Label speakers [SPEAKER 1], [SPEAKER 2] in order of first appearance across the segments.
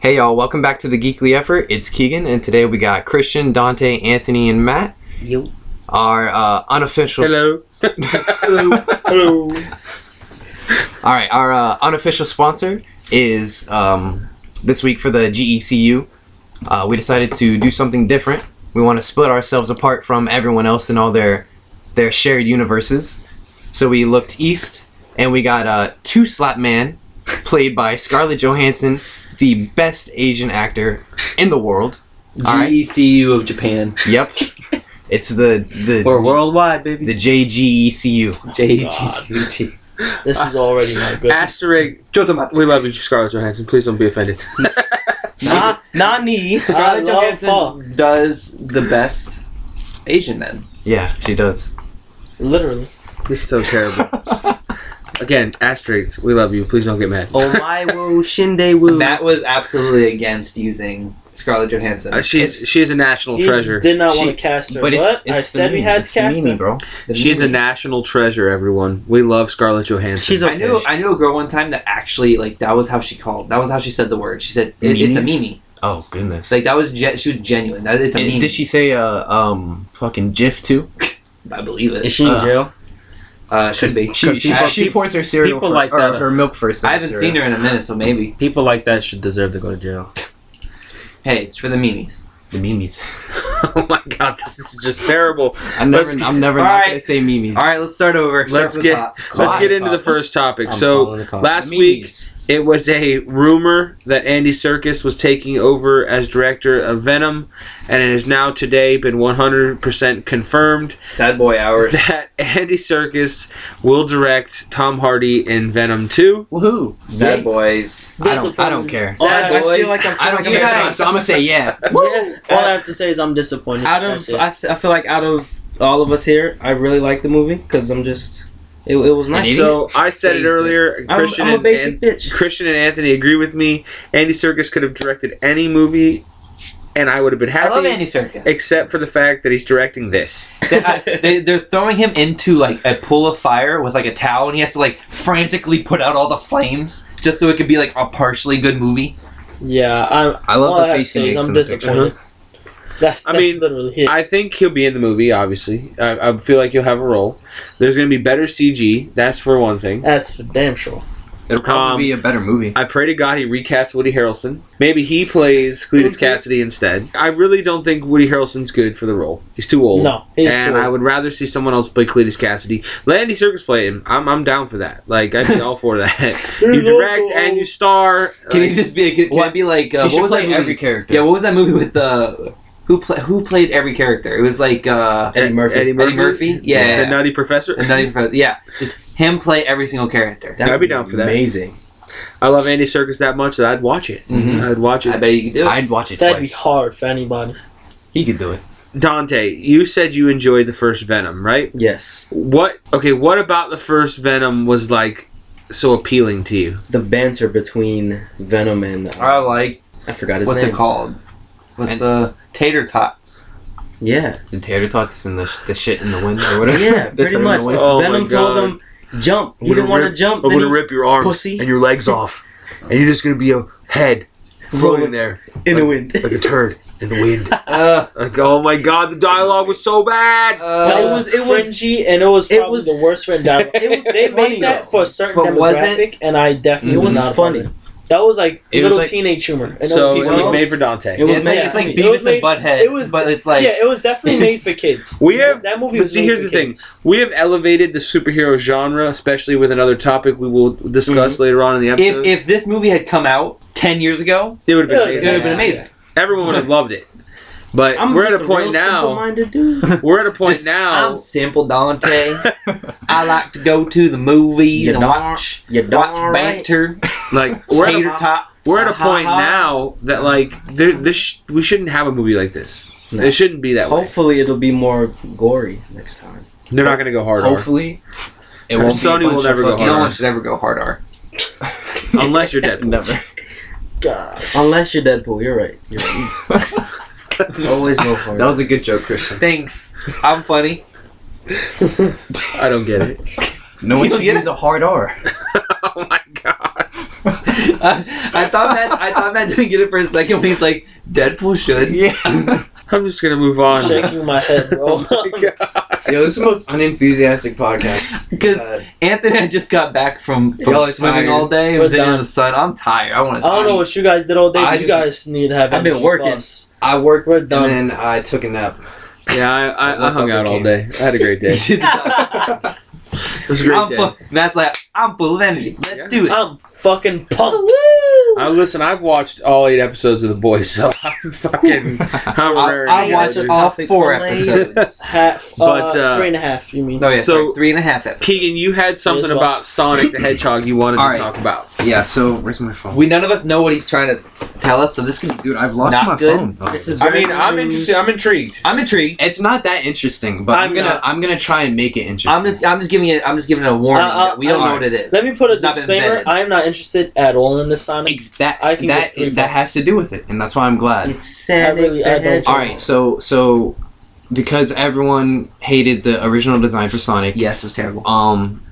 [SPEAKER 1] Hey y'all, welcome back to the Geekly Effort. It's Keegan, and today we got Christian, Dante, Anthony, and Matt.
[SPEAKER 2] You.
[SPEAKER 1] Our uh, unofficial.
[SPEAKER 3] Hello. Hello. Hello.
[SPEAKER 1] All right, our uh, unofficial sponsor is um, this week for the GECU. Uh, we decided to do something different. We want to split ourselves apart from everyone else in all their their shared universes. So we looked east, and we got uh, Two Slap Man, played by Scarlett Johansson, the best Asian actor in the world. All right.
[SPEAKER 2] GECU of Japan.
[SPEAKER 1] Yep, it's the the
[SPEAKER 2] Or worldwide, baby.
[SPEAKER 1] the E JGECU.
[SPEAKER 4] E
[SPEAKER 2] JGG.
[SPEAKER 5] This is already not good.
[SPEAKER 3] Asterisk.
[SPEAKER 2] Jotomato.
[SPEAKER 3] We love you, Scarlett Johansson. Please don't be offended.
[SPEAKER 2] Na-
[SPEAKER 5] Nani.
[SPEAKER 2] Scarlett
[SPEAKER 5] I love
[SPEAKER 2] Johansson does the best Asian men.
[SPEAKER 1] Yeah, she does.
[SPEAKER 5] fuck. Literally.
[SPEAKER 3] this is so terrible. Again, asterisk. We love you. Please don't get mad.
[SPEAKER 2] Oh my woo, shinde woo.
[SPEAKER 4] Matt was absolutely against using Scarlett Johansson.
[SPEAKER 3] Uh, she's she's a national
[SPEAKER 5] He
[SPEAKER 3] treasure.
[SPEAKER 5] just did not want
[SPEAKER 1] She-
[SPEAKER 5] to cast her.
[SPEAKER 1] But it's,
[SPEAKER 5] what?
[SPEAKER 1] it's
[SPEAKER 5] I
[SPEAKER 1] the
[SPEAKER 5] said we
[SPEAKER 1] meme.
[SPEAKER 5] had
[SPEAKER 1] It's
[SPEAKER 5] to
[SPEAKER 1] the
[SPEAKER 5] cast
[SPEAKER 1] meme,
[SPEAKER 5] her.
[SPEAKER 1] bro.
[SPEAKER 4] The
[SPEAKER 3] She's a
[SPEAKER 4] movie.
[SPEAKER 3] national treasure, everyone. We love Scarlett Johansson.
[SPEAKER 2] She's
[SPEAKER 4] I knew I knew a girl one time that actually like that was how she called. That was how she said the word. She said it, it's a
[SPEAKER 1] Memes?
[SPEAKER 4] mimi.
[SPEAKER 1] Oh goodness!
[SPEAKER 4] Like that was ge- she was genuine. That it's a
[SPEAKER 1] And
[SPEAKER 4] mimi.
[SPEAKER 1] did she say uh um fucking GIF too?
[SPEAKER 4] I believe it.
[SPEAKER 2] Is she in
[SPEAKER 1] Uh,
[SPEAKER 2] jail?
[SPEAKER 4] Uh, should be.
[SPEAKER 1] She she,
[SPEAKER 2] people-
[SPEAKER 1] she pours her cereal
[SPEAKER 2] people
[SPEAKER 1] fir-
[SPEAKER 2] like
[SPEAKER 1] or
[SPEAKER 2] that.
[SPEAKER 1] her milk first.
[SPEAKER 4] I haven't seen her in a minute, so maybe.
[SPEAKER 2] People like that should deserve to go to jail.
[SPEAKER 4] Hey, it's for the memes.
[SPEAKER 1] The memes.
[SPEAKER 3] oh my god, this is just terrible.
[SPEAKER 1] I'm never.
[SPEAKER 3] Let's-
[SPEAKER 1] I'm never not
[SPEAKER 4] All
[SPEAKER 1] gonna
[SPEAKER 4] right.
[SPEAKER 1] say memes.
[SPEAKER 4] All right, let's start over. Start
[SPEAKER 3] Let's
[SPEAKER 4] from
[SPEAKER 3] get-
[SPEAKER 4] the top.
[SPEAKER 3] Let's
[SPEAKER 1] Why?
[SPEAKER 3] get into the first topic.
[SPEAKER 2] I'm
[SPEAKER 3] so
[SPEAKER 2] calling the cops.
[SPEAKER 3] last
[SPEAKER 1] The
[SPEAKER 3] week
[SPEAKER 1] memes.
[SPEAKER 3] It was a rumor that Andy Serkis was taking over as director of Venom, and it has now today been 100% confirmed
[SPEAKER 4] sad boy hours.
[SPEAKER 3] that Andy Serkis will direct Tom Hardy in Venom 2.
[SPEAKER 1] Woohoo!
[SPEAKER 4] Sad boys.
[SPEAKER 1] I don't. I
[SPEAKER 5] Disappointed.
[SPEAKER 1] don't care.
[SPEAKER 5] All, I, I
[SPEAKER 4] boys.
[SPEAKER 5] feel like I'm,
[SPEAKER 1] I don't
[SPEAKER 4] fucking
[SPEAKER 1] care. So,
[SPEAKER 4] guy.
[SPEAKER 1] so I'm gonna say yeah.
[SPEAKER 5] all I have to say is I'm disappointed.
[SPEAKER 4] Out
[SPEAKER 5] That's
[SPEAKER 4] of
[SPEAKER 5] it.
[SPEAKER 4] I, th- I feel like out of all of us here, I really like the movie because I'm just it, it was nice.
[SPEAKER 1] Idiot.
[SPEAKER 3] So I said it
[SPEAKER 4] Basic.
[SPEAKER 3] earlier.
[SPEAKER 4] I'm,
[SPEAKER 3] Christian
[SPEAKER 4] I'm a
[SPEAKER 3] and
[SPEAKER 4] basic bitch.
[SPEAKER 3] Christian and Anthony agree with me. Andy Serkis could have directed any movie, and I would have been
[SPEAKER 4] I
[SPEAKER 3] happy.
[SPEAKER 4] love Andy Serkis.
[SPEAKER 3] Except for the fact that he's directing this.
[SPEAKER 4] they, I, they, they're throwing him into like a pool of fire with like a towel, and he has to like frantically put out all the flames just so it could be like a partially good movie.
[SPEAKER 5] yeah, I'm,
[SPEAKER 1] I love
[SPEAKER 5] all
[SPEAKER 1] the
[SPEAKER 5] I have to
[SPEAKER 1] face he
[SPEAKER 5] say is
[SPEAKER 1] makes
[SPEAKER 5] I'm
[SPEAKER 1] in the picture.
[SPEAKER 5] disappointed. That's, that's
[SPEAKER 3] I mean,
[SPEAKER 5] literally it.
[SPEAKER 3] I think he'll be in the movie. Obviously, I, I feel like he'll have a role. There's going to be better CG. That's for one thing.
[SPEAKER 5] that's for damn sure.
[SPEAKER 1] It'll probably
[SPEAKER 3] Um,
[SPEAKER 1] be a better movie.
[SPEAKER 3] I pray to God he recasts Woody Harrelson. Maybe he plays Cletus
[SPEAKER 5] Mhm.
[SPEAKER 3] Cassidy instead. I really don't think Woody Harrelson's good for the role. He's too old.
[SPEAKER 5] No, he's
[SPEAKER 3] and
[SPEAKER 5] true.
[SPEAKER 3] I would rather see someone else play Cletus Cassidy. Let Andy Serkis play him. I'm, I'm down for that. Like I'd be all for that. you direct and you star.
[SPEAKER 4] Can
[SPEAKER 3] Like,
[SPEAKER 4] he just be? A, can
[SPEAKER 1] What?
[SPEAKER 4] it be like? Uh,
[SPEAKER 1] he
[SPEAKER 4] what
[SPEAKER 1] should
[SPEAKER 4] was
[SPEAKER 1] play
[SPEAKER 4] that movie?
[SPEAKER 1] every character.
[SPEAKER 4] Yeah, what was that movie with the who play, who played every character? It was like uh,
[SPEAKER 3] E- Eddie Murphy.
[SPEAKER 4] Eddie Murphy. Yeah,
[SPEAKER 3] The Nutty Professor.
[SPEAKER 4] And not even for- yeah, just him play every single character.
[SPEAKER 3] I'd be down for that.
[SPEAKER 1] Amazing.
[SPEAKER 3] I love Andy Serkis that much that I'd watch it.
[SPEAKER 4] Mhm.
[SPEAKER 3] I'd watch
[SPEAKER 4] I
[SPEAKER 3] it.
[SPEAKER 4] bet you could do it.
[SPEAKER 1] I'd watch it
[SPEAKER 5] That'd be
[SPEAKER 1] twice.
[SPEAKER 5] hard for anybody.
[SPEAKER 1] He could do it.
[SPEAKER 3] Dante, you said you enjoyed the first Venom, right?
[SPEAKER 6] Yes,
[SPEAKER 3] What? Okay, what about the first Venom was like so appealing to you?
[SPEAKER 6] the banter between Venom and uh,
[SPEAKER 4] I like
[SPEAKER 6] I forgot his
[SPEAKER 4] what's
[SPEAKER 6] name.
[SPEAKER 4] it called? What's
[SPEAKER 1] And-
[SPEAKER 4] the tater tots?
[SPEAKER 6] Yeah,
[SPEAKER 1] The tater tots and the, sh- the shit in the wind or whatever.
[SPEAKER 6] yeah,
[SPEAKER 1] The
[SPEAKER 6] pretty
[SPEAKER 1] turd in the
[SPEAKER 6] much.
[SPEAKER 1] wind.
[SPEAKER 3] Oh my
[SPEAKER 6] Venom told
[SPEAKER 3] God.
[SPEAKER 6] him jump. He
[SPEAKER 3] I'm gonna
[SPEAKER 6] didn't want to
[SPEAKER 3] rip-
[SPEAKER 6] jump. Then he
[SPEAKER 3] rip your arms
[SPEAKER 6] Pussy. and
[SPEAKER 3] your legs off, and you're just gonna be a head
[SPEAKER 6] floating
[SPEAKER 3] there
[SPEAKER 6] in the wind.
[SPEAKER 3] a turd in the wind.
[SPEAKER 4] Uh,
[SPEAKER 3] like, oh my god, the dialogue was so bad.
[SPEAKER 5] But
[SPEAKER 4] uh,
[SPEAKER 5] it was it was cringy and it was
[SPEAKER 6] it
[SPEAKER 5] probably
[SPEAKER 6] was-
[SPEAKER 5] the worst written dialogue. It was, they
[SPEAKER 6] funny,
[SPEAKER 5] made that
[SPEAKER 6] though.
[SPEAKER 5] for a certain
[SPEAKER 4] But was it?
[SPEAKER 5] demographic, and I definitely
[SPEAKER 1] It
[SPEAKER 5] was
[SPEAKER 1] was
[SPEAKER 5] not a part
[SPEAKER 6] funny.
[SPEAKER 5] of it. That was like
[SPEAKER 1] It was
[SPEAKER 5] little
[SPEAKER 1] like-
[SPEAKER 5] teenage humor. and
[SPEAKER 3] So
[SPEAKER 6] was
[SPEAKER 3] it was
[SPEAKER 6] gross.
[SPEAKER 3] made for Dante.
[SPEAKER 6] It was
[SPEAKER 4] it's like
[SPEAKER 6] made
[SPEAKER 4] it's like
[SPEAKER 5] for me. It
[SPEAKER 4] Beavis
[SPEAKER 5] was
[SPEAKER 4] and
[SPEAKER 5] made-
[SPEAKER 4] Butthead.
[SPEAKER 5] it was-
[SPEAKER 4] but it's like
[SPEAKER 5] yeah, it was definitely made
[SPEAKER 4] It's-
[SPEAKER 5] for kids.
[SPEAKER 3] We have-
[SPEAKER 5] that movie.
[SPEAKER 3] But
[SPEAKER 5] Was
[SPEAKER 3] see,
[SPEAKER 5] made
[SPEAKER 3] here's
[SPEAKER 5] for
[SPEAKER 3] the thing:
[SPEAKER 5] kids.
[SPEAKER 3] we have elevated the superhero genre, especially with another topic we will discuss later on in the
[SPEAKER 4] if
[SPEAKER 3] episode.
[SPEAKER 4] if this movie had come out ten years ago,
[SPEAKER 3] it would have
[SPEAKER 5] Yeah,
[SPEAKER 4] it
[SPEAKER 3] been amazing.
[SPEAKER 4] would have been amazing.
[SPEAKER 3] Everyone would have loved it. But
[SPEAKER 6] I'm
[SPEAKER 3] we're
[SPEAKER 6] just
[SPEAKER 3] at a
[SPEAKER 6] real
[SPEAKER 3] point now.
[SPEAKER 6] simple-minded dude.
[SPEAKER 3] We're at a point
[SPEAKER 4] Just,
[SPEAKER 3] now.
[SPEAKER 4] I'm simple Dante. I like to go to the movies
[SPEAKER 6] You
[SPEAKER 4] and
[SPEAKER 6] don't-
[SPEAKER 4] watch
[SPEAKER 6] you don't
[SPEAKER 4] watch
[SPEAKER 6] right.
[SPEAKER 4] banter,
[SPEAKER 3] Like we're at a,
[SPEAKER 4] tater tots.
[SPEAKER 3] we're at a point
[SPEAKER 4] Ha-ha.
[SPEAKER 3] now that like there this sh- we shouldn't have a movie like this.
[SPEAKER 6] No.
[SPEAKER 3] It shouldn't be that way.
[SPEAKER 6] Hopefully, it'll be more gory next time.
[SPEAKER 3] They're not gonna go hard R.
[SPEAKER 1] Hopefully, it won't
[SPEAKER 3] Sony
[SPEAKER 1] be a
[SPEAKER 3] will
[SPEAKER 1] bunch of
[SPEAKER 3] never go
[SPEAKER 1] fucking-
[SPEAKER 4] No one should ever go hard R.
[SPEAKER 3] unless you're Deadpool.
[SPEAKER 1] Never.
[SPEAKER 5] God.
[SPEAKER 6] Unless you're Deadpool, you're right. You're right. Always go for
[SPEAKER 1] That was a good joke, Christian.
[SPEAKER 4] Thanks. I'm funny.
[SPEAKER 6] it.
[SPEAKER 3] I don't get it.
[SPEAKER 1] No
[SPEAKER 4] You
[SPEAKER 1] one
[SPEAKER 4] don't
[SPEAKER 1] should
[SPEAKER 4] get
[SPEAKER 1] use a hard R.
[SPEAKER 3] oh my god.
[SPEAKER 4] I thought Matt, I thought Matt didn't get it for a second when he's like, Deadpool should.
[SPEAKER 1] Yeah.
[SPEAKER 3] I'm just gonna move on. Oh
[SPEAKER 5] shaking my head,
[SPEAKER 4] Oh
[SPEAKER 5] bro.
[SPEAKER 1] Yo, this is the most unenthusiastic podcast.
[SPEAKER 4] Because
[SPEAKER 1] Uh,
[SPEAKER 4] Anthony and I just got back from, from
[SPEAKER 1] Y'all are
[SPEAKER 4] swimming
[SPEAKER 1] tired.
[SPEAKER 4] all day
[SPEAKER 5] We're
[SPEAKER 4] and then in
[SPEAKER 5] done.
[SPEAKER 4] the sun. I'm tired. I want
[SPEAKER 5] I
[SPEAKER 4] to
[SPEAKER 5] don't know
[SPEAKER 4] sleep.
[SPEAKER 5] what you guys did all day.
[SPEAKER 1] I
[SPEAKER 5] But you
[SPEAKER 1] just-
[SPEAKER 5] guys need to have.
[SPEAKER 4] I've been
[SPEAKER 5] energy
[SPEAKER 4] working.
[SPEAKER 5] bars.
[SPEAKER 1] I worked
[SPEAKER 5] We're done.
[SPEAKER 1] and then I took a nap.
[SPEAKER 3] Yeah, I, I, I hung out all day. I had a great day. It was a great
[SPEAKER 4] I'm
[SPEAKER 3] day.
[SPEAKER 4] full- Matt's like, I'm full of energy. Let's
[SPEAKER 3] Yeah.
[SPEAKER 4] do it.
[SPEAKER 5] I'm fucking pumped.
[SPEAKER 3] I listen. I've watched all eight episodes of The Boys, so I'm fucking. I'm
[SPEAKER 4] I,
[SPEAKER 3] raring to
[SPEAKER 4] I
[SPEAKER 3] go,
[SPEAKER 4] watched
[SPEAKER 3] dude.
[SPEAKER 4] all
[SPEAKER 7] Topic
[SPEAKER 4] four
[SPEAKER 7] for later.
[SPEAKER 4] episodes.
[SPEAKER 5] Half, uh,
[SPEAKER 3] But, uh,
[SPEAKER 5] three and a half. You mean?
[SPEAKER 4] No, yeah,
[SPEAKER 3] So-
[SPEAKER 4] sorry, three and a half episodes.
[SPEAKER 3] Keegan, you had something
[SPEAKER 5] well.
[SPEAKER 3] about Sonic the Hedgehog you wanted
[SPEAKER 1] All right.
[SPEAKER 3] to talk about.
[SPEAKER 1] Yeah, so where's my phone?
[SPEAKER 4] We none of us know what he's trying to tell us, so this can.
[SPEAKER 1] Dude, I've lost
[SPEAKER 4] Not
[SPEAKER 1] my
[SPEAKER 4] good.
[SPEAKER 1] phone. Oh,
[SPEAKER 5] This is
[SPEAKER 3] I mean, I'm
[SPEAKER 5] News.
[SPEAKER 3] interested. I'm intrigued.
[SPEAKER 4] I'm intrigued.
[SPEAKER 1] it's not that interesting, but I'm,
[SPEAKER 5] I'm
[SPEAKER 1] gonna
[SPEAKER 5] not.
[SPEAKER 1] I'm gonna try and make it interesting.
[SPEAKER 4] I'm just, I'm just giving it, I'm just giving it a warning.
[SPEAKER 5] Uh, uh,
[SPEAKER 4] that we don't
[SPEAKER 5] uh,
[SPEAKER 4] know what it is.
[SPEAKER 5] Let me put a
[SPEAKER 4] It's not been
[SPEAKER 5] disclaimer.
[SPEAKER 4] vetted.
[SPEAKER 5] I am not interested at all in this Sonic.
[SPEAKER 1] Ex- that
[SPEAKER 5] I can
[SPEAKER 1] that
[SPEAKER 5] get three
[SPEAKER 1] that has to
[SPEAKER 5] bucks.
[SPEAKER 1] do with it, and that's why I'm glad.
[SPEAKER 7] It's Sonic
[SPEAKER 5] really- I
[SPEAKER 7] the
[SPEAKER 5] don't-
[SPEAKER 7] Hedgehog.
[SPEAKER 1] All right, so so because everyone hated the original design for Sonic,
[SPEAKER 4] yes, it was terrible.
[SPEAKER 1] um,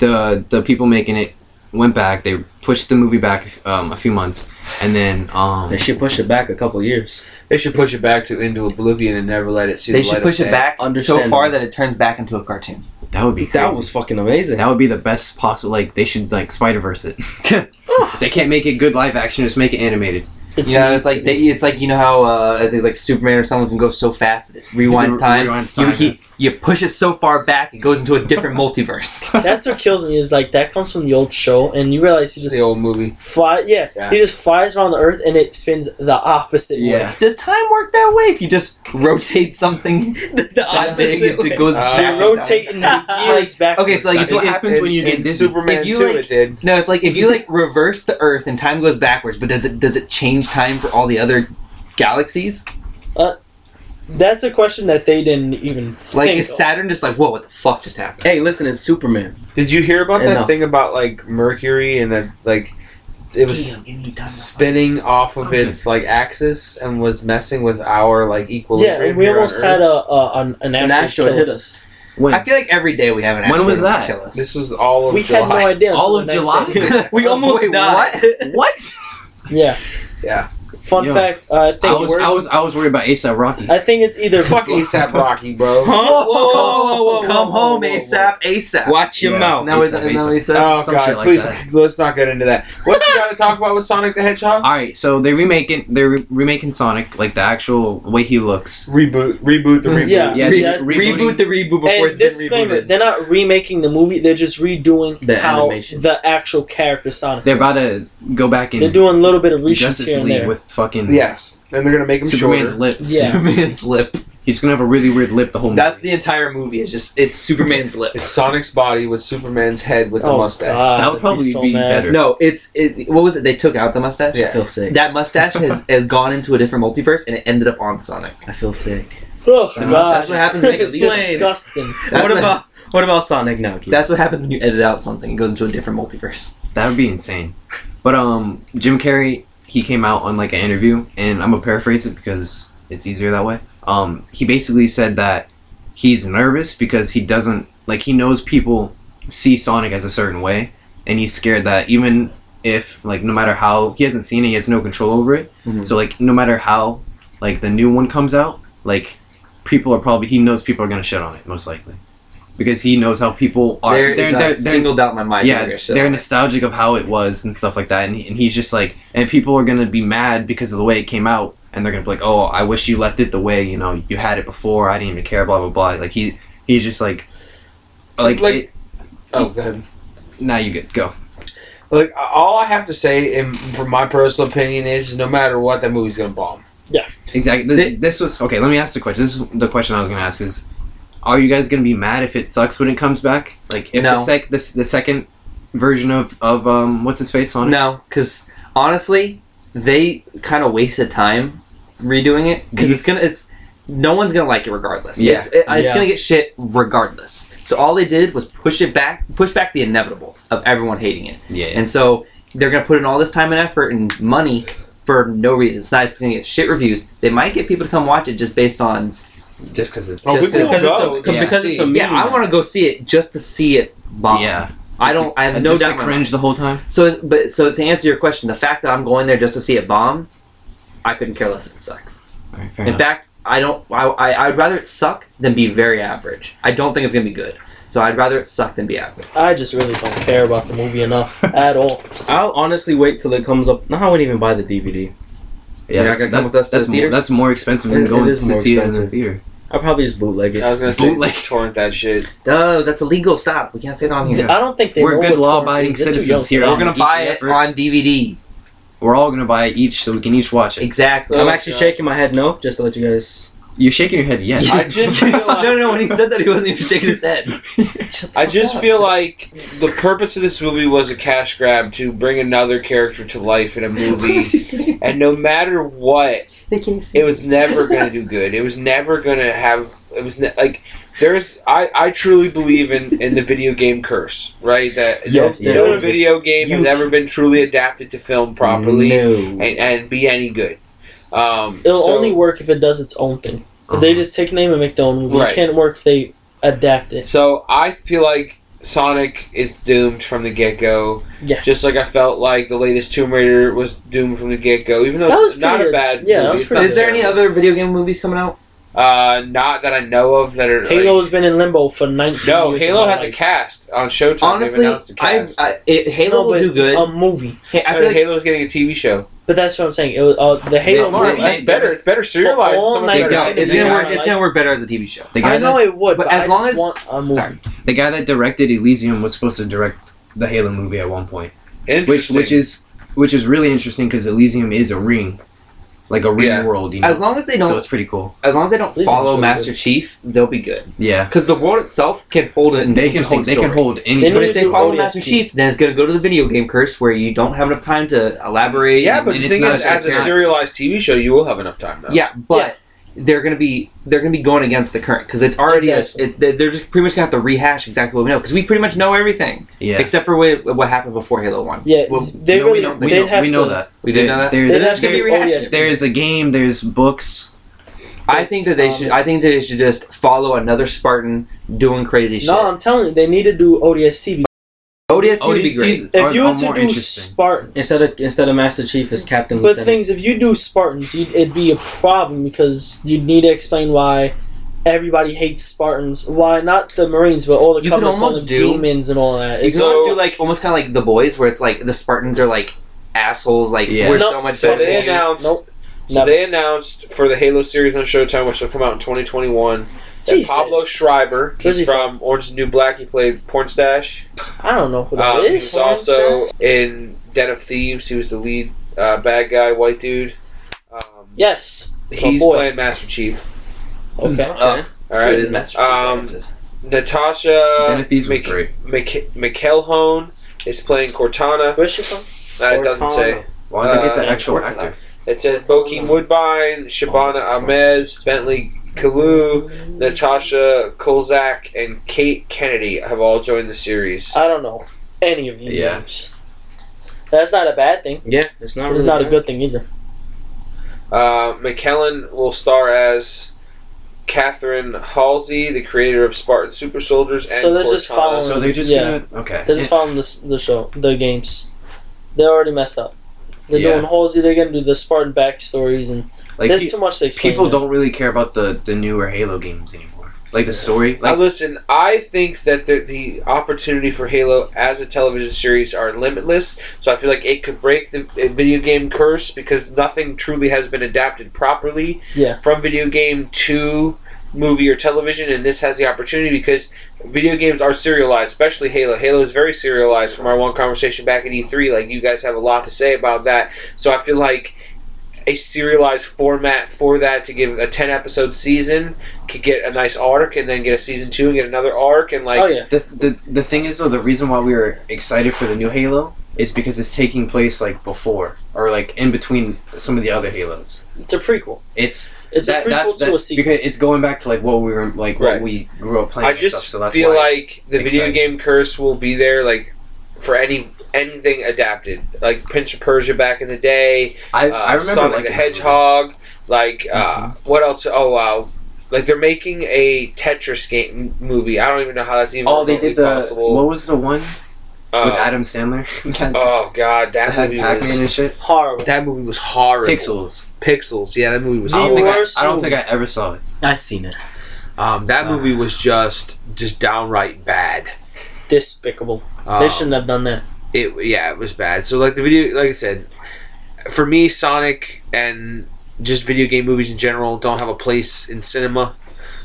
[SPEAKER 1] the the people making it went back. They pushed the movie back um, a few months, and then um,
[SPEAKER 7] They should push it back a couple years.
[SPEAKER 3] They should push it back to into oblivion and never let it see.
[SPEAKER 4] They
[SPEAKER 3] the light
[SPEAKER 4] should
[SPEAKER 3] of
[SPEAKER 4] push
[SPEAKER 3] day.
[SPEAKER 4] it back so
[SPEAKER 7] Understand
[SPEAKER 4] far
[SPEAKER 7] that.
[SPEAKER 4] that it turns back into a cartoon.
[SPEAKER 1] that would be crazy.
[SPEAKER 7] That was fucking amazing.
[SPEAKER 1] That would be the best possible. Like they should like Spider Verse it. they can't make it good live action. Just make it animated.
[SPEAKER 4] You know, it's like they, it's like you know how uh, as it's like Superman or someone can go so fast that it
[SPEAKER 1] Re-
[SPEAKER 4] rewinds time.
[SPEAKER 1] rewinds
[SPEAKER 4] you,
[SPEAKER 1] time,
[SPEAKER 4] he, you push it so far back, it goes into a different multiverse.
[SPEAKER 5] That's what kills me. Is like that comes from the old show, and you realize he just
[SPEAKER 3] the old movie.
[SPEAKER 5] fly. Yeah,
[SPEAKER 3] Yeah.
[SPEAKER 5] he just flies around the Earth, and it spins the opposite.
[SPEAKER 1] Yeah.
[SPEAKER 4] Does time work that way? If you just rotate something
[SPEAKER 5] way. the
[SPEAKER 4] that big,
[SPEAKER 5] opposite.
[SPEAKER 4] it
[SPEAKER 5] way.
[SPEAKER 4] goes
[SPEAKER 3] Uh,
[SPEAKER 4] back.
[SPEAKER 5] They're
[SPEAKER 4] and
[SPEAKER 5] rotating the
[SPEAKER 4] down.
[SPEAKER 5] gears back.
[SPEAKER 4] Okay, so like
[SPEAKER 1] That's
[SPEAKER 4] if,
[SPEAKER 1] what
[SPEAKER 4] if,
[SPEAKER 1] happens when you
[SPEAKER 3] In-
[SPEAKER 1] get
[SPEAKER 3] in
[SPEAKER 1] Disney.
[SPEAKER 3] Superman
[SPEAKER 4] If you,
[SPEAKER 3] 2,
[SPEAKER 4] like-
[SPEAKER 3] it did.
[SPEAKER 4] no, if like if you like reverse the Earth and time goes backwards, but does it does it change time for all the other galaxies?
[SPEAKER 5] that's a question that they didn't even
[SPEAKER 4] Like
[SPEAKER 5] think
[SPEAKER 4] is
[SPEAKER 5] of.
[SPEAKER 4] Saturn just like whoa, what the fuck just happened?
[SPEAKER 7] Hey, listen, it's Superman.
[SPEAKER 3] Did you hear about that
[SPEAKER 7] Enough.
[SPEAKER 3] thing about like Mercury and that like it was spinning off of its like axis and was messing with our like equilibrium?
[SPEAKER 5] Yeah, we
[SPEAKER 3] here on
[SPEAKER 5] almost
[SPEAKER 3] Earth?
[SPEAKER 5] had a, a an, an
[SPEAKER 7] An
[SPEAKER 5] asteroid,
[SPEAKER 7] asteroid
[SPEAKER 5] kill
[SPEAKER 7] hit us.
[SPEAKER 1] When?
[SPEAKER 4] I feel like every day we have an
[SPEAKER 1] When
[SPEAKER 4] asteroid
[SPEAKER 1] was that?
[SPEAKER 4] Kill us.
[SPEAKER 3] This was all of
[SPEAKER 5] We
[SPEAKER 3] July.
[SPEAKER 5] had no idea.
[SPEAKER 1] All of
[SPEAKER 5] until the
[SPEAKER 1] July.
[SPEAKER 5] next day. We
[SPEAKER 4] Oh,
[SPEAKER 5] almost
[SPEAKER 4] wait,
[SPEAKER 5] died.
[SPEAKER 1] what?
[SPEAKER 5] Yeah.
[SPEAKER 3] Yeah.
[SPEAKER 5] Fun
[SPEAKER 1] Yo.
[SPEAKER 5] fact. Uh, I
[SPEAKER 1] I
[SPEAKER 5] think
[SPEAKER 1] was,
[SPEAKER 5] worse-
[SPEAKER 1] I was I was worried about ASAP Rocky.
[SPEAKER 5] I think it's either
[SPEAKER 3] Fuck ASAP Rocky, bro. Oh,
[SPEAKER 5] Huh?
[SPEAKER 4] Whoa, whoa, whoa, whoa,
[SPEAKER 5] Come
[SPEAKER 4] Come home
[SPEAKER 5] home
[SPEAKER 4] ASAP, ASAP.
[SPEAKER 7] Watch your
[SPEAKER 1] Yeah.
[SPEAKER 7] mouth.
[SPEAKER 4] Now it's
[SPEAKER 1] ASAP,
[SPEAKER 4] now
[SPEAKER 1] ASAP.
[SPEAKER 4] he said
[SPEAKER 3] Oh
[SPEAKER 1] Some
[SPEAKER 3] god,
[SPEAKER 1] shit like
[SPEAKER 3] please
[SPEAKER 1] that.
[SPEAKER 3] let's not get into that. What you gotta talk about with Sonic the Hedgehog?
[SPEAKER 1] All right, so they remaking they're re- remaking Sonic like the actual way he looks.
[SPEAKER 3] Reboot, reboot the reboot.
[SPEAKER 5] Yeah.
[SPEAKER 1] Yeah,
[SPEAKER 4] Re-
[SPEAKER 1] yeah, it's
[SPEAKER 4] reboot the reboot before
[SPEAKER 5] And
[SPEAKER 4] it's been
[SPEAKER 5] disclaimer:
[SPEAKER 4] rebooted.
[SPEAKER 5] they're not remaking the movie; they're just redoing
[SPEAKER 7] The
[SPEAKER 5] how
[SPEAKER 7] animation.
[SPEAKER 5] the actual character Sonic.
[SPEAKER 1] They're about
[SPEAKER 5] looks.
[SPEAKER 1] to go back
[SPEAKER 5] They're
[SPEAKER 1] in
[SPEAKER 5] doing a little bit of reshoots
[SPEAKER 1] Justice
[SPEAKER 5] here and
[SPEAKER 1] League
[SPEAKER 5] there.
[SPEAKER 1] with fucking
[SPEAKER 3] Yes, and they're gonna make him
[SPEAKER 1] Superman's
[SPEAKER 3] shorter.
[SPEAKER 1] lips.
[SPEAKER 5] Yeah.
[SPEAKER 4] Superman's lip.
[SPEAKER 1] He's gonna have a really weird lip the whole
[SPEAKER 4] That's
[SPEAKER 1] movie.
[SPEAKER 4] the entire movie. It's just it's Superman's lip.
[SPEAKER 3] It's Sonic's body with Superman's head with the
[SPEAKER 5] Oh,
[SPEAKER 3] mustache.
[SPEAKER 5] God,
[SPEAKER 1] That
[SPEAKER 5] I'd
[SPEAKER 1] would probably be,
[SPEAKER 5] so mad.
[SPEAKER 1] better.
[SPEAKER 4] No, it's it, what was it? They took out the mustache.
[SPEAKER 7] I
[SPEAKER 3] Yeah.
[SPEAKER 7] feel sick.
[SPEAKER 4] That mustache has, has gone into a different multiverse and it ended up on Sonic.
[SPEAKER 7] I feel sick.
[SPEAKER 5] Oh,
[SPEAKER 1] The
[SPEAKER 5] God.
[SPEAKER 4] mustache, what happens when they
[SPEAKER 5] It's
[SPEAKER 4] explain?
[SPEAKER 5] disgusting.
[SPEAKER 4] That's
[SPEAKER 7] what
[SPEAKER 4] what-
[SPEAKER 7] about what about Sonic now? Keith?
[SPEAKER 4] That's what happens when you edit out something. It goes into a different multiverse.
[SPEAKER 1] That would be insane. But um, Jim Carrey, he came out on like an interview, and I'm gonna paraphrase it because it's easier that way. Um, he basically said that he's nervous because he doesn't like he knows people see Sonic as a certain way, and he's scared that even if like no matter how he hasn't seen it, he has no control over it.
[SPEAKER 4] Mhm.
[SPEAKER 1] So like no matter how like the new one comes out, like people are probably he knows people are gonna shit on it most likely because he knows how people are.
[SPEAKER 4] there
[SPEAKER 1] they're-
[SPEAKER 4] is not
[SPEAKER 1] they're- they're-
[SPEAKER 4] singled out my mind.
[SPEAKER 1] yeah,
[SPEAKER 4] You're gonna
[SPEAKER 1] they're
[SPEAKER 4] shit.
[SPEAKER 1] nostalgic of how it was and stuff like that, and, he- and he's just like, and people are gonna be mad because of the way it came out, and they're gonna be like, oh, I wish you left it the way you know you had it before. I didn't even care, blah blah blah. Like he, he's just like, like,
[SPEAKER 3] Like-
[SPEAKER 1] it-
[SPEAKER 3] Oh, good.
[SPEAKER 1] now you good, go.
[SPEAKER 3] Like all I have to say, in, from my personal opinion, is, is no matter what, that movie's gonna bomb.
[SPEAKER 1] Exactly.
[SPEAKER 4] Th-
[SPEAKER 1] Th- this was okay. Let me ask the question. This is the question I was gonna ask is, are you guys gonna be mad if it sucks when it comes back? Like if the
[SPEAKER 4] No.
[SPEAKER 1] sec this the second version of of um what's his face on it?
[SPEAKER 4] No, because honestly, they kind of wasted time redoing it because it's gonna it's no one's gonna like it regardless.
[SPEAKER 1] Yeah.
[SPEAKER 4] It's, it, it's
[SPEAKER 7] Yeah.
[SPEAKER 4] gonna get shit regardless. So all they did was push it back, push back the inevitable of everyone hating it,
[SPEAKER 1] Yeah.
[SPEAKER 4] and so they're gonna put in all this time and effort and money for no reason. It's not it's gonna get shit reviews. They might get people to come watch it just based on
[SPEAKER 1] just because it's
[SPEAKER 4] Oh,
[SPEAKER 1] just
[SPEAKER 4] we will
[SPEAKER 1] because
[SPEAKER 7] because,
[SPEAKER 3] go.
[SPEAKER 7] it's a, 'cause-
[SPEAKER 1] Yeah.
[SPEAKER 7] because it's a meme.
[SPEAKER 4] yeah, I want to go see it just to see it bomb.
[SPEAKER 1] yeah.
[SPEAKER 8] I don't. I have no
[SPEAKER 1] just
[SPEAKER 8] doubt.
[SPEAKER 1] to
[SPEAKER 8] in my
[SPEAKER 1] cringe the whole time.
[SPEAKER 4] So, it's- but so to answer your question, the fact that I'm going there just to see it bomb, I couldn't care less if it sucks.
[SPEAKER 1] All right, fair
[SPEAKER 4] In
[SPEAKER 1] enough.
[SPEAKER 4] fact, I don't. I, I I'd rather it suck than be very average. I don't think it's gonna be good. So I'd rather it suck than be average.
[SPEAKER 5] I just really don't care about the movie enough at all.
[SPEAKER 7] I'll honestly wait till it comes up. No, I wouldn't even buy the DVD.
[SPEAKER 1] yeah,
[SPEAKER 4] you're not
[SPEAKER 1] that's,
[SPEAKER 4] gonna come
[SPEAKER 1] that-
[SPEAKER 4] with us to
[SPEAKER 1] that's,
[SPEAKER 4] the
[SPEAKER 1] more,
[SPEAKER 4] theaters?
[SPEAKER 1] that's more expensive than
[SPEAKER 7] It- it
[SPEAKER 1] going
[SPEAKER 7] is
[SPEAKER 1] to
[SPEAKER 7] more
[SPEAKER 1] see it in
[SPEAKER 7] expensive.
[SPEAKER 1] the theater.
[SPEAKER 7] I'll probably just bootleg it.
[SPEAKER 3] I was gonna say
[SPEAKER 1] Bootleg.
[SPEAKER 3] torrent that shit.
[SPEAKER 4] No, that's illegal. Stop. We can't say that on here.
[SPEAKER 5] I don't think they
[SPEAKER 1] We're
[SPEAKER 5] know
[SPEAKER 1] good
[SPEAKER 5] what
[SPEAKER 1] law-abiding
[SPEAKER 5] Torrance is. They're too
[SPEAKER 1] citizens
[SPEAKER 5] young for
[SPEAKER 1] here.
[SPEAKER 5] that.
[SPEAKER 8] We're gonna
[SPEAKER 1] Geeky
[SPEAKER 8] buy it
[SPEAKER 1] effort.
[SPEAKER 8] on DVD.
[SPEAKER 1] We're all gonna buy it each, so we can each watch it.
[SPEAKER 4] Exactly.
[SPEAKER 7] I'm
[SPEAKER 5] Oh,
[SPEAKER 7] actually
[SPEAKER 5] God.
[SPEAKER 7] shaking my head no, just to let you guys.
[SPEAKER 1] You're shaking your head. Yes.
[SPEAKER 3] I just feel
[SPEAKER 4] no,
[SPEAKER 3] like-
[SPEAKER 4] no, no. When he said that, he wasn't even shaking his head.
[SPEAKER 3] I just feel like the purpose of this movie was a cash grab to bring another character to life in a movie, and no matter what, it was never gonna do good. It was never gonna have. It was ne- like there's. I I truly believe in in the video game curse, right? That
[SPEAKER 7] Yes,
[SPEAKER 3] no,
[SPEAKER 7] there
[SPEAKER 3] no
[SPEAKER 7] is.
[SPEAKER 3] video game has
[SPEAKER 7] You-
[SPEAKER 3] ever been truly adapted to film properly and,
[SPEAKER 7] No.
[SPEAKER 3] and be any good. Um,
[SPEAKER 5] It'll
[SPEAKER 3] so-
[SPEAKER 5] only work if it does its own thing. If they just take a name and make their own movie,
[SPEAKER 3] Right.
[SPEAKER 5] it can't work if they adapt it.
[SPEAKER 3] So I feel like Sonic is doomed from the get go.
[SPEAKER 5] Yeah.
[SPEAKER 3] Just like I felt like the latest Tomb Raider was doomed from the get go, even though
[SPEAKER 5] That
[SPEAKER 3] it's
[SPEAKER 5] was
[SPEAKER 3] not
[SPEAKER 5] pretty-
[SPEAKER 3] a bad
[SPEAKER 5] yeah, that
[SPEAKER 3] movie.
[SPEAKER 5] was
[SPEAKER 3] it's
[SPEAKER 5] pretty-
[SPEAKER 3] not
[SPEAKER 4] Is there any
[SPEAKER 3] terrible.
[SPEAKER 4] other video game movies coming out?
[SPEAKER 3] Uh, not that I know of that are.
[SPEAKER 5] Halo's
[SPEAKER 3] Like,
[SPEAKER 5] been in limbo for 19
[SPEAKER 3] no,
[SPEAKER 5] years. of
[SPEAKER 3] Halo
[SPEAKER 5] my
[SPEAKER 3] has a
[SPEAKER 5] life.
[SPEAKER 3] cast on Showtime. They've
[SPEAKER 4] Honestly,
[SPEAKER 3] announced a
[SPEAKER 4] I,
[SPEAKER 3] cast.
[SPEAKER 4] I it, Halo
[SPEAKER 5] No,
[SPEAKER 4] will
[SPEAKER 5] but um,
[SPEAKER 4] do good.
[SPEAKER 5] A movie.
[SPEAKER 4] Hey, I
[SPEAKER 3] I
[SPEAKER 4] feel like
[SPEAKER 3] Halo's getting a TV show.
[SPEAKER 5] But that's what I'm saying. It was, uh, the Halo
[SPEAKER 1] They-
[SPEAKER 5] movie.
[SPEAKER 1] they-
[SPEAKER 3] It's better. It's better serialized.
[SPEAKER 5] all
[SPEAKER 3] It's so much
[SPEAKER 5] night
[SPEAKER 3] better.
[SPEAKER 4] no, it's gonna
[SPEAKER 5] Yeah.
[SPEAKER 4] work. It's gonna work better as a TV show.
[SPEAKER 1] the guy
[SPEAKER 5] I know
[SPEAKER 1] that
[SPEAKER 5] it would,
[SPEAKER 4] but
[SPEAKER 5] but,
[SPEAKER 4] as
[SPEAKER 5] I
[SPEAKER 4] long
[SPEAKER 5] just
[SPEAKER 4] as-
[SPEAKER 5] want a movie.
[SPEAKER 4] Sorry.
[SPEAKER 1] the guy that directed Elysium was supposed to direct the Halo movie at one point, which
[SPEAKER 3] Interesting.
[SPEAKER 1] which is which is really interesting because Elysium is a ring, like a ring
[SPEAKER 3] Yeah.
[SPEAKER 1] world. You know,
[SPEAKER 4] As long as they
[SPEAKER 1] so
[SPEAKER 4] don't,
[SPEAKER 1] it's pretty cool.
[SPEAKER 4] as long as they don't
[SPEAKER 5] Please
[SPEAKER 4] follow
[SPEAKER 5] enjoy
[SPEAKER 4] Master Chief, they'll be good.
[SPEAKER 1] Yeah,
[SPEAKER 4] Because the world itself can hold it.
[SPEAKER 1] and they can hold, they can hold anything.
[SPEAKER 4] But if they
[SPEAKER 5] Here's
[SPEAKER 4] follow
[SPEAKER 5] the
[SPEAKER 4] Master
[SPEAKER 5] ODST.
[SPEAKER 4] Chief, then it's gonna go to the video game curse where you don't have enough time to elaborate.
[SPEAKER 3] yeah,
[SPEAKER 4] and-
[SPEAKER 3] but
[SPEAKER 1] and
[SPEAKER 3] the
[SPEAKER 1] it's
[SPEAKER 3] thing
[SPEAKER 1] not-
[SPEAKER 3] is, as a
[SPEAKER 1] it's not-
[SPEAKER 3] serialized TV show, you will have enough time. Though.
[SPEAKER 4] yeah, but they're gonna be they're gonna be going against the current because it's already
[SPEAKER 5] Exactly.
[SPEAKER 4] it, they- they're just pretty much gonna have to rehash exactly what we know because we pretty much know everything
[SPEAKER 1] Yeah,
[SPEAKER 4] except for what, what happened before Halo One.
[SPEAKER 5] Yeah,
[SPEAKER 1] Well,
[SPEAKER 5] they
[SPEAKER 1] no,
[SPEAKER 5] really,
[SPEAKER 1] we know, we
[SPEAKER 5] they'd
[SPEAKER 1] know,
[SPEAKER 5] have
[SPEAKER 1] we
[SPEAKER 5] to,
[SPEAKER 1] know that.
[SPEAKER 4] We did
[SPEAKER 1] There-
[SPEAKER 4] know that?
[SPEAKER 1] There's,
[SPEAKER 5] They'd have to
[SPEAKER 1] there-
[SPEAKER 5] be rehashed.
[SPEAKER 1] there's a game. There's books.
[SPEAKER 4] I think that they should. I think they should just follow another Spartan doing crazy shit.
[SPEAKER 5] No, I'm telling you, they need to do ODST.
[SPEAKER 4] ODST would be great.
[SPEAKER 1] ODSTs
[SPEAKER 5] If
[SPEAKER 1] are,
[SPEAKER 5] you
[SPEAKER 1] are
[SPEAKER 5] were to
[SPEAKER 1] more
[SPEAKER 5] do
[SPEAKER 1] interesting.
[SPEAKER 5] Spartan,
[SPEAKER 7] Instead of instead of Master Chief is Captain
[SPEAKER 5] but
[SPEAKER 7] Lieutenant.
[SPEAKER 5] things if you do Spartans, you'd, it'd be a problem because you'd need to explain why everybody hates Spartans. Why not the Marines, but all the
[SPEAKER 4] You can
[SPEAKER 5] Covenant
[SPEAKER 4] almost
[SPEAKER 5] call them
[SPEAKER 4] do-
[SPEAKER 5] demons and all that.
[SPEAKER 4] You
[SPEAKER 5] It's
[SPEAKER 4] can
[SPEAKER 3] So-
[SPEAKER 4] almost do like almost kind of like the boys where it's like the Spartans are like assholes. Like
[SPEAKER 1] Yeah.
[SPEAKER 4] we're
[SPEAKER 5] No,
[SPEAKER 4] so much
[SPEAKER 5] so
[SPEAKER 3] So
[SPEAKER 4] better.
[SPEAKER 3] they
[SPEAKER 4] than you.
[SPEAKER 3] announced.
[SPEAKER 5] Nope.
[SPEAKER 3] So they announced for the Halo series on Showtime, which will come out in 2021. that
[SPEAKER 5] Jesus.
[SPEAKER 3] Pablo Schreiber,
[SPEAKER 5] Where's
[SPEAKER 3] he's
[SPEAKER 5] he
[SPEAKER 3] from Orange is the New Black. He played Porn Stash.
[SPEAKER 5] I don't know who that
[SPEAKER 3] Um,
[SPEAKER 5] is.
[SPEAKER 3] he was also in Den of Thieves. He was the lead uh, bad guy, white dude. Um,
[SPEAKER 5] yes, it's my
[SPEAKER 3] he's
[SPEAKER 5] boy.
[SPEAKER 3] playing Master Chief.
[SPEAKER 5] Okay,
[SPEAKER 4] Oh,
[SPEAKER 3] All
[SPEAKER 4] it
[SPEAKER 3] right.
[SPEAKER 4] is Master Chief.
[SPEAKER 3] Um,
[SPEAKER 1] Den
[SPEAKER 3] Natasha
[SPEAKER 1] of Thieves was
[SPEAKER 3] Mc-
[SPEAKER 1] great.
[SPEAKER 3] Mc- McElhone is playing Cortana.
[SPEAKER 5] where's she from?
[SPEAKER 3] Uh, it doesn't say.
[SPEAKER 1] Why did they get the
[SPEAKER 3] uh,
[SPEAKER 1] actual
[SPEAKER 4] what's it
[SPEAKER 1] actor?
[SPEAKER 3] It said Bokeem Woodbine, Shabana Ahmed, Bentley Kalu, Natasha Kolzak, and Kate Kennedy have all joined the series.
[SPEAKER 5] I don't know any of these
[SPEAKER 1] Yeah.
[SPEAKER 5] names. That's not a bad thing.
[SPEAKER 7] yeah, it's not.
[SPEAKER 5] It's
[SPEAKER 7] really
[SPEAKER 5] not a
[SPEAKER 4] Mm-hmm.
[SPEAKER 7] bad.
[SPEAKER 5] good thing either.
[SPEAKER 3] Uh, McKellen will star as Catherine Halsey, the creator of Spartan Super Soldiers, and
[SPEAKER 5] So they're just
[SPEAKER 3] Cortana.
[SPEAKER 5] following-
[SPEAKER 1] So they're just
[SPEAKER 5] Yeah.
[SPEAKER 1] gonna okay.
[SPEAKER 5] They're just following the, the show, the games. They're already messed up. They're
[SPEAKER 1] Yeah.
[SPEAKER 5] doing Halsey. They're gonna do the Spartan backstories, and
[SPEAKER 1] like
[SPEAKER 5] there's
[SPEAKER 1] pe-
[SPEAKER 5] too much to explain.
[SPEAKER 1] people
[SPEAKER 5] now.
[SPEAKER 1] don't really care about the the newer Halo games anymore. Like the story, like
[SPEAKER 3] Now, listen, I think that the, the opportunity for Halo as a television series are limitless. So I feel like it could break the uh, video game curse because nothing truly has been adapted properly
[SPEAKER 5] Yeah.
[SPEAKER 3] from video game to movie or television. And this has the opportunity because video games are serialized, especially Halo. Halo is very serialized from our one conversation back at E3. Like, you guys have a lot to say about that. So I feel like a serialized format for that to give a 10 episode season could get a nice arc and then get a season two and get another arc. And, like,
[SPEAKER 5] oh yeah,
[SPEAKER 1] the, the the thing is though the reason why we were excited for the new Halo is because it's taking place like before or like in between some of the other Halos.
[SPEAKER 5] it's a prequel.
[SPEAKER 1] It's
[SPEAKER 5] It's
[SPEAKER 1] that-
[SPEAKER 5] a prequel to
[SPEAKER 1] that-
[SPEAKER 5] a sequel.
[SPEAKER 1] because it's going back to like what we were like what
[SPEAKER 3] Right.
[SPEAKER 1] we grew up playing.
[SPEAKER 3] I
[SPEAKER 1] and
[SPEAKER 3] just
[SPEAKER 1] stuff, so that's
[SPEAKER 3] feel
[SPEAKER 1] why it's-
[SPEAKER 3] like the video
[SPEAKER 1] exciting.
[SPEAKER 3] game curse will be there, like, for any. Anything adapted, like Prince of Persia back in the day,
[SPEAKER 1] I,
[SPEAKER 3] uh,
[SPEAKER 1] I remember
[SPEAKER 3] Sonic
[SPEAKER 1] like Mm-hmm.
[SPEAKER 3] the Hedgehog. Like uh, what else? Oh wow! Like they're making a Tetris game m- movie. I don't even know how that's even
[SPEAKER 1] Oh, they
[SPEAKER 3] remotely
[SPEAKER 1] did the
[SPEAKER 3] possible.
[SPEAKER 1] what was the one?
[SPEAKER 3] Uh,
[SPEAKER 1] with Adam Sandler.
[SPEAKER 3] oh god, that
[SPEAKER 1] Had
[SPEAKER 3] movie
[SPEAKER 1] Pac-Man
[SPEAKER 3] was
[SPEAKER 1] and shit.
[SPEAKER 5] Horrible.
[SPEAKER 3] that movie was horrible.
[SPEAKER 1] Pixels.
[SPEAKER 3] Pixels. Yeah, that movie was.
[SPEAKER 1] I
[SPEAKER 5] The
[SPEAKER 1] don't, think
[SPEAKER 3] horrible.
[SPEAKER 1] I,
[SPEAKER 5] worst
[SPEAKER 1] I don't think I ever saw it.
[SPEAKER 7] I seen it.
[SPEAKER 1] Uh.
[SPEAKER 3] Um, that movie was just just downright bad.
[SPEAKER 5] Despicable.
[SPEAKER 3] Um,
[SPEAKER 1] Oh.
[SPEAKER 5] they shouldn't have done that.
[SPEAKER 3] it yeah it was bad so like the video like i said for me sonic and just video game movies in general don't have a place in cinema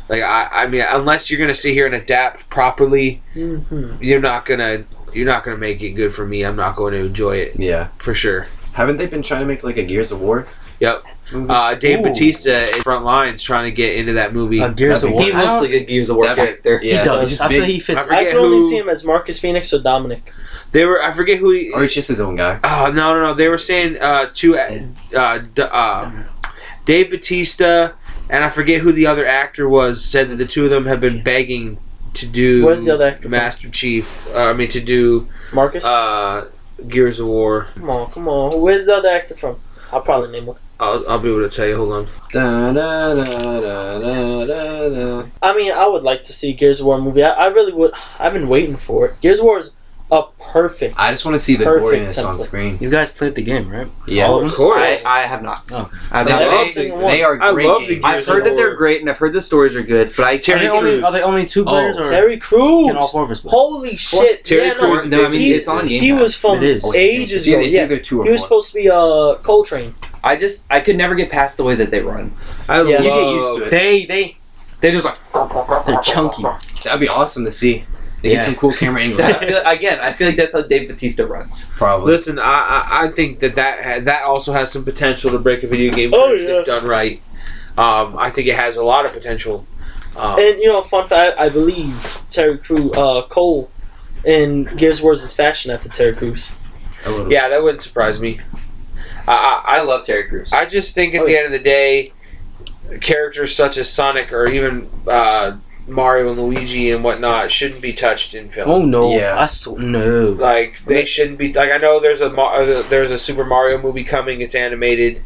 [SPEAKER 3] like i i mean unless you're gonna sit here and adapt properly
[SPEAKER 1] Mm-hmm.
[SPEAKER 5] Mhm.
[SPEAKER 3] you're not gonna you're not gonna make it good for me i'm not going to enjoy it
[SPEAKER 1] Yeah.
[SPEAKER 3] for sure
[SPEAKER 1] Haven't they been trying to make like a Gears of War?
[SPEAKER 3] Yep.
[SPEAKER 1] Movie?
[SPEAKER 3] uh dave
[SPEAKER 5] Ooh.
[SPEAKER 3] batista in front lines trying to get into that movie
[SPEAKER 7] Uh, Gears
[SPEAKER 1] That'd
[SPEAKER 7] of War.
[SPEAKER 4] He
[SPEAKER 7] I
[SPEAKER 4] looks
[SPEAKER 7] don't-
[SPEAKER 4] like a Gears of War
[SPEAKER 1] That-
[SPEAKER 4] character.
[SPEAKER 1] yeah.
[SPEAKER 7] He
[SPEAKER 1] He's
[SPEAKER 7] does.
[SPEAKER 1] just
[SPEAKER 7] I
[SPEAKER 1] big.
[SPEAKER 7] feel he fits.
[SPEAKER 3] I
[SPEAKER 5] I
[SPEAKER 3] forget
[SPEAKER 5] can only
[SPEAKER 3] who-
[SPEAKER 5] see him as Marcus Phoenix or Dominic.
[SPEAKER 3] they were i forget who he
[SPEAKER 1] Or he's just his own guy.
[SPEAKER 3] Oh no no no! They were saying uh, two, uh, d- uh, Dave Batista and I forget who the other actor was said that the two of them have been begging to do.
[SPEAKER 5] Where's the other actor from?
[SPEAKER 3] Master Chief. Uh, I mean to do
[SPEAKER 5] Marcus?
[SPEAKER 3] uh, Gears of War.
[SPEAKER 5] come on, come on. Where's the other actor from? I'll probably name one.
[SPEAKER 3] I'll, I'll be able to tell you. Hold on.
[SPEAKER 1] Da, da, da, da, da, da, da.
[SPEAKER 5] I mean, I would like to see Gears of War movie. I, I really would. I've been waiting for it. Gears of War is a perfect.
[SPEAKER 1] I just want to see the
[SPEAKER 5] Perfect
[SPEAKER 1] goriness on
[SPEAKER 5] template.
[SPEAKER 1] screen.
[SPEAKER 7] You guys played the game, right?
[SPEAKER 1] Yeah.
[SPEAKER 7] All
[SPEAKER 3] Of course.
[SPEAKER 4] I, I have not.
[SPEAKER 7] Oh.
[SPEAKER 4] I have
[SPEAKER 1] Now,
[SPEAKER 4] not.
[SPEAKER 5] I've all
[SPEAKER 1] they,
[SPEAKER 5] seen
[SPEAKER 1] they are
[SPEAKER 3] I
[SPEAKER 1] great
[SPEAKER 3] love the
[SPEAKER 1] games.
[SPEAKER 3] Gears
[SPEAKER 4] I've heard that they're great and I've heard the stories are good, but I
[SPEAKER 3] Terry
[SPEAKER 7] Are they only,
[SPEAKER 3] Crews.
[SPEAKER 7] are they only two players or
[SPEAKER 5] Terry Crews!
[SPEAKER 7] can all four of us play?
[SPEAKER 5] Holy shit!
[SPEAKER 3] Terry
[SPEAKER 5] yeah, no,
[SPEAKER 3] Crews.
[SPEAKER 4] No, I mean,
[SPEAKER 5] he's-
[SPEAKER 4] it's on Game
[SPEAKER 5] he
[SPEAKER 4] Pass.
[SPEAKER 5] was from
[SPEAKER 7] It is.
[SPEAKER 5] ages
[SPEAKER 1] It's either,
[SPEAKER 5] ago.
[SPEAKER 1] it's
[SPEAKER 5] Yeah.
[SPEAKER 1] either two or
[SPEAKER 5] He was
[SPEAKER 1] four.
[SPEAKER 5] supposed to be uh, Coltrane.
[SPEAKER 4] I just I could never get past the way that they run.
[SPEAKER 3] I
[SPEAKER 5] Yeah.
[SPEAKER 3] love.
[SPEAKER 1] You get used to it.
[SPEAKER 7] They they
[SPEAKER 4] They're just like
[SPEAKER 7] they're chunky.
[SPEAKER 1] That'd be awesome to see. They get
[SPEAKER 7] Yeah.
[SPEAKER 1] some cool camera angles.
[SPEAKER 4] I feel, again. I feel like that's how Dave Batista runs.
[SPEAKER 1] Probably.
[SPEAKER 3] Listen, I, I I think that that ha- that also has some potential to break a video game
[SPEAKER 5] Oh,
[SPEAKER 3] first
[SPEAKER 5] yeah.
[SPEAKER 3] if done right. Um, I think it has a lot of potential. Um,
[SPEAKER 5] And you know, fun fact: I believe Terry Crew, uh, Cole, in Gears of War is his fashion after Terry Crews.
[SPEAKER 1] A little.
[SPEAKER 3] Yeah, that wouldn't surprise me. I
[SPEAKER 4] I love Terry Crews.
[SPEAKER 3] I, I just think at
[SPEAKER 5] Oh,
[SPEAKER 3] the
[SPEAKER 5] yeah.
[SPEAKER 3] end of the day, characters such as Sonic or even uh, Mario and Luigi and whatnot shouldn't be touched in film.
[SPEAKER 7] Oh no!
[SPEAKER 1] Yeah.
[SPEAKER 7] I saw no.
[SPEAKER 3] Like they shouldn't be. Like I know there's a Mar- uh, there's a Super Mario movie coming. It's animated.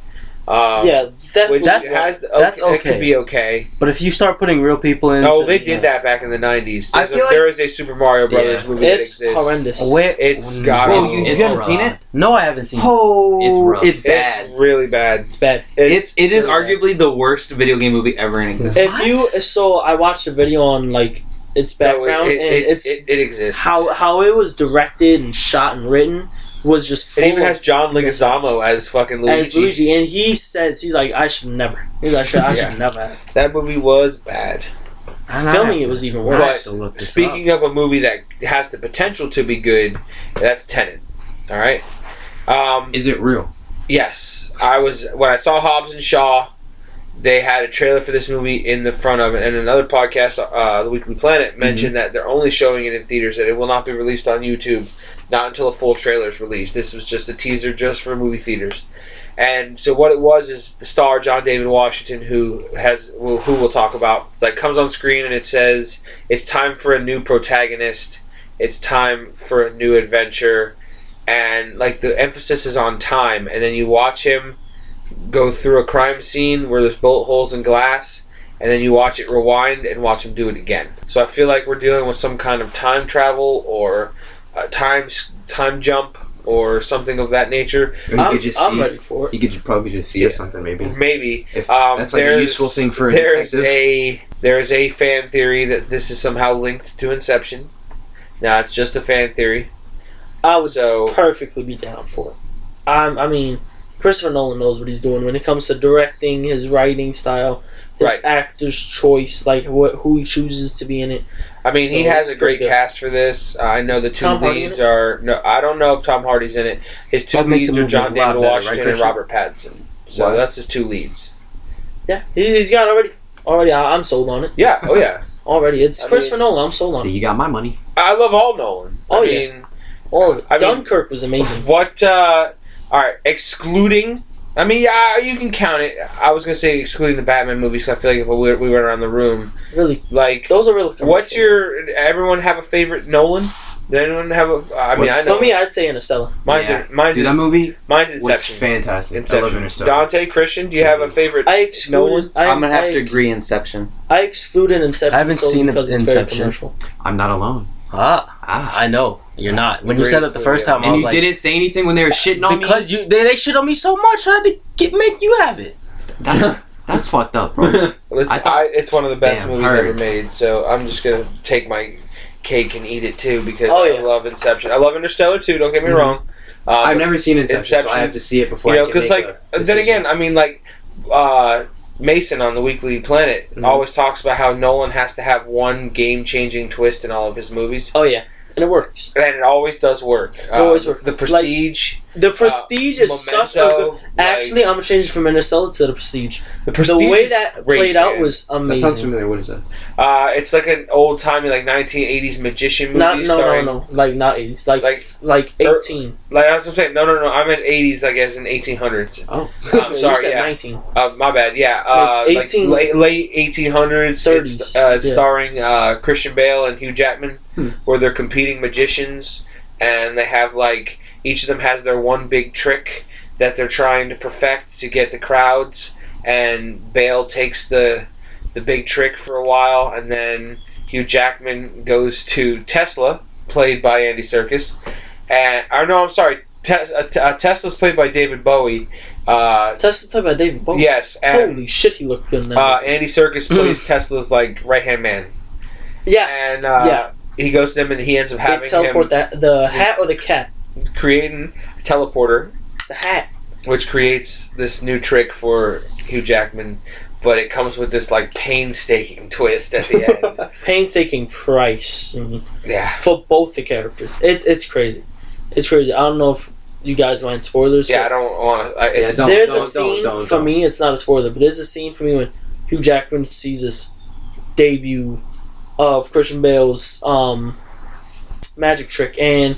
[SPEAKER 3] Um,
[SPEAKER 5] yeah, that's
[SPEAKER 3] which
[SPEAKER 7] that's-
[SPEAKER 3] has the,
[SPEAKER 7] that's
[SPEAKER 3] okay. It
[SPEAKER 7] okay.
[SPEAKER 3] could be okay.
[SPEAKER 7] But if you start putting real people in,
[SPEAKER 3] No, they did that back in the '90s.
[SPEAKER 4] I
[SPEAKER 3] There's a,
[SPEAKER 4] feel like-
[SPEAKER 3] there is a Super Mario Brothers movie that
[SPEAKER 5] it's
[SPEAKER 3] exists.
[SPEAKER 5] horrendous.
[SPEAKER 7] oh, Wait,
[SPEAKER 3] It's
[SPEAKER 7] no.
[SPEAKER 3] got-
[SPEAKER 4] Whoa, you, you
[SPEAKER 1] It's
[SPEAKER 4] haven't
[SPEAKER 1] rough.
[SPEAKER 4] seen it?
[SPEAKER 7] No, I haven't seen. it.
[SPEAKER 4] Oh,
[SPEAKER 1] It's rough.
[SPEAKER 4] It's bad.
[SPEAKER 3] It's really bad.
[SPEAKER 5] It's bad.
[SPEAKER 4] It's it is
[SPEAKER 5] Yeah.
[SPEAKER 4] arguably the worst video game movie ever in existence.
[SPEAKER 5] If you so, I watched a video on like its background
[SPEAKER 3] it,
[SPEAKER 5] and
[SPEAKER 3] it,
[SPEAKER 5] it's
[SPEAKER 3] it, it exists.
[SPEAKER 5] how how it was directed and shot and written was just.
[SPEAKER 3] It
[SPEAKER 5] full
[SPEAKER 3] even
[SPEAKER 5] of-
[SPEAKER 3] has John Leguizamo as fucking Luigi.
[SPEAKER 5] as Luigi, and he says he's like, I should never. He's like, I should, I
[SPEAKER 3] Yeah.
[SPEAKER 5] should never. have."
[SPEAKER 3] That movie was bad.
[SPEAKER 7] I know.
[SPEAKER 5] Filming it was even
[SPEAKER 7] I
[SPEAKER 5] worse.
[SPEAKER 7] have to look this
[SPEAKER 3] Speaking of a movie that has the potential to be good, that's Tenet. All right. Um,
[SPEAKER 1] Is it real?
[SPEAKER 3] yes, I was when I saw Hobbs and Shaw. They had a trailer for this movie in the front of it, and another podcast, uh, The Weekly Planet, mentioned that they're only showing it in theaters. That it will not be released on YouTube, not until a full trailer is released. This was just a teaser, just for movie theaters. And so what it was is the star John David Washington, who has who we'll talk about, like comes on screen and it says it's time for a new protagonist, it's time for a new adventure, and like the emphasis is on time. And then you watch him go through a crime scene where there's bullet holes in glass, and then you watch it rewind and watch him do it again. So I feel like we're dealing with some kind of time travel or a time s- time jump or something of that nature.
[SPEAKER 1] Or you
[SPEAKER 5] I'm,
[SPEAKER 1] could just
[SPEAKER 5] I'm
[SPEAKER 1] see.
[SPEAKER 5] ready for it.
[SPEAKER 1] You could probably just see or
[SPEAKER 3] Mm. Yeah.
[SPEAKER 1] something maybe.
[SPEAKER 3] Maybe.
[SPEAKER 1] If
[SPEAKER 3] Um,
[SPEAKER 1] that's like a
[SPEAKER 3] there's-
[SPEAKER 1] useful thing for a
[SPEAKER 3] there's
[SPEAKER 1] detective.
[SPEAKER 3] a there's a fan theory that this is somehow linked to Inception. Now it's just a fan theory.
[SPEAKER 5] I would
[SPEAKER 3] So
[SPEAKER 5] perfectly be down for it. I'm, I mean, Christopher Nolan knows what he's doing when it comes to directing, his writing style, his
[SPEAKER 3] Right.
[SPEAKER 5] actor's choice, like what who he chooses to be in it.
[SPEAKER 3] I mean, he
[SPEAKER 5] So,
[SPEAKER 3] has a great
[SPEAKER 5] pretty good.
[SPEAKER 3] cast for this. I know
[SPEAKER 5] Is
[SPEAKER 3] the two
[SPEAKER 5] Tom Hardy in
[SPEAKER 3] leads are no. I don't know if Tom Hardy's in it. His 2
[SPEAKER 7] That'd make
[SPEAKER 3] leads
[SPEAKER 7] the
[SPEAKER 3] are
[SPEAKER 7] movie
[SPEAKER 3] John
[SPEAKER 7] a
[SPEAKER 3] David
[SPEAKER 7] lot better, right,
[SPEAKER 3] Washington and
[SPEAKER 7] Christian?
[SPEAKER 3] Robert Pattinson. So
[SPEAKER 1] What?
[SPEAKER 3] that's his two leads.
[SPEAKER 5] Yeah, he, he's got already. Already, I, I'm sold on it.
[SPEAKER 3] Yeah. Oh yeah.
[SPEAKER 5] Already, it's
[SPEAKER 3] I
[SPEAKER 5] Christopher Nolan. I'm sold on
[SPEAKER 1] So
[SPEAKER 5] it.
[SPEAKER 1] you got my money.
[SPEAKER 3] I love all Nolan.
[SPEAKER 5] Oh,
[SPEAKER 3] I
[SPEAKER 5] yeah.
[SPEAKER 3] mean,
[SPEAKER 5] All of it.
[SPEAKER 3] I mean-
[SPEAKER 5] Oh, Dunkirk was amazing.
[SPEAKER 3] What? Uh, all right, excluding. I mean, yeah, you can count it. I was gonna say excluding the Batman movies. 'cause I feel like if we, we went around the room,
[SPEAKER 5] Really,
[SPEAKER 3] like,
[SPEAKER 5] those are really.
[SPEAKER 3] what's your? Everyone have a favorite Nolan? Did anyone have a? I mean,
[SPEAKER 1] What's-
[SPEAKER 3] I know
[SPEAKER 5] For me, I'd say Interstellar.
[SPEAKER 3] mine's
[SPEAKER 1] Yeah.
[SPEAKER 3] in- mine's
[SPEAKER 1] Dude, that
[SPEAKER 3] in-
[SPEAKER 1] movie
[SPEAKER 3] mine's
[SPEAKER 1] was
[SPEAKER 3] Inception.
[SPEAKER 1] fantastic. I love
[SPEAKER 3] Inception.
[SPEAKER 1] Interstellar.
[SPEAKER 3] Dante Christian, do you have a favorite?
[SPEAKER 5] I excluded.
[SPEAKER 3] Nolan?
[SPEAKER 5] I,
[SPEAKER 4] I'm gonna have
[SPEAKER 5] I
[SPEAKER 4] to
[SPEAKER 5] ex-
[SPEAKER 4] agree. Inception.
[SPEAKER 5] I excluded Inception.
[SPEAKER 7] I haven't
[SPEAKER 5] solely
[SPEAKER 7] seen
[SPEAKER 5] because it's very
[SPEAKER 7] Inception.
[SPEAKER 5] commercial.
[SPEAKER 1] I'm not alone.
[SPEAKER 9] Ah,
[SPEAKER 1] Ah.
[SPEAKER 9] I know you're not. When you said it the first time, I
[SPEAKER 1] And
[SPEAKER 9] was
[SPEAKER 1] you
[SPEAKER 9] like,
[SPEAKER 1] didn't say anything when they were shitting on me.
[SPEAKER 9] because you they, they shit on me so much, I had to get make you have it.
[SPEAKER 1] That's, that's fucked up, bro.
[SPEAKER 3] Listen,
[SPEAKER 1] I
[SPEAKER 3] I
[SPEAKER 1] thought-
[SPEAKER 3] it's one of the best
[SPEAKER 1] Damn,
[SPEAKER 3] movies
[SPEAKER 1] hard.
[SPEAKER 3] ever made, so I'm just gonna take my cake and eat it too because
[SPEAKER 5] Oh,
[SPEAKER 3] I
[SPEAKER 5] yeah. Mm-hmm.
[SPEAKER 3] love Inception. I love Interstellar too. Don't get me wrong. Um,
[SPEAKER 1] I've never seen Inception, so I have to
[SPEAKER 3] Inception's-
[SPEAKER 1] see it before.
[SPEAKER 3] you know,
[SPEAKER 1] I can
[SPEAKER 3] because
[SPEAKER 1] make
[SPEAKER 3] like
[SPEAKER 1] a
[SPEAKER 3] then
[SPEAKER 1] decision.
[SPEAKER 3] again, I mean, like uh, Mason on the Weekly Planet
[SPEAKER 5] Mm-hmm.
[SPEAKER 3] always talks about how Nolan has to have one game-changing twist in all of his movies,
[SPEAKER 5] Oh yeah, and it works.
[SPEAKER 3] and it always does work. Um,
[SPEAKER 5] always works.
[SPEAKER 3] The Prestige,
[SPEAKER 5] The Prestige is such a
[SPEAKER 3] Memento,
[SPEAKER 5] good. Actually, I'm gonna change it from Interstellar to The Prestige.
[SPEAKER 3] the, Prestige
[SPEAKER 5] the way
[SPEAKER 3] is
[SPEAKER 5] that
[SPEAKER 3] great,
[SPEAKER 5] played out
[SPEAKER 3] man.
[SPEAKER 5] was
[SPEAKER 1] that
[SPEAKER 5] amazing.
[SPEAKER 1] sounds familiar. What is that?
[SPEAKER 3] uh, it's like an old timey like 1980s magician movie.
[SPEAKER 5] not no
[SPEAKER 3] starring-
[SPEAKER 5] no no like not 80s like
[SPEAKER 3] Like-
[SPEAKER 5] like, like
[SPEAKER 3] Er-
[SPEAKER 5] 18.
[SPEAKER 3] Like I was saying, no, no, no. I'm in '80s, I guess, in 1800s.
[SPEAKER 1] Oh,
[SPEAKER 3] I'm
[SPEAKER 5] you
[SPEAKER 3] sorry,
[SPEAKER 5] said
[SPEAKER 3] yeah,
[SPEAKER 5] 19.
[SPEAKER 3] uh, my bad. Yeah, uh,
[SPEAKER 5] Like
[SPEAKER 3] like
[SPEAKER 5] 18
[SPEAKER 3] late, late 1800s. It's,
[SPEAKER 5] 30s,
[SPEAKER 3] uh, it's
[SPEAKER 5] yeah.
[SPEAKER 3] starring uh, Christian Bale and Hugh Jackman,
[SPEAKER 1] Hmm.
[SPEAKER 3] where they're competing magicians, and they have like each of them has their one big trick that they're trying to perfect to get the crowds. And Bale takes the the big trick for a while, and then Hugh Jackman goes to Tesla, played by Andy Serkis, and or no, I'm sorry, Tes- uh, T- uh, Tesla's played by David Bowie. Uh,
[SPEAKER 5] Tested played by David Bowie.
[SPEAKER 3] yes, and
[SPEAKER 5] Holy shit, he looked good in that.
[SPEAKER 3] uh, Andy Circus plays Tesla's like right hand man,
[SPEAKER 5] Mm-hmm. yeah.
[SPEAKER 3] and uh,
[SPEAKER 5] Yeah.
[SPEAKER 3] he goes to them and he ends up
[SPEAKER 5] They
[SPEAKER 3] having
[SPEAKER 5] teleport
[SPEAKER 3] him
[SPEAKER 5] that the hat or the cat.
[SPEAKER 3] creating a teleporter,
[SPEAKER 5] The hat.
[SPEAKER 3] which creates this new trick for Hugh Jackman, but it comes with this like painstaking twist at the end.
[SPEAKER 5] Painstaking price mhm,
[SPEAKER 3] yeah,
[SPEAKER 5] for both the characters. It's it's crazy. It's crazy. I don't know if you guys mind spoilers.
[SPEAKER 3] yeah, I
[SPEAKER 5] but
[SPEAKER 3] don't want to.
[SPEAKER 1] Yeah,
[SPEAKER 3] It's
[SPEAKER 1] don't-
[SPEAKER 5] there's a
[SPEAKER 1] don't-
[SPEAKER 5] scene
[SPEAKER 1] don't-
[SPEAKER 5] for
[SPEAKER 1] don't.
[SPEAKER 5] me. It's not a spoiler, but there's a scene for me when Hugh Jackman sees this debut of Christian Bale's um, magic trick, and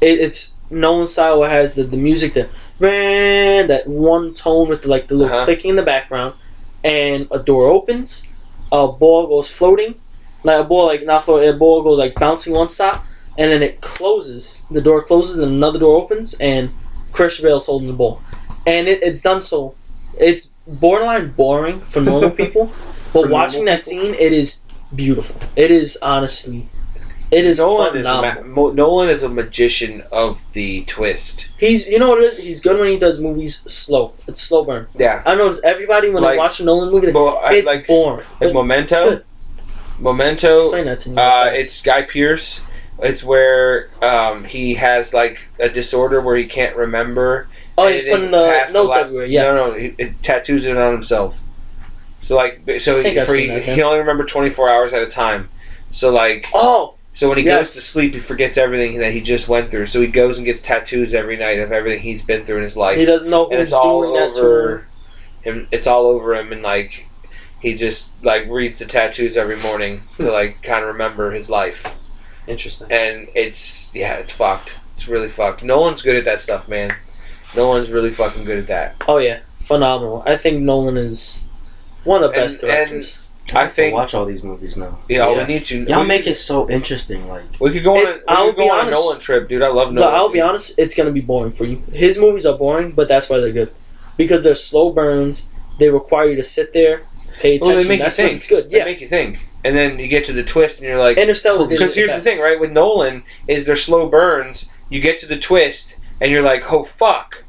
[SPEAKER 5] it, it's Nolan style where it has the, the music that ran that one tone with the, like the little
[SPEAKER 3] Uh-huh.
[SPEAKER 5] clicking in the background, and a door opens, a ball goes floating, like a ball like not floating, a ball goes like bouncing one stop, and then it closes. The door closes, and another door opens, and Christian Bale's holding the ball, and it, it's done so. It's borderline boring for normal people, but
[SPEAKER 7] For
[SPEAKER 5] watching
[SPEAKER 7] normal
[SPEAKER 5] that scene, it is beautiful. It is honestly, it is
[SPEAKER 3] Nolan is
[SPEAKER 5] phenomenal.
[SPEAKER 3] ma- Mo- Nolan is a magician of the twist.
[SPEAKER 5] He's you know what it is. He's good when he does movies slow. It's slow burn.
[SPEAKER 3] Yeah,
[SPEAKER 5] I notice everybody when
[SPEAKER 3] Like-
[SPEAKER 5] they watch a Nolan movie, they, it's
[SPEAKER 3] like,
[SPEAKER 5] boring.
[SPEAKER 3] like
[SPEAKER 5] But it's
[SPEAKER 3] Memento.
[SPEAKER 5] good.
[SPEAKER 3] Memento.
[SPEAKER 5] Explain that to me.
[SPEAKER 3] Uh, it's Guy Pierce. It's where um, he has like a disorder where he can't remember.
[SPEAKER 5] oh,
[SPEAKER 3] and
[SPEAKER 5] he's
[SPEAKER 3] it
[SPEAKER 5] putting the
[SPEAKER 3] past
[SPEAKER 5] notes everywhere. Yes.
[SPEAKER 3] No, no, he, it tattoos it on himself. So like, b- so
[SPEAKER 5] I think
[SPEAKER 3] he,
[SPEAKER 5] I've
[SPEAKER 3] for,
[SPEAKER 5] seen
[SPEAKER 3] he,
[SPEAKER 5] that, yeah.
[SPEAKER 3] he only remember twenty four hours at a time. So like,
[SPEAKER 5] Oh,
[SPEAKER 3] so when he goes
[SPEAKER 5] yes.
[SPEAKER 3] to sleep, he forgets everything that he just went through. So he goes and gets tattoos every night of everything he's been through in his life
[SPEAKER 5] he doesn't know
[SPEAKER 3] and
[SPEAKER 5] who's
[SPEAKER 3] it's all
[SPEAKER 5] doing that to him.
[SPEAKER 3] over him. It's all over him, and like he just like reads the tattoos every morning
[SPEAKER 5] Hmm.
[SPEAKER 3] to like kind of remember his life.
[SPEAKER 1] interesting.
[SPEAKER 3] And it's yeah, it's fucked. It's really fucked. No one's good at that stuff, man. No one's really fucking good at that.
[SPEAKER 5] Oh yeah, phenomenal. I think Nolan is one of the best
[SPEAKER 3] And- and-
[SPEAKER 5] directors.
[SPEAKER 3] I think
[SPEAKER 7] watch all these movies now.
[SPEAKER 3] yeah,
[SPEAKER 1] Yeah.
[SPEAKER 3] we need to.
[SPEAKER 7] Y'all
[SPEAKER 3] we,
[SPEAKER 7] make it so interesting. Like
[SPEAKER 3] we could go on. A,
[SPEAKER 5] It's-
[SPEAKER 3] we
[SPEAKER 5] I'll
[SPEAKER 3] could go
[SPEAKER 5] be
[SPEAKER 3] on
[SPEAKER 5] honest.
[SPEAKER 3] a Nolan trip, dude. I love
[SPEAKER 5] But
[SPEAKER 3] Nolan.
[SPEAKER 5] I'll be
[SPEAKER 3] dude.
[SPEAKER 5] honest, it's gonna be boring for you. His movies are boring, but that's why they're good because they're slow burns. They require you to sit there, pay attention.
[SPEAKER 3] Well, they make you
[SPEAKER 5] that's
[SPEAKER 3] think.
[SPEAKER 5] why it's good.
[SPEAKER 3] They
[SPEAKER 5] Yeah,
[SPEAKER 3] make you think, and then you get to the twist, and you're like,
[SPEAKER 5] Interstellar. did it
[SPEAKER 3] Because here's the
[SPEAKER 5] best.
[SPEAKER 3] thing, right? With Nolan, is they're slow burns. You get to the twist, and you're like, "Oh fuck,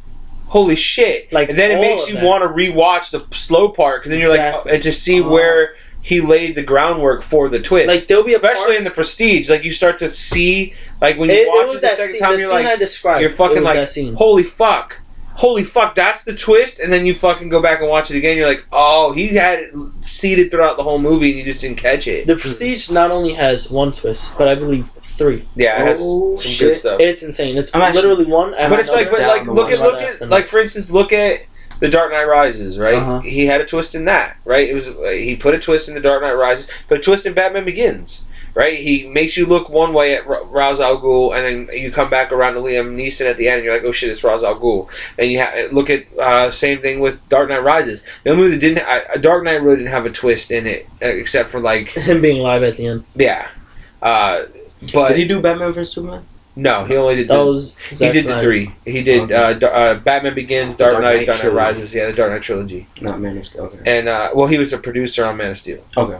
[SPEAKER 3] holy shit!"
[SPEAKER 5] Like,
[SPEAKER 3] and then it
[SPEAKER 5] all
[SPEAKER 3] makes
[SPEAKER 5] of
[SPEAKER 3] you
[SPEAKER 5] that.
[SPEAKER 3] want to rewatch the slow part, because then you're like,
[SPEAKER 5] Exactly.
[SPEAKER 3] oh, and to see
[SPEAKER 5] Oh.
[SPEAKER 3] where he laid the groundwork for the twist.
[SPEAKER 5] Like there'll be a
[SPEAKER 3] especially
[SPEAKER 5] part-
[SPEAKER 3] in the Prestige, like you start to see, like when you
[SPEAKER 5] It, it
[SPEAKER 3] watch it,
[SPEAKER 5] was
[SPEAKER 3] the
[SPEAKER 5] that
[SPEAKER 3] second
[SPEAKER 5] scene,
[SPEAKER 3] time,
[SPEAKER 5] the
[SPEAKER 3] you're
[SPEAKER 5] scene
[SPEAKER 3] like,
[SPEAKER 5] I described.
[SPEAKER 3] you're fucking
[SPEAKER 5] it was
[SPEAKER 3] like,
[SPEAKER 5] that scene.
[SPEAKER 3] holy fuck holy fuck that's the twist and then you fucking go back and watch it again you're like oh he had it seeded throughout the whole movie and you just didn't catch it
[SPEAKER 5] The Prestige not only has one twist, but I believe three.
[SPEAKER 3] yeah it has
[SPEAKER 7] Oh,
[SPEAKER 3] some good
[SPEAKER 7] shit.
[SPEAKER 3] stuff
[SPEAKER 5] It's insane. It's
[SPEAKER 7] I'm actually-
[SPEAKER 5] literally one. after
[SPEAKER 3] but it's like but
[SPEAKER 5] another.
[SPEAKER 3] like
[SPEAKER 7] the
[SPEAKER 3] look at
[SPEAKER 5] one
[SPEAKER 3] look
[SPEAKER 5] right after
[SPEAKER 3] at like for instance look at the Dark Knight Rises, right?
[SPEAKER 1] Uh-huh.
[SPEAKER 3] He had a twist in that, right? It was uh, he put a twist in the Dark Knight Rises, but a twist in Batman Begins, right? He makes you look one way at Ra- Ra's al Ghul, and then you come back around to Liam Neeson at the end, and you're like, oh shit, it's Ra's al Ghul. And you ha- look at uh, same thing with Dark Knight Rises. The only movie that didn't, I, uh, Dark Knight really didn't have a twist in it, uh, except for like,
[SPEAKER 5] him being live at the end.
[SPEAKER 3] yeah, uh, but
[SPEAKER 7] did he do Batman vs Superman?
[SPEAKER 3] no, he only did
[SPEAKER 5] That
[SPEAKER 3] the-
[SPEAKER 5] was
[SPEAKER 3] he
[SPEAKER 5] Zack
[SPEAKER 3] did the
[SPEAKER 5] Snyder.
[SPEAKER 3] three. He did uh, Dar- uh, Batman Begins, Dark,
[SPEAKER 7] Dark
[SPEAKER 3] Knight,
[SPEAKER 7] Knight
[SPEAKER 3] Dark Knight
[SPEAKER 7] trilogy.
[SPEAKER 3] Rises. Yeah, the Dark Knight trilogy.
[SPEAKER 7] Not Man of Steel. Okay.
[SPEAKER 3] And uh, well, he was a producer on Man of Steel.
[SPEAKER 7] Okay.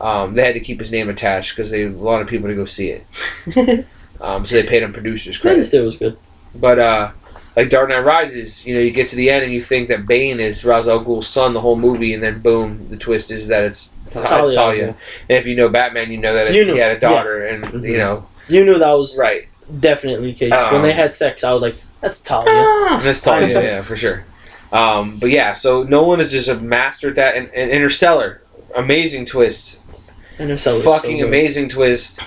[SPEAKER 3] Um, they had to keep his name attached because they wanted people to go see it. Um, so they paid him producers credit.
[SPEAKER 5] Wednesday was good.
[SPEAKER 3] But uh, like Dark Knight Rises, you know, you get to the end and you think that Bane is Ra's al Ghul's son the whole movie, and then boom, the twist is that it's it's Talia.
[SPEAKER 5] Talia.
[SPEAKER 3] And if you know Batman, you know that it's,
[SPEAKER 5] You know-
[SPEAKER 3] he had a daughter, and you know,
[SPEAKER 5] You knew that was
[SPEAKER 3] right?
[SPEAKER 5] definitely the case. when
[SPEAKER 3] Um,
[SPEAKER 5] they had sex, I was like, that's Talia.
[SPEAKER 3] That's Talia, yeah, for sure. Um, but yeah, so Nolan has just mastered that, and, and Interstellar, amazing twist.
[SPEAKER 5] And her cell was
[SPEAKER 3] fucking
[SPEAKER 5] so good.
[SPEAKER 3] amazing twist.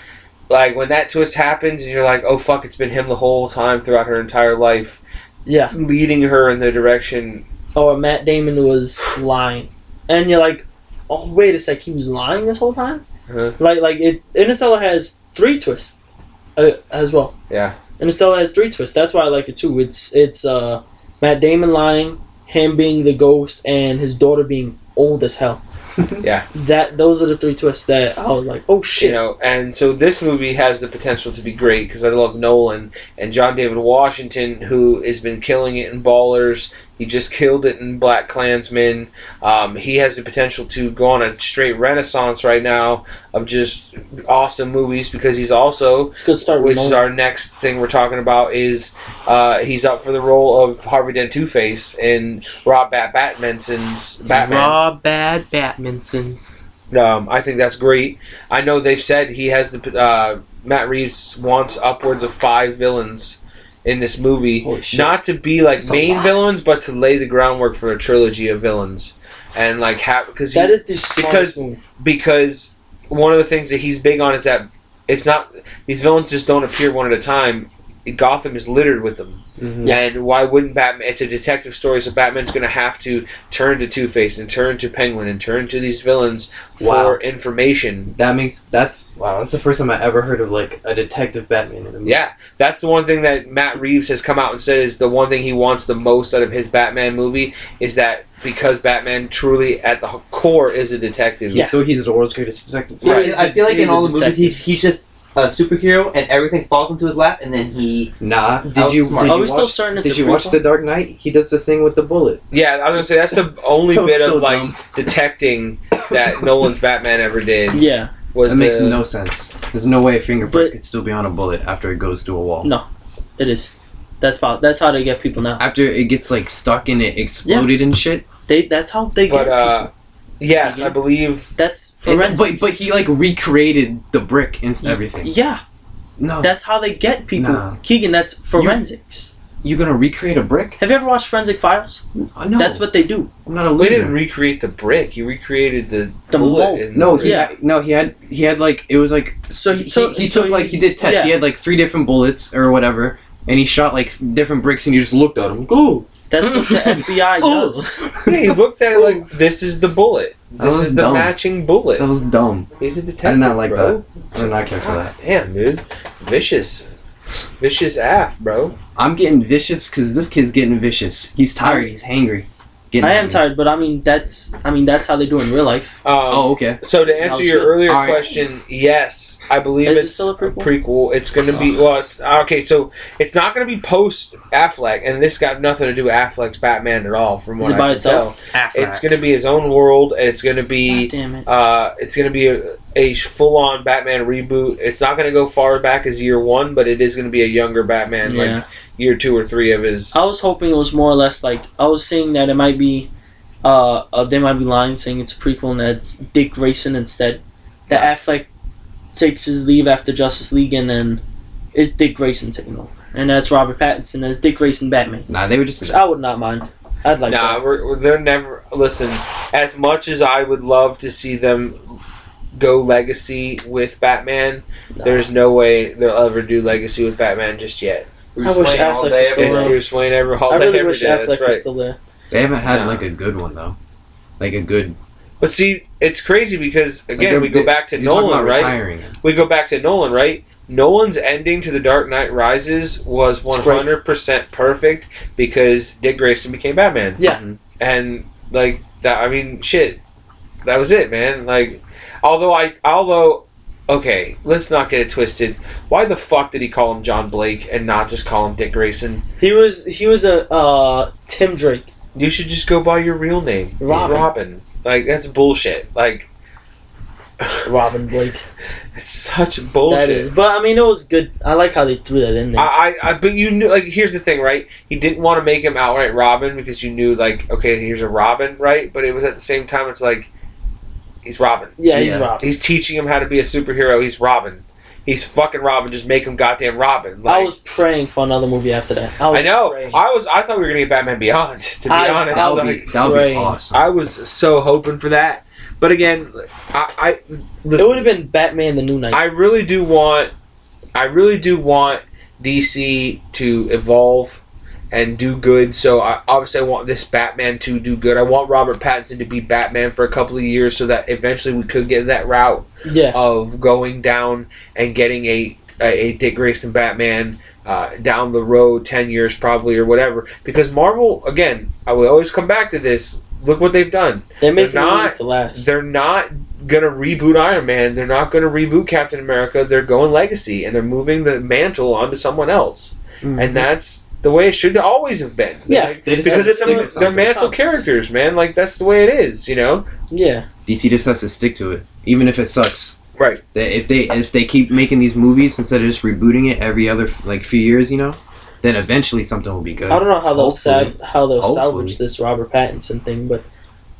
[SPEAKER 3] Like when that twist happens, and you're like, "Oh fuck!" It's been him the whole time throughout her entire life,
[SPEAKER 5] Yeah.
[SPEAKER 3] leading her in the direction.
[SPEAKER 5] Or Matt Damon was lying. And you're like, oh, wait a sec, he was lying this whole time?
[SPEAKER 3] Huh?
[SPEAKER 5] Like, like it, Interstellar has three twists uh, as well.
[SPEAKER 3] Yeah.
[SPEAKER 5] Interstellar has three twists. That's why I like it too. It's, it's uh, Matt Damon lying, him being the ghost, and his daughter being old as hell.
[SPEAKER 3] Yeah.
[SPEAKER 5] That Those are the three twists that I was like, oh shit.
[SPEAKER 3] You know, and so this movie has the potential to be great because I love Nolan and John David Washington, who has been killing it in Ballers. He just killed it in Black Klansman. Um, he has the potential to go on a straight renaissance right now of just awesome movies because he's also
[SPEAKER 5] it's a good start with
[SPEAKER 3] which is our next thing we're talking about is uh, he's up for the role of Harvey Dent Two Face in Rob Bat Batmanson's Batman.
[SPEAKER 9] Raw bad Batmansons.
[SPEAKER 3] Um, I think that's great. I know they've said he has the uh, Matt Reeves wants upwards of five villains in this movie,
[SPEAKER 5] Holy shit.
[SPEAKER 3] not to be like
[SPEAKER 8] a
[SPEAKER 3] main
[SPEAKER 8] lot.
[SPEAKER 3] villains, but to lay the groundwork for a trilogy of villains and like have because
[SPEAKER 5] That is the
[SPEAKER 3] because-
[SPEAKER 5] smartest move.
[SPEAKER 3] because one of the things that he's big on is that it's not these villains just don't appear one at a time. Gotham is littered with them,
[SPEAKER 7] Mm-hmm.
[SPEAKER 3] and why wouldn't Batman? It's a detective story, so Batman's going to have to turn to Two Face and turn to Penguin and turn to these villains
[SPEAKER 1] Wow.
[SPEAKER 3] for information.
[SPEAKER 1] That makes that's wow. That's the first time I ever heard of like a detective Batman in a movie.
[SPEAKER 3] Yeah, that's the one thing that Matt Reeves has come out and said is the one thing he wants the most out of his Batman movie is that because Batman truly at the core is a detective.
[SPEAKER 1] He's, the, he's the world's greatest detective.
[SPEAKER 4] Yeah,
[SPEAKER 5] Right. he's
[SPEAKER 4] I feel like
[SPEAKER 5] he's
[SPEAKER 4] in
[SPEAKER 5] a
[SPEAKER 4] all the movies,
[SPEAKER 5] detective.
[SPEAKER 4] he's, he's just a superhero, and everything falls into his lap, and then he.
[SPEAKER 1] Nah, did
[SPEAKER 4] Outsmart.
[SPEAKER 1] you? Did you
[SPEAKER 3] Oh,
[SPEAKER 5] Are we
[SPEAKER 1] watch,
[SPEAKER 5] still certain it's
[SPEAKER 1] Did
[SPEAKER 5] a
[SPEAKER 1] you watch
[SPEAKER 5] prequel?
[SPEAKER 1] The Dark Knight? He does the thing with the bullet.
[SPEAKER 3] Yeah, I was gonna say that's the only
[SPEAKER 1] That was
[SPEAKER 3] bit
[SPEAKER 1] so
[SPEAKER 3] of like
[SPEAKER 1] dumb.
[SPEAKER 3] detecting that Nolan's Batman ever did
[SPEAKER 5] Yeah.
[SPEAKER 3] was
[SPEAKER 1] That makes
[SPEAKER 3] the,
[SPEAKER 1] no sense. There's no way a fingerprint
[SPEAKER 5] But-
[SPEAKER 1] could still be on a bullet after it goes through a wall.
[SPEAKER 5] No. It is. That's about. That's how they get people now.
[SPEAKER 1] After it gets like stuck and it exploded and shit.
[SPEAKER 5] They. That's how they
[SPEAKER 3] but
[SPEAKER 5] get.
[SPEAKER 3] uh yes,
[SPEAKER 5] Yeah.
[SPEAKER 3] I believe
[SPEAKER 5] people. That's
[SPEAKER 1] It-
[SPEAKER 5] forensics.
[SPEAKER 1] but but he like recreated the brick and everything.
[SPEAKER 5] Yeah,
[SPEAKER 1] No,
[SPEAKER 5] that's how they get people.
[SPEAKER 1] Nah.
[SPEAKER 5] Keegan, that's forensics.
[SPEAKER 1] you're gonna recreate a brick?
[SPEAKER 5] Have you ever watched Forensic Files?
[SPEAKER 1] Uh, No,
[SPEAKER 5] That's what they do.
[SPEAKER 1] I'm not a
[SPEAKER 3] we
[SPEAKER 1] loser.
[SPEAKER 3] didn't recreate the brick. You recreated the
[SPEAKER 5] The mold.
[SPEAKER 3] bullet. in the
[SPEAKER 1] no,
[SPEAKER 3] brick.
[SPEAKER 1] he
[SPEAKER 5] Yeah.
[SPEAKER 1] had, no, he had he had like it was like
[SPEAKER 5] So
[SPEAKER 1] he,
[SPEAKER 5] he, so,
[SPEAKER 1] he
[SPEAKER 5] so
[SPEAKER 1] took like he did tests. He
[SPEAKER 5] yeah.
[SPEAKER 1] had like three different bullets or whatever, and he shot like different bricks, and you just looked at him. Go.
[SPEAKER 5] That's what the FBI
[SPEAKER 1] Oh.
[SPEAKER 5] does.
[SPEAKER 3] yeah, he looked at it like this is the bullet.
[SPEAKER 1] That
[SPEAKER 3] This
[SPEAKER 1] was
[SPEAKER 3] is the
[SPEAKER 1] dumb.
[SPEAKER 3] matching bullet.
[SPEAKER 1] That was dumb.
[SPEAKER 3] He's a detective.
[SPEAKER 1] I did not like
[SPEAKER 3] bro.
[SPEAKER 1] that. I did not care for that.
[SPEAKER 3] Damn, dude, vicious, vicious af, bro.
[SPEAKER 1] I'm getting vicious because this kid's getting vicious. He's tired. He's hangry. Getting
[SPEAKER 5] I am
[SPEAKER 1] hangry.
[SPEAKER 5] tired, but I mean that's. I mean that's how they do in real life.
[SPEAKER 3] Um,
[SPEAKER 1] Oh, okay.
[SPEAKER 3] So to
[SPEAKER 5] That
[SPEAKER 3] answer
[SPEAKER 5] was
[SPEAKER 3] your
[SPEAKER 5] good.
[SPEAKER 3] earlier
[SPEAKER 1] All right.
[SPEAKER 3] question, yes, I believe
[SPEAKER 5] Is it
[SPEAKER 3] it's
[SPEAKER 5] still a prequel?
[SPEAKER 3] It's going to be well. It's okay. So it's not going to be post Affleck, and this got nothing to do with Affleck's Batman at all. From
[SPEAKER 5] Is
[SPEAKER 3] what
[SPEAKER 5] it
[SPEAKER 3] I
[SPEAKER 5] by
[SPEAKER 3] can
[SPEAKER 5] itself?
[SPEAKER 3] tell, it's going to be his own world, and it's going to
[SPEAKER 5] God
[SPEAKER 3] be
[SPEAKER 5] damn it.
[SPEAKER 3] uh, it's going to be a, a full on Batman reboot. It's not going to go far back as year one, but it is going to be a younger Batman,
[SPEAKER 5] Yeah.
[SPEAKER 3] like year two or three of his.
[SPEAKER 5] I was hoping it was more or less like I was saying that it might be. Uh, uh, they might be lying, saying it's a prequel and that's Dick Grayson instead. That Affleck takes his leave after Justice League, and then it's Dick Grayson taking over, and that's Robert Pattinson as Dick Grayson Batman,
[SPEAKER 1] Nah, they were just.
[SPEAKER 5] which I would not mind. I'd like
[SPEAKER 3] nah,
[SPEAKER 5] that.
[SPEAKER 3] we're, we're- they're never. Listen, as much as I would love to see them go legacy with Batman, there's no way they'll ever do legacy with Batman just yet.
[SPEAKER 4] Bruce
[SPEAKER 5] wish
[SPEAKER 4] Wayne all
[SPEAKER 5] Affleck
[SPEAKER 4] day,
[SPEAKER 5] was
[SPEAKER 4] every
[SPEAKER 3] It's
[SPEAKER 5] around.
[SPEAKER 4] day.
[SPEAKER 3] Bruce Wayne ever all
[SPEAKER 5] I
[SPEAKER 3] day,
[SPEAKER 5] really
[SPEAKER 3] every
[SPEAKER 5] wish
[SPEAKER 3] day.
[SPEAKER 5] Affleck
[SPEAKER 3] That's right.
[SPEAKER 5] was still there.
[SPEAKER 1] They haven't had
[SPEAKER 3] Nah.
[SPEAKER 1] like a good one though, like a good.
[SPEAKER 3] But see, it's crazy because again,
[SPEAKER 1] they're-
[SPEAKER 3] we go
[SPEAKER 1] they-
[SPEAKER 3] back to
[SPEAKER 1] You're talking
[SPEAKER 3] Nolan,
[SPEAKER 1] about
[SPEAKER 3] right?
[SPEAKER 1] retiring.
[SPEAKER 3] We go back to Nolan, right? Nolan's ending to The Dark Knight Rises was
[SPEAKER 5] It's great.
[SPEAKER 3] 100% perfect because Dick Grayson became Batman.
[SPEAKER 5] Yeah.
[SPEAKER 3] and like that i mean shit that was it man like although i although okay let's not get it twisted why the fuck did he call him john blake and not just call him dick grayson
[SPEAKER 5] He was he was a uh, Tim Drake.
[SPEAKER 3] you should just go by your real name
[SPEAKER 5] Robin.
[SPEAKER 3] robin like that's bullshit like
[SPEAKER 5] Robin Blake.
[SPEAKER 3] It's such bullshit.
[SPEAKER 5] That is, but I mean, it was good. I like how they threw that in there.
[SPEAKER 3] I, I, I, but you knew, like, here's the thing, right? You didn't want to make him outright Robin because you knew, like, okay, here's a Robin, right? But it was at the same time, it's like, he's Robin.
[SPEAKER 5] yeah, he's
[SPEAKER 1] yeah.
[SPEAKER 5] Robin.
[SPEAKER 3] He's teaching him how to be a superhero. He's Robin. He's fucking Robin. Just make him goddamn Robin. Like,
[SPEAKER 5] I was praying for another movie after that. I, was
[SPEAKER 3] I know.
[SPEAKER 5] Praying.
[SPEAKER 3] I was. I thought we were gonna get Batman Beyond. To be
[SPEAKER 5] I-
[SPEAKER 3] honest,
[SPEAKER 1] That would
[SPEAKER 3] Like,
[SPEAKER 1] be that would be
[SPEAKER 5] Right.
[SPEAKER 1] awesome.
[SPEAKER 3] I was so hoping for that. But again, I, I
[SPEAKER 5] it
[SPEAKER 3] listen,
[SPEAKER 5] would have been Batman: The New Knight.
[SPEAKER 3] I really do want. I really do want DC to evolve and do good. So I obviously I want this Batman to do good. I want Robert Pattinson to be Batman for a couple of years, so that eventually we could get that route
[SPEAKER 5] yeah,
[SPEAKER 3] of going down and getting a a, a Dick Grayson Batman uh, down the road, ten years probably or whatever. Because Marvel, again, I will always come back to this. Look what they've done.
[SPEAKER 5] they're making
[SPEAKER 3] they're not-
[SPEAKER 5] movies to last.
[SPEAKER 3] They're not gonna reboot Iron Man. They're not gonna reboot Captain America. They're going legacy, and they're moving the mantle onto someone else.
[SPEAKER 5] Mm-hmm.
[SPEAKER 3] And that's the way it should always have been.
[SPEAKER 5] Yeah,
[SPEAKER 3] Like,
[SPEAKER 1] they just
[SPEAKER 3] because
[SPEAKER 1] have to
[SPEAKER 3] it's
[SPEAKER 1] stick to
[SPEAKER 3] a, they're
[SPEAKER 1] something.
[SPEAKER 3] mantle characters, man. Like that's the way it is, you know.
[SPEAKER 5] yeah,
[SPEAKER 1] DC just has to stick to it, even if it sucks.
[SPEAKER 3] Right.
[SPEAKER 1] They- If they if they keep making these movies instead of just rebooting it every other like few years, you know, then eventually something will be good.
[SPEAKER 5] I don't know how they'll
[SPEAKER 1] Hopefully.
[SPEAKER 5] sal- how they'll
[SPEAKER 1] Hopefully.
[SPEAKER 5] salvage this Robert Pattinson thing, but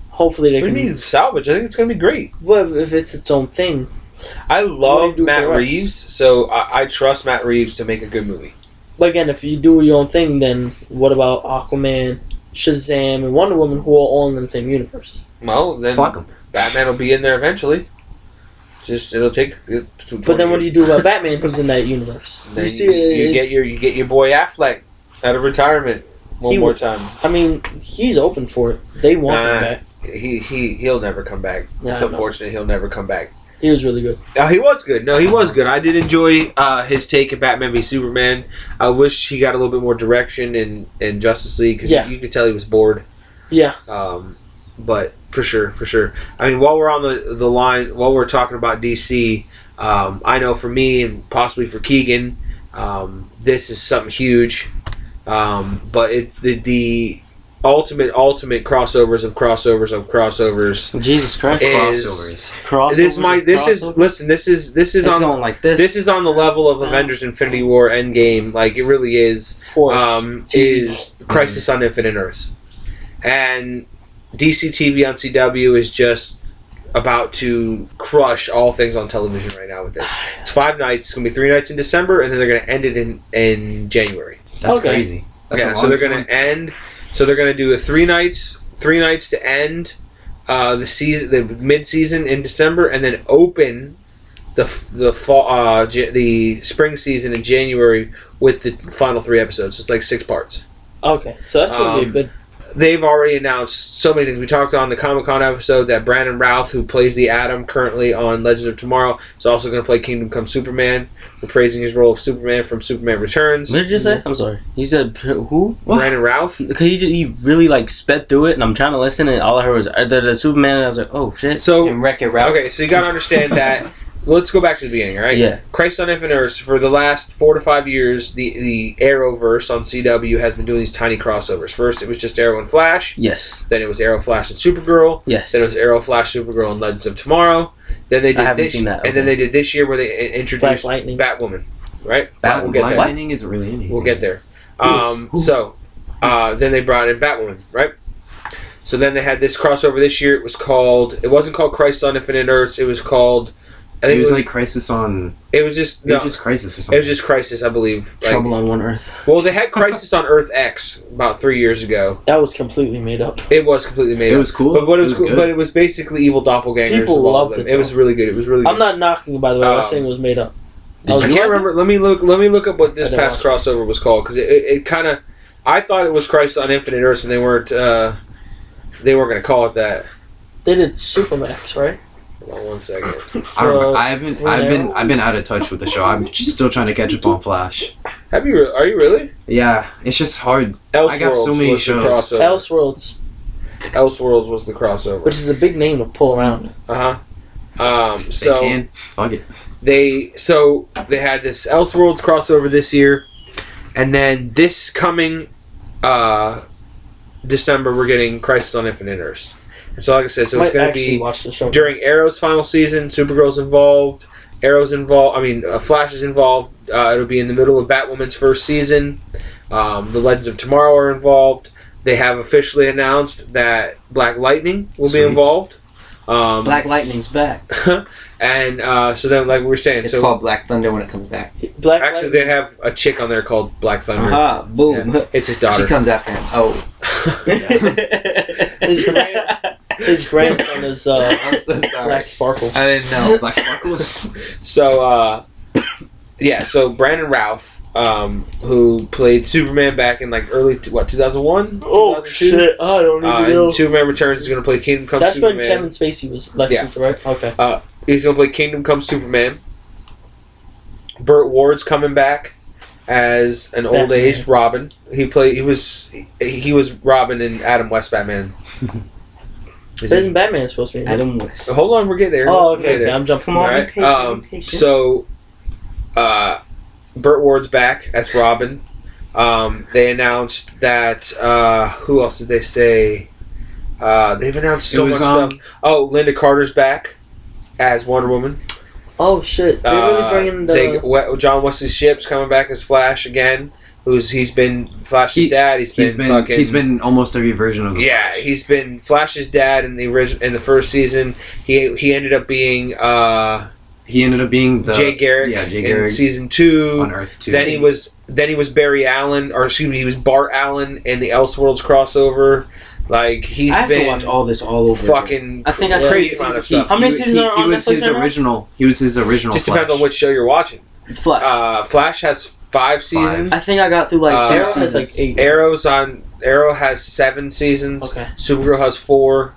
[SPEAKER 5] hopefully they
[SPEAKER 3] What do
[SPEAKER 5] can.
[SPEAKER 3] you mean salvage? I think it's gonna be great.
[SPEAKER 5] Well, if it's its own thing,
[SPEAKER 3] I
[SPEAKER 5] What
[SPEAKER 3] love
[SPEAKER 5] do you do
[SPEAKER 3] Matt
[SPEAKER 5] for us?
[SPEAKER 3] Reeves, so I, I trust Matt Reeves to make a good movie.
[SPEAKER 5] But again, if you do your own thing, then what about Aquaman, Shazam, and Wonder Woman, who are all in the same universe?
[SPEAKER 3] Well, then
[SPEAKER 1] Fuck 'em.
[SPEAKER 3] Batman will be in there eventually. Just it'll take. It
[SPEAKER 5] But then what do you do about Batman, who's in that universe?
[SPEAKER 3] Then
[SPEAKER 5] You
[SPEAKER 3] you, eh,
[SPEAKER 5] see,
[SPEAKER 3] you
[SPEAKER 5] uh,
[SPEAKER 3] get your you get your boy Affleck out of retirement one
[SPEAKER 5] He
[SPEAKER 3] more
[SPEAKER 5] would-
[SPEAKER 3] time.
[SPEAKER 5] I mean, he's open for it. They want
[SPEAKER 3] Nah.
[SPEAKER 5] him back.
[SPEAKER 3] He he he'll never come back.
[SPEAKER 5] Yeah,
[SPEAKER 3] it's
[SPEAKER 5] I know.
[SPEAKER 3] unfortunate he'll never come back.
[SPEAKER 5] He was really good.
[SPEAKER 3] Uh, he was good. No, he was good. I did enjoy uh, his take in Batman v Superman. I wish he got a little bit more direction in, in Justice League because
[SPEAKER 5] Yeah.
[SPEAKER 3] you, could tell he was bored.
[SPEAKER 5] Yeah.
[SPEAKER 3] Um, but for sure, for sure. I mean, while we're on the, the line, while we're talking about DC, um, I know for me and possibly for Keegan, um, this is something huge. Um, but it's the the ultimate ultimate crossovers of crossovers of crossovers.
[SPEAKER 7] Jesus Christ.
[SPEAKER 3] is-
[SPEAKER 1] crossovers.
[SPEAKER 7] Crossovers
[SPEAKER 3] This is my
[SPEAKER 7] and
[SPEAKER 3] this is
[SPEAKER 7] crossovers.
[SPEAKER 3] listen. This is this is
[SPEAKER 7] It's
[SPEAKER 3] on
[SPEAKER 7] going like this.
[SPEAKER 3] this is on the level of Avengers: Infinity War, Endgame. Like it really is.
[SPEAKER 5] For
[SPEAKER 3] Um, is Crisis on Infinite Earths, and DC TV on CW is just about to crush all things on television right now with this. It's five nights. It's gonna be three nights in December, and then they're gonna end it in in January.
[SPEAKER 1] That's
[SPEAKER 5] Okay.
[SPEAKER 1] crazy. That's
[SPEAKER 3] yeah,
[SPEAKER 1] the
[SPEAKER 3] so they're
[SPEAKER 1] longest
[SPEAKER 3] gonna
[SPEAKER 1] one.
[SPEAKER 3] end. So they're gonna do a three nights, three nights to end uh, the season, the mid season in December, and then open the f- the fall, uh, j- the spring season in January with the final three episodes. It's like six parts.
[SPEAKER 5] okay, so that's gonna be
[SPEAKER 3] um,
[SPEAKER 5] a good.
[SPEAKER 3] They've already announced so many things. We talked on the Comic Con episode that Brandon Routh, who plays the Atom currently on Legends of Tomorrow, is also going to play Kingdom Come Superman, reprising his role of Superman from Superman Returns.
[SPEAKER 7] What did you
[SPEAKER 3] Mm-hmm.
[SPEAKER 7] say? I'm sorry. You said who?
[SPEAKER 1] What?
[SPEAKER 3] Brandon Routh.
[SPEAKER 7] Because you, just- you really like sped through it, and I'm trying to listen, and all I heard was uh, the, the Superman. And I was like, oh shit.
[SPEAKER 3] So
[SPEAKER 4] And Wreck It Ralph.
[SPEAKER 3] Okay, so you gotta understand that. Let's go back to the beginning, all right?
[SPEAKER 7] Yeah.
[SPEAKER 3] Christ on Infinite Earths, for the last four to five years, the, the Arrowverse on CW has been doing these tiny crossovers. First, it was just Arrow and Flash.
[SPEAKER 7] Yes.
[SPEAKER 3] Then it was Arrow, Flash, and Supergirl.
[SPEAKER 7] Yes.
[SPEAKER 3] Then it was Arrow, Flash, Supergirl, and Legends of Tomorrow. Then they did
[SPEAKER 7] haven't
[SPEAKER 3] this,
[SPEAKER 7] seen that,
[SPEAKER 3] And then they
[SPEAKER 7] okay.
[SPEAKER 3] did this year where they i-
[SPEAKER 5] Black
[SPEAKER 3] introduced
[SPEAKER 5] Lightning.
[SPEAKER 3] Batwoman, right?
[SPEAKER 1] Bat-
[SPEAKER 3] we'll get there.
[SPEAKER 1] Lightning isn't really anything.
[SPEAKER 3] We'll get there. Um, so uh, then they brought in Batwoman, right? So then they had this crossover this year. It was called. It wasn't called Christ on Infinite Earths. It was called. I
[SPEAKER 1] It
[SPEAKER 3] think
[SPEAKER 1] was like Crisis on.
[SPEAKER 3] it was just
[SPEAKER 1] It
[SPEAKER 3] no.
[SPEAKER 1] was just Crisis or
[SPEAKER 3] it
[SPEAKER 1] something.
[SPEAKER 3] was just Crisis, I believe. Like-
[SPEAKER 7] Trouble on One Earth.
[SPEAKER 3] well, they had Crisis on Earth X about three years ago.
[SPEAKER 5] That was completely made up.
[SPEAKER 3] It was completely made
[SPEAKER 1] It
[SPEAKER 3] up.
[SPEAKER 1] was cool.
[SPEAKER 3] But what it was, cool,
[SPEAKER 1] good.
[SPEAKER 3] but it was basically evil doppelgangers.
[SPEAKER 5] People
[SPEAKER 3] of all
[SPEAKER 5] loved
[SPEAKER 3] of them.
[SPEAKER 5] it,
[SPEAKER 3] It was really good. It was really.
[SPEAKER 5] I'm
[SPEAKER 3] good.
[SPEAKER 5] not knocking, by the way. I'm
[SPEAKER 3] Um,
[SPEAKER 5] not saying it was made up. Oh, I
[SPEAKER 3] I can't remember. Let me look. Let me look up what this
[SPEAKER 5] I don't
[SPEAKER 3] past
[SPEAKER 5] know.
[SPEAKER 3] crossover was called because it, it, it kind of. I thought it was Christ on Infinite Earths, and they weren't. Uh, they weren't going to call it that.
[SPEAKER 5] They did Supermax, right?
[SPEAKER 3] Hold on one second.
[SPEAKER 1] I, don't remember.
[SPEAKER 5] So,
[SPEAKER 1] I haven't. I've been.
[SPEAKER 5] Arrow?
[SPEAKER 1] I've been out of touch with the show. I'm just still trying to catch up on Flash.
[SPEAKER 3] Have you? Re- are you really?
[SPEAKER 1] Yeah, it's just hard.
[SPEAKER 3] Elseworlds
[SPEAKER 1] I got so many
[SPEAKER 3] was
[SPEAKER 1] shows.
[SPEAKER 3] the crossover.
[SPEAKER 5] Elseworlds,
[SPEAKER 3] Elseworlds was the crossover.
[SPEAKER 5] which is a big name to pull around.
[SPEAKER 3] Uh huh. Um,
[SPEAKER 1] They
[SPEAKER 3] so
[SPEAKER 1] can. Fuck it.
[SPEAKER 3] they so they had this Elseworlds crossover this year, and then this coming uh, December we're getting Crisis on Infinite Earths. And so, like I said, so it's
[SPEAKER 5] Might
[SPEAKER 3] going to
[SPEAKER 5] actually
[SPEAKER 3] be
[SPEAKER 5] watch the show.
[SPEAKER 3] during Arrow's final season. Supergirl's involved. Arrow's involved. I mean, uh, Flash is involved. Uh, it'll be in the middle of Batwoman's first season. Um, the Legends of Tomorrow are involved. They have officially announced that Black Lightning will
[SPEAKER 1] Sweet.
[SPEAKER 3] be involved. Um,
[SPEAKER 4] Black Lightning's back.
[SPEAKER 3] and uh, so then, like we were saying,
[SPEAKER 4] It's
[SPEAKER 3] so
[SPEAKER 4] called Black Thunder when it comes back.
[SPEAKER 5] Black
[SPEAKER 3] actually
[SPEAKER 5] Lightning.
[SPEAKER 3] they have a chick on there called Black Thunder.
[SPEAKER 5] Uh-huh.
[SPEAKER 4] Aha! Boom.
[SPEAKER 3] It's his
[SPEAKER 4] She
[SPEAKER 3] daughter.
[SPEAKER 4] comes after him. Oh,
[SPEAKER 5] his, grand, his grandson is uh,
[SPEAKER 4] I'm so sorry.
[SPEAKER 5] Black Sparkles.
[SPEAKER 4] I didn't know.
[SPEAKER 1] Black Sparkles.
[SPEAKER 3] So uh, yeah, so Brandon Routh, um, who played Superman back in like early what 2001?
[SPEAKER 5] oh shit! I don't even
[SPEAKER 3] Uh,
[SPEAKER 5] know.
[SPEAKER 3] and Superman Returns is going to play Kingdom Come
[SPEAKER 5] That's
[SPEAKER 3] Superman.
[SPEAKER 5] when Kevin Spacey was Lex
[SPEAKER 3] Yeah.
[SPEAKER 5] Luthor, right? Okay.
[SPEAKER 3] He's going to play Kingdom Come Superman. Burt Ward's coming back as an old
[SPEAKER 5] Batman.
[SPEAKER 3] aged Robin. He played. He was. He he was Robin in Adam West Batman.
[SPEAKER 5] But isn't Batman supposed to be?
[SPEAKER 7] Adam West.
[SPEAKER 3] Hold on, we're getting there.
[SPEAKER 5] Oh,
[SPEAKER 3] We're
[SPEAKER 5] okay.
[SPEAKER 3] getting there.
[SPEAKER 5] okay I'm jumping.
[SPEAKER 7] Come on,
[SPEAKER 3] Alright,
[SPEAKER 7] be patient, be
[SPEAKER 3] um,
[SPEAKER 7] patient.
[SPEAKER 3] So, uh, Burt Ward's back as Robin. Um, they announced that. Uh, who else did they say? Uh, they've announced so
[SPEAKER 1] It was,
[SPEAKER 3] much
[SPEAKER 1] um,
[SPEAKER 3] stuff. Oh, Linda Carter's back as Wonder Woman.
[SPEAKER 5] Oh shit! They're
[SPEAKER 3] Uh,
[SPEAKER 5] really bringing the.
[SPEAKER 3] they- we- John Wesley Ships coming back as Flash again. Who's he's been Flash's
[SPEAKER 1] He-
[SPEAKER 3] dad? He's been,
[SPEAKER 1] He's been
[SPEAKER 3] fucking.
[SPEAKER 1] he's been in almost every version of the
[SPEAKER 3] Yeah,
[SPEAKER 1] Flash.
[SPEAKER 3] he's been Flash's dad in the original in the first season. He he ended up being uh,
[SPEAKER 1] he ended up being the
[SPEAKER 3] Jay Garrick
[SPEAKER 1] yeah, Jay
[SPEAKER 3] in
[SPEAKER 1] Garrick
[SPEAKER 3] season two.
[SPEAKER 1] on Earth too.
[SPEAKER 3] Then he was then he was Barry Allen, or excuse me, he was Bart Allen in the Elseworlds crossover. Like he's
[SPEAKER 7] I have
[SPEAKER 3] been
[SPEAKER 7] to watch all this all over. again.
[SPEAKER 3] fucking
[SPEAKER 7] I think I
[SPEAKER 3] crazy
[SPEAKER 7] said
[SPEAKER 3] amount of
[SPEAKER 1] He-
[SPEAKER 3] stuff.
[SPEAKER 7] How many
[SPEAKER 1] he-
[SPEAKER 7] seasons
[SPEAKER 1] he-
[SPEAKER 7] are
[SPEAKER 1] he
[SPEAKER 7] on
[SPEAKER 1] was
[SPEAKER 7] Netflix
[SPEAKER 1] his
[SPEAKER 7] right now?
[SPEAKER 1] original? He was his original.
[SPEAKER 3] Just
[SPEAKER 1] Flash.
[SPEAKER 3] depends on which show you're watching.
[SPEAKER 7] Flash.
[SPEAKER 3] Uh, Flash has five seasons.
[SPEAKER 7] I think I got through like
[SPEAKER 3] uh,
[SPEAKER 7] four
[SPEAKER 5] Arrow has
[SPEAKER 7] seasons.
[SPEAKER 5] like eight.
[SPEAKER 3] Arrow's on Arrow has seven seasons.
[SPEAKER 5] Okay.
[SPEAKER 3] Supergirl has four.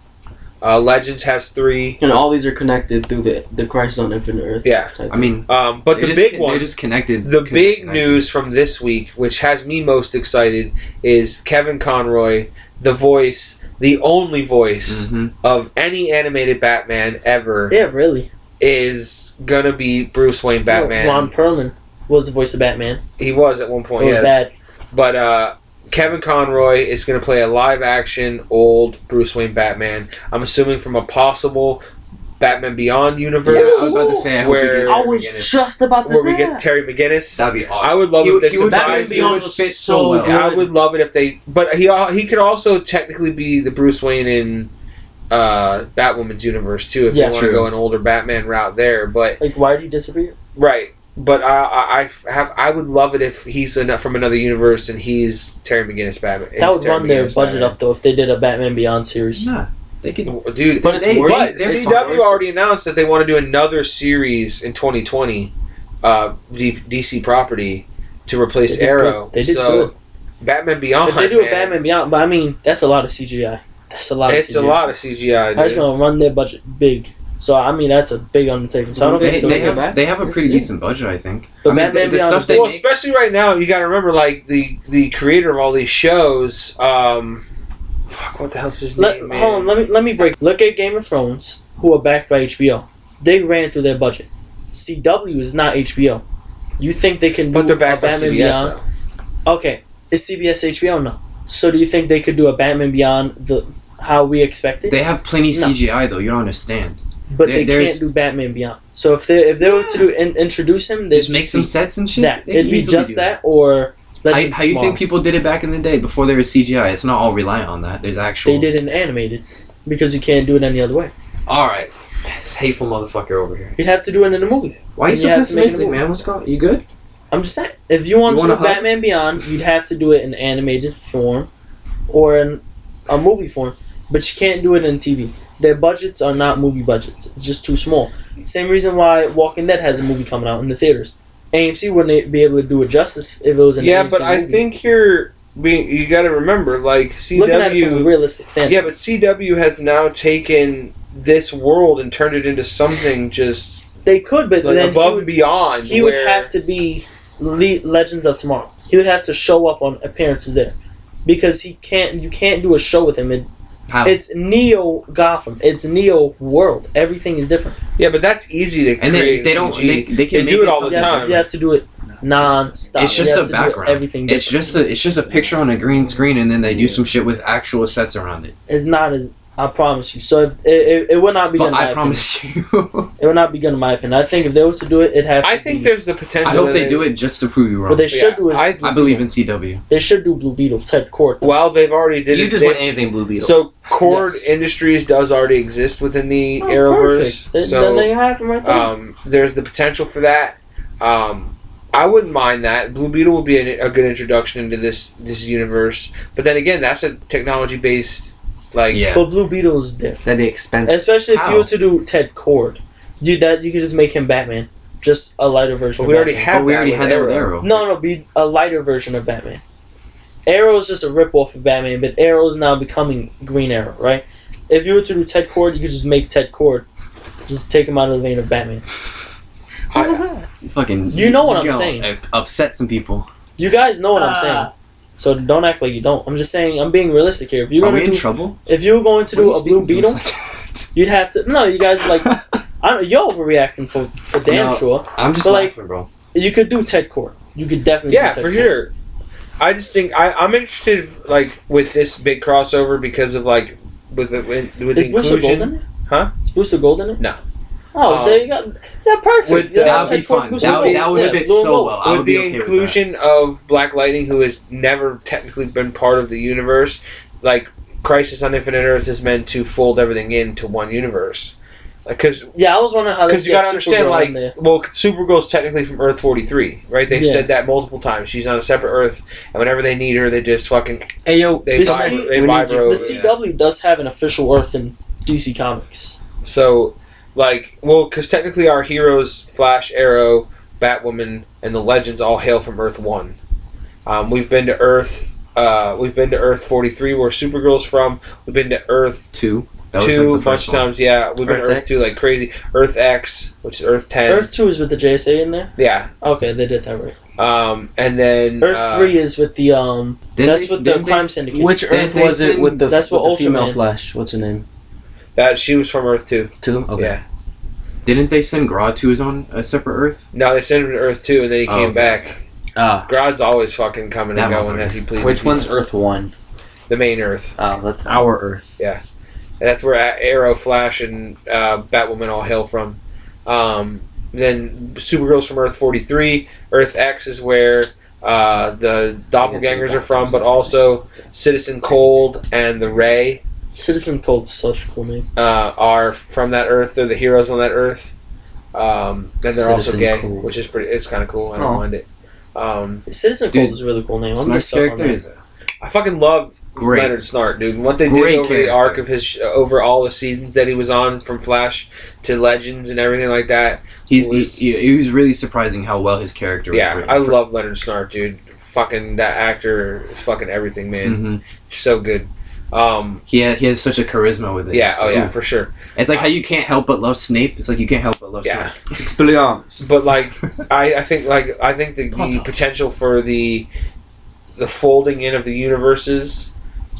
[SPEAKER 3] Uh, Legends has three.
[SPEAKER 7] and all these are connected through the the Crisis on Infinite Earth.
[SPEAKER 3] Yeah.
[SPEAKER 7] Type.
[SPEAKER 1] I mean,
[SPEAKER 3] Um, but
[SPEAKER 1] they
[SPEAKER 3] the
[SPEAKER 1] just
[SPEAKER 3] big
[SPEAKER 1] con-
[SPEAKER 3] one
[SPEAKER 1] they just connected.
[SPEAKER 3] The
[SPEAKER 1] con-
[SPEAKER 3] big
[SPEAKER 1] connected.
[SPEAKER 3] news from this week, which has me most excited, is Kevin Conroy, the voice, the only
[SPEAKER 7] Mm.
[SPEAKER 3] voice
[SPEAKER 1] Mhm.
[SPEAKER 3] of any animated Batman ever,
[SPEAKER 5] Yeah, really. Oh,
[SPEAKER 3] is gonna be Bruce Wayne Batman.
[SPEAKER 5] Ron Perlman was the voice of Batman.
[SPEAKER 3] He was at one
[SPEAKER 5] It
[SPEAKER 3] point,
[SPEAKER 5] was
[SPEAKER 3] yes.
[SPEAKER 5] bad.
[SPEAKER 3] But uh, Kevin Conroy is gonna play a live action old Bruce Wayne Batman. I'm assuming from a possible Batman Beyond
[SPEAKER 1] Yeah,
[SPEAKER 3] universe
[SPEAKER 1] I was about to say. I hope
[SPEAKER 3] Where-
[SPEAKER 1] we get
[SPEAKER 3] I
[SPEAKER 1] Terry
[SPEAKER 7] was
[SPEAKER 1] McGinnis.
[SPEAKER 7] just about to
[SPEAKER 3] where
[SPEAKER 7] say
[SPEAKER 3] we get
[SPEAKER 7] that.
[SPEAKER 3] Terry McGinnis.
[SPEAKER 1] That'd be awesome.
[SPEAKER 3] I would love
[SPEAKER 1] He
[SPEAKER 3] if they
[SPEAKER 1] he would-
[SPEAKER 3] surprised
[SPEAKER 1] Batman
[SPEAKER 3] us.
[SPEAKER 1] Beyond would fit so well.
[SPEAKER 3] I would love it if they, but he al- he could also technically be the Bruce Wayne in uh, Batwoman's universe too, if
[SPEAKER 5] Yeah,
[SPEAKER 3] you want to
[SPEAKER 1] true.
[SPEAKER 3] go an older Batman route there. But
[SPEAKER 5] Like, why did he disappear?
[SPEAKER 3] right, but I, I, I f- have I would love it if he's enough from another universe and he's Terry McGinnis Batman.
[SPEAKER 5] That would run their budget up though if they did a Batman Beyond series.
[SPEAKER 1] Nah, they could.
[SPEAKER 3] up, dude.
[SPEAKER 1] But
[SPEAKER 3] But,
[SPEAKER 1] it's worth
[SPEAKER 3] but
[SPEAKER 1] it. It's
[SPEAKER 3] CW
[SPEAKER 1] worth it.
[SPEAKER 3] already announced that they want to do another series in 2020, uh, D- DC property to replace
[SPEAKER 5] They did
[SPEAKER 3] Arrow.
[SPEAKER 5] good. They did
[SPEAKER 3] so
[SPEAKER 5] good.
[SPEAKER 3] Batman Beyond.
[SPEAKER 5] If they do a
[SPEAKER 3] man,
[SPEAKER 5] Batman Beyond, but I mean, that's a lot of CGI. That's a lot.
[SPEAKER 3] it's
[SPEAKER 5] of
[SPEAKER 3] a
[SPEAKER 5] CGI.
[SPEAKER 3] lot of CGI.
[SPEAKER 5] I
[SPEAKER 3] Dude.
[SPEAKER 5] just gonna run their budget big. So I mean, that's a big undertaking. So I don't
[SPEAKER 1] They,
[SPEAKER 5] think so.
[SPEAKER 1] they have,
[SPEAKER 7] back?
[SPEAKER 1] they have a pretty
[SPEAKER 7] Yeah.
[SPEAKER 1] decent budget, I think.
[SPEAKER 5] But
[SPEAKER 1] I mean,
[SPEAKER 5] Batman
[SPEAKER 1] the, the
[SPEAKER 5] Beyond
[SPEAKER 1] stuff
[SPEAKER 5] is
[SPEAKER 1] they
[SPEAKER 3] well,
[SPEAKER 1] make,
[SPEAKER 3] especially right now, you got to remember, like the the creator of all these shows. Um, fuck, what the hell's his
[SPEAKER 5] Let,
[SPEAKER 3] name? man?
[SPEAKER 5] hold on, let me let me break. Look at Game of Thrones, who are backed by HBO. They ran through their budget. CW is not HBO. You think they can do
[SPEAKER 3] but they're back
[SPEAKER 5] a
[SPEAKER 3] by
[SPEAKER 5] Batman
[SPEAKER 3] CBS
[SPEAKER 5] Beyond?
[SPEAKER 3] though.
[SPEAKER 5] Okay, is CBS HBO? No. So do you think they could do a Batman Beyond the how we expected?
[SPEAKER 1] they have plenty
[SPEAKER 5] No.
[SPEAKER 1] CGI though. You don't understand.
[SPEAKER 5] but
[SPEAKER 1] there-
[SPEAKER 5] they
[SPEAKER 1] there's-
[SPEAKER 5] can't do Batman Beyond. So if they if they were to do in, introduce him, they
[SPEAKER 1] Just make some sets and shit.
[SPEAKER 5] that
[SPEAKER 1] They could
[SPEAKER 5] it'd be
[SPEAKER 1] easily
[SPEAKER 5] just
[SPEAKER 1] do
[SPEAKER 5] that or
[SPEAKER 1] How,
[SPEAKER 5] Legend
[SPEAKER 1] how you think people did it back in the day before there was CGI? It's not all reliant on that. There's actual.
[SPEAKER 5] they did it in animated because you can't do it any other way.
[SPEAKER 1] All right, this hateful motherfucker over here.
[SPEAKER 5] You'd have to do it in a movie.
[SPEAKER 1] Why are you
[SPEAKER 5] And
[SPEAKER 1] so
[SPEAKER 5] you have to make it
[SPEAKER 1] pessimistic,
[SPEAKER 5] work.
[SPEAKER 1] man? What's going? You good?
[SPEAKER 5] I'm just saying, if you want
[SPEAKER 1] You
[SPEAKER 5] to
[SPEAKER 1] wanna
[SPEAKER 5] do
[SPEAKER 1] hug?
[SPEAKER 5] Batman Beyond, you'd have to do it in animated form or in a movie form, but you can't do it in TV. Their budgets are not movie budgets. It's just too small. Same reason why Walking Dead has a movie coming out in the theaters. AMC wouldn't be able to do it justice if it was an
[SPEAKER 3] Yeah,
[SPEAKER 5] AMC
[SPEAKER 3] but I
[SPEAKER 5] movie.
[SPEAKER 3] think you're being. You got to remember, like
[SPEAKER 5] looking at it from a
[SPEAKER 3] CW.
[SPEAKER 5] realistic standpoint.
[SPEAKER 3] Yeah, but CW has now taken this world and turned it into something just
[SPEAKER 5] they could, but
[SPEAKER 3] like
[SPEAKER 5] then
[SPEAKER 3] above
[SPEAKER 5] he
[SPEAKER 3] and
[SPEAKER 5] would,
[SPEAKER 3] beyond.
[SPEAKER 5] he
[SPEAKER 3] where-
[SPEAKER 5] would have to be Le- Legends of Tomorrow. He would have to show up on appearances there because he can't. You can't do a show with him. It
[SPEAKER 1] How?
[SPEAKER 5] It's Neo Gotham. It's Neo World. Everything is different.
[SPEAKER 3] Yeah, but that's easy to
[SPEAKER 1] and they,
[SPEAKER 3] create.
[SPEAKER 1] they don't.
[SPEAKER 3] CG.
[SPEAKER 1] They, they
[SPEAKER 3] They
[SPEAKER 1] can
[SPEAKER 3] do
[SPEAKER 1] make
[SPEAKER 3] it all the
[SPEAKER 1] something
[SPEAKER 5] You have,
[SPEAKER 3] time.
[SPEAKER 5] to, you have to do it non-stop.
[SPEAKER 1] It's
[SPEAKER 5] You
[SPEAKER 1] just
[SPEAKER 5] have
[SPEAKER 1] a
[SPEAKER 5] to do it
[SPEAKER 1] background.
[SPEAKER 5] Everything
[SPEAKER 1] It's
[SPEAKER 5] different.
[SPEAKER 1] just a it's just a picture on a green screen, and then they do some shit with actual sets around it.
[SPEAKER 5] It's not as I promise you. So if, it, it, it would not be.
[SPEAKER 1] But
[SPEAKER 5] in my
[SPEAKER 1] I promise you,
[SPEAKER 5] Opinion. It would not be good in my opinion. I think if they was to do it, it have.
[SPEAKER 3] I
[SPEAKER 5] to
[SPEAKER 3] think
[SPEAKER 5] be,
[SPEAKER 3] there's the potential.
[SPEAKER 1] I hope they do it just to prove you
[SPEAKER 5] what
[SPEAKER 1] wrong.
[SPEAKER 5] they should do is
[SPEAKER 3] I,
[SPEAKER 1] I believe in CW.
[SPEAKER 5] they should do Blue Beetle Ted Court.
[SPEAKER 3] well, they've already did
[SPEAKER 4] You
[SPEAKER 3] it.
[SPEAKER 4] just
[SPEAKER 3] They-
[SPEAKER 4] want anything Blue Beetle.
[SPEAKER 3] So Cord
[SPEAKER 5] Yes.
[SPEAKER 3] Industries does already exist within the
[SPEAKER 5] Oh,
[SPEAKER 3] Arrowverse.
[SPEAKER 5] perfect. Then- then
[SPEAKER 3] So
[SPEAKER 5] they have him right there.
[SPEAKER 3] um, there's the potential for that. Um, I wouldn't mind that. Blue Beetle would be a, a good introduction into this this universe. But then again, that's a technology based like
[SPEAKER 1] Yeah.
[SPEAKER 5] But Blue Beetle is different,
[SPEAKER 4] That'd be expensive.
[SPEAKER 5] especially if
[SPEAKER 1] How?
[SPEAKER 5] you were to do Ted Cord. You that you could just make him Batman, just a lighter
[SPEAKER 3] But
[SPEAKER 5] version. of
[SPEAKER 3] we already
[SPEAKER 5] Batman.
[SPEAKER 3] have.
[SPEAKER 1] But we
[SPEAKER 3] that
[SPEAKER 1] already
[SPEAKER 3] with
[SPEAKER 1] had that with
[SPEAKER 3] Arrow.
[SPEAKER 1] Arrow.
[SPEAKER 5] No, no, be a lighter version of Batman. Arrow is just a ripoff of Batman, but Arrow is now becoming Green Arrow, right? If you were to do Ted Cord, you could just make Ted Cord. Just take him out of the vein of Batman.
[SPEAKER 3] I-
[SPEAKER 1] Fucking.
[SPEAKER 5] You know what I'm
[SPEAKER 1] gonna
[SPEAKER 5] saying.
[SPEAKER 1] up- Upset some people.
[SPEAKER 5] You guys know what I'm saying.
[SPEAKER 9] Ah.
[SPEAKER 5] So don't act like you don't. I'm just saying I'm being realistic here. If you're
[SPEAKER 1] Are
[SPEAKER 5] gonna
[SPEAKER 1] we in
[SPEAKER 5] do,
[SPEAKER 1] trouble?
[SPEAKER 5] if you were going to
[SPEAKER 1] Why are
[SPEAKER 5] do
[SPEAKER 1] you
[SPEAKER 5] a Blue
[SPEAKER 1] speaking to
[SPEAKER 5] Beetle,
[SPEAKER 1] us like that?
[SPEAKER 5] you'd have to. No, you guys like I don't, you're overreacting for for damn
[SPEAKER 1] No.
[SPEAKER 5] sure.
[SPEAKER 1] I'm just
[SPEAKER 5] But, like,
[SPEAKER 1] laughing, bro.
[SPEAKER 5] You could do Ted Cord. You could definitely
[SPEAKER 3] yeah,
[SPEAKER 5] do Ted
[SPEAKER 3] for
[SPEAKER 5] Kord.
[SPEAKER 3] sure. I just think I, I'm interested like with this big crossover because of like with the with, with
[SPEAKER 5] Is
[SPEAKER 3] the
[SPEAKER 5] Booster Gold
[SPEAKER 3] inclusion.
[SPEAKER 5] in it?
[SPEAKER 3] Huh?
[SPEAKER 5] Is Booster Gold in it?
[SPEAKER 3] No.
[SPEAKER 5] Oh,
[SPEAKER 3] Um,
[SPEAKER 5] there you go. That perfect.
[SPEAKER 3] with
[SPEAKER 5] Yeah,
[SPEAKER 3] the-
[SPEAKER 1] That would be
[SPEAKER 5] Ted Kord,
[SPEAKER 1] fun.
[SPEAKER 5] Booster
[SPEAKER 1] That would,
[SPEAKER 5] Gold.
[SPEAKER 1] that would
[SPEAKER 5] Yeah,
[SPEAKER 1] fit
[SPEAKER 5] Blue
[SPEAKER 1] so
[SPEAKER 5] Gold.
[SPEAKER 1] well. I
[SPEAKER 3] with
[SPEAKER 1] would
[SPEAKER 3] the
[SPEAKER 1] be okay with
[SPEAKER 3] inclusion of Black Lightning, who has never technically been part of the universe, like Crisis on Infinite Earth is meant to fold everything into one universe. Because
[SPEAKER 5] Yeah, I was wondering how they
[SPEAKER 3] because you gotta
[SPEAKER 5] get
[SPEAKER 3] understand,
[SPEAKER 5] Supergirl
[SPEAKER 3] like,
[SPEAKER 5] in there.
[SPEAKER 3] well, Supergirl's technically from Earth forty three, right? They've
[SPEAKER 5] Yeah.
[SPEAKER 3] said that multiple times. She's on a separate Earth, and whenever they need her, they just fucking
[SPEAKER 7] Hey yo,
[SPEAKER 3] they
[SPEAKER 5] Did you
[SPEAKER 3] vibra-
[SPEAKER 5] see-
[SPEAKER 3] they
[SPEAKER 7] we need
[SPEAKER 3] vibro.
[SPEAKER 7] you-
[SPEAKER 5] The
[SPEAKER 3] over
[SPEAKER 1] C-
[SPEAKER 3] it.
[SPEAKER 5] CW does have an official Earth in DC Comics.
[SPEAKER 3] So, like, well, because technically our heroes, Flash, Arrow, Batwoman, and the legends all hail from Earth One. Um, we've been to Earth. Uh, we've been to Earth forty three, where Supergirl's from. We've been to Earth
[SPEAKER 1] that. Two. That was
[SPEAKER 3] two
[SPEAKER 1] like
[SPEAKER 3] a
[SPEAKER 1] the
[SPEAKER 3] bunch
[SPEAKER 1] first
[SPEAKER 3] of
[SPEAKER 1] one.
[SPEAKER 3] times. Yeah, we've been to
[SPEAKER 4] Earth
[SPEAKER 3] Earth
[SPEAKER 4] X.
[SPEAKER 3] two like crazy. Earth X, which is Earth ten.
[SPEAKER 5] Earth two is with the JSA in there.
[SPEAKER 3] Yeah.
[SPEAKER 5] Okay, they did that right.
[SPEAKER 3] Um, and then
[SPEAKER 5] Earth
[SPEAKER 3] uh,
[SPEAKER 5] three is with the um.
[SPEAKER 1] Didn't
[SPEAKER 5] that's
[SPEAKER 1] they-
[SPEAKER 5] with the
[SPEAKER 1] didn't they-
[SPEAKER 5] crime syndicate.
[SPEAKER 7] which Earth was it with the
[SPEAKER 5] That's
[SPEAKER 7] that's
[SPEAKER 5] what
[SPEAKER 7] what with the female
[SPEAKER 5] Ultraman-
[SPEAKER 7] Flash? What's her name?
[SPEAKER 3] That she was from Earth two.
[SPEAKER 7] Two. Okay.
[SPEAKER 3] Yeah.
[SPEAKER 1] Didn't they send Grodd to his own a separate Earth?
[SPEAKER 3] No, they sent him to Earth two, and then he
[SPEAKER 1] Oh,
[SPEAKER 3] came
[SPEAKER 1] okay.
[SPEAKER 3] back.
[SPEAKER 7] Ah,
[SPEAKER 3] Grodd's always fucking coming
[SPEAKER 1] That
[SPEAKER 3] and going
[SPEAKER 1] motherfucker.
[SPEAKER 3] as he pleases.
[SPEAKER 4] Which one's Earth One?
[SPEAKER 3] The main Earth.
[SPEAKER 4] Oh, that's
[SPEAKER 7] our Earth.
[SPEAKER 3] And that's where A- Arrow, Flash, and uh, Batwoman all hail from. Um, then Supergirl's from Earth 43. Earth X is where uh, the doppelgangers are from, but also Citizen Cold and the Ray
[SPEAKER 5] Citizen Cold's such a cool name.
[SPEAKER 3] uh, are from that Earth. They're the heroes on that Earth. Um, and they're also
[SPEAKER 7] Citizen
[SPEAKER 3] gay,
[SPEAKER 7] Cold.
[SPEAKER 3] which is pretty. It's kind of cool. I don't mind it. Um,
[SPEAKER 5] Citizen
[SPEAKER 1] Dude,
[SPEAKER 5] Cold is a really cool name. I'm
[SPEAKER 1] Snark's
[SPEAKER 5] just stuck on
[SPEAKER 1] character
[SPEAKER 5] that.
[SPEAKER 1] is
[SPEAKER 3] I fucking love
[SPEAKER 1] great.
[SPEAKER 3] Leonard Snart, dude. And What they
[SPEAKER 1] Great
[SPEAKER 3] did over the arc
[SPEAKER 1] character.
[SPEAKER 3] of his, over all the seasons that he was on, from Flash to Legends and everything like that.
[SPEAKER 1] He's,
[SPEAKER 3] was-
[SPEAKER 1] he, he was really surprising how well his character was
[SPEAKER 3] Yeah,
[SPEAKER 1] written.
[SPEAKER 3] I love Leonard Snart, dude. Fucking that actor is fucking everything, man.
[SPEAKER 1] hmm
[SPEAKER 3] So good. Um,
[SPEAKER 1] He, ha- he has such a charisma with it.
[SPEAKER 3] yeah,
[SPEAKER 1] It's
[SPEAKER 3] oh
[SPEAKER 1] like,
[SPEAKER 3] yeah,
[SPEAKER 1] ooh.
[SPEAKER 3] for sure.
[SPEAKER 1] It's like how you can't help but love Snape. It's like you can't help but love
[SPEAKER 3] Yeah.
[SPEAKER 1] Snape.
[SPEAKER 4] Expelliarmus.
[SPEAKER 3] But like, I, I think like I think the, the potential for the the folding in of the universes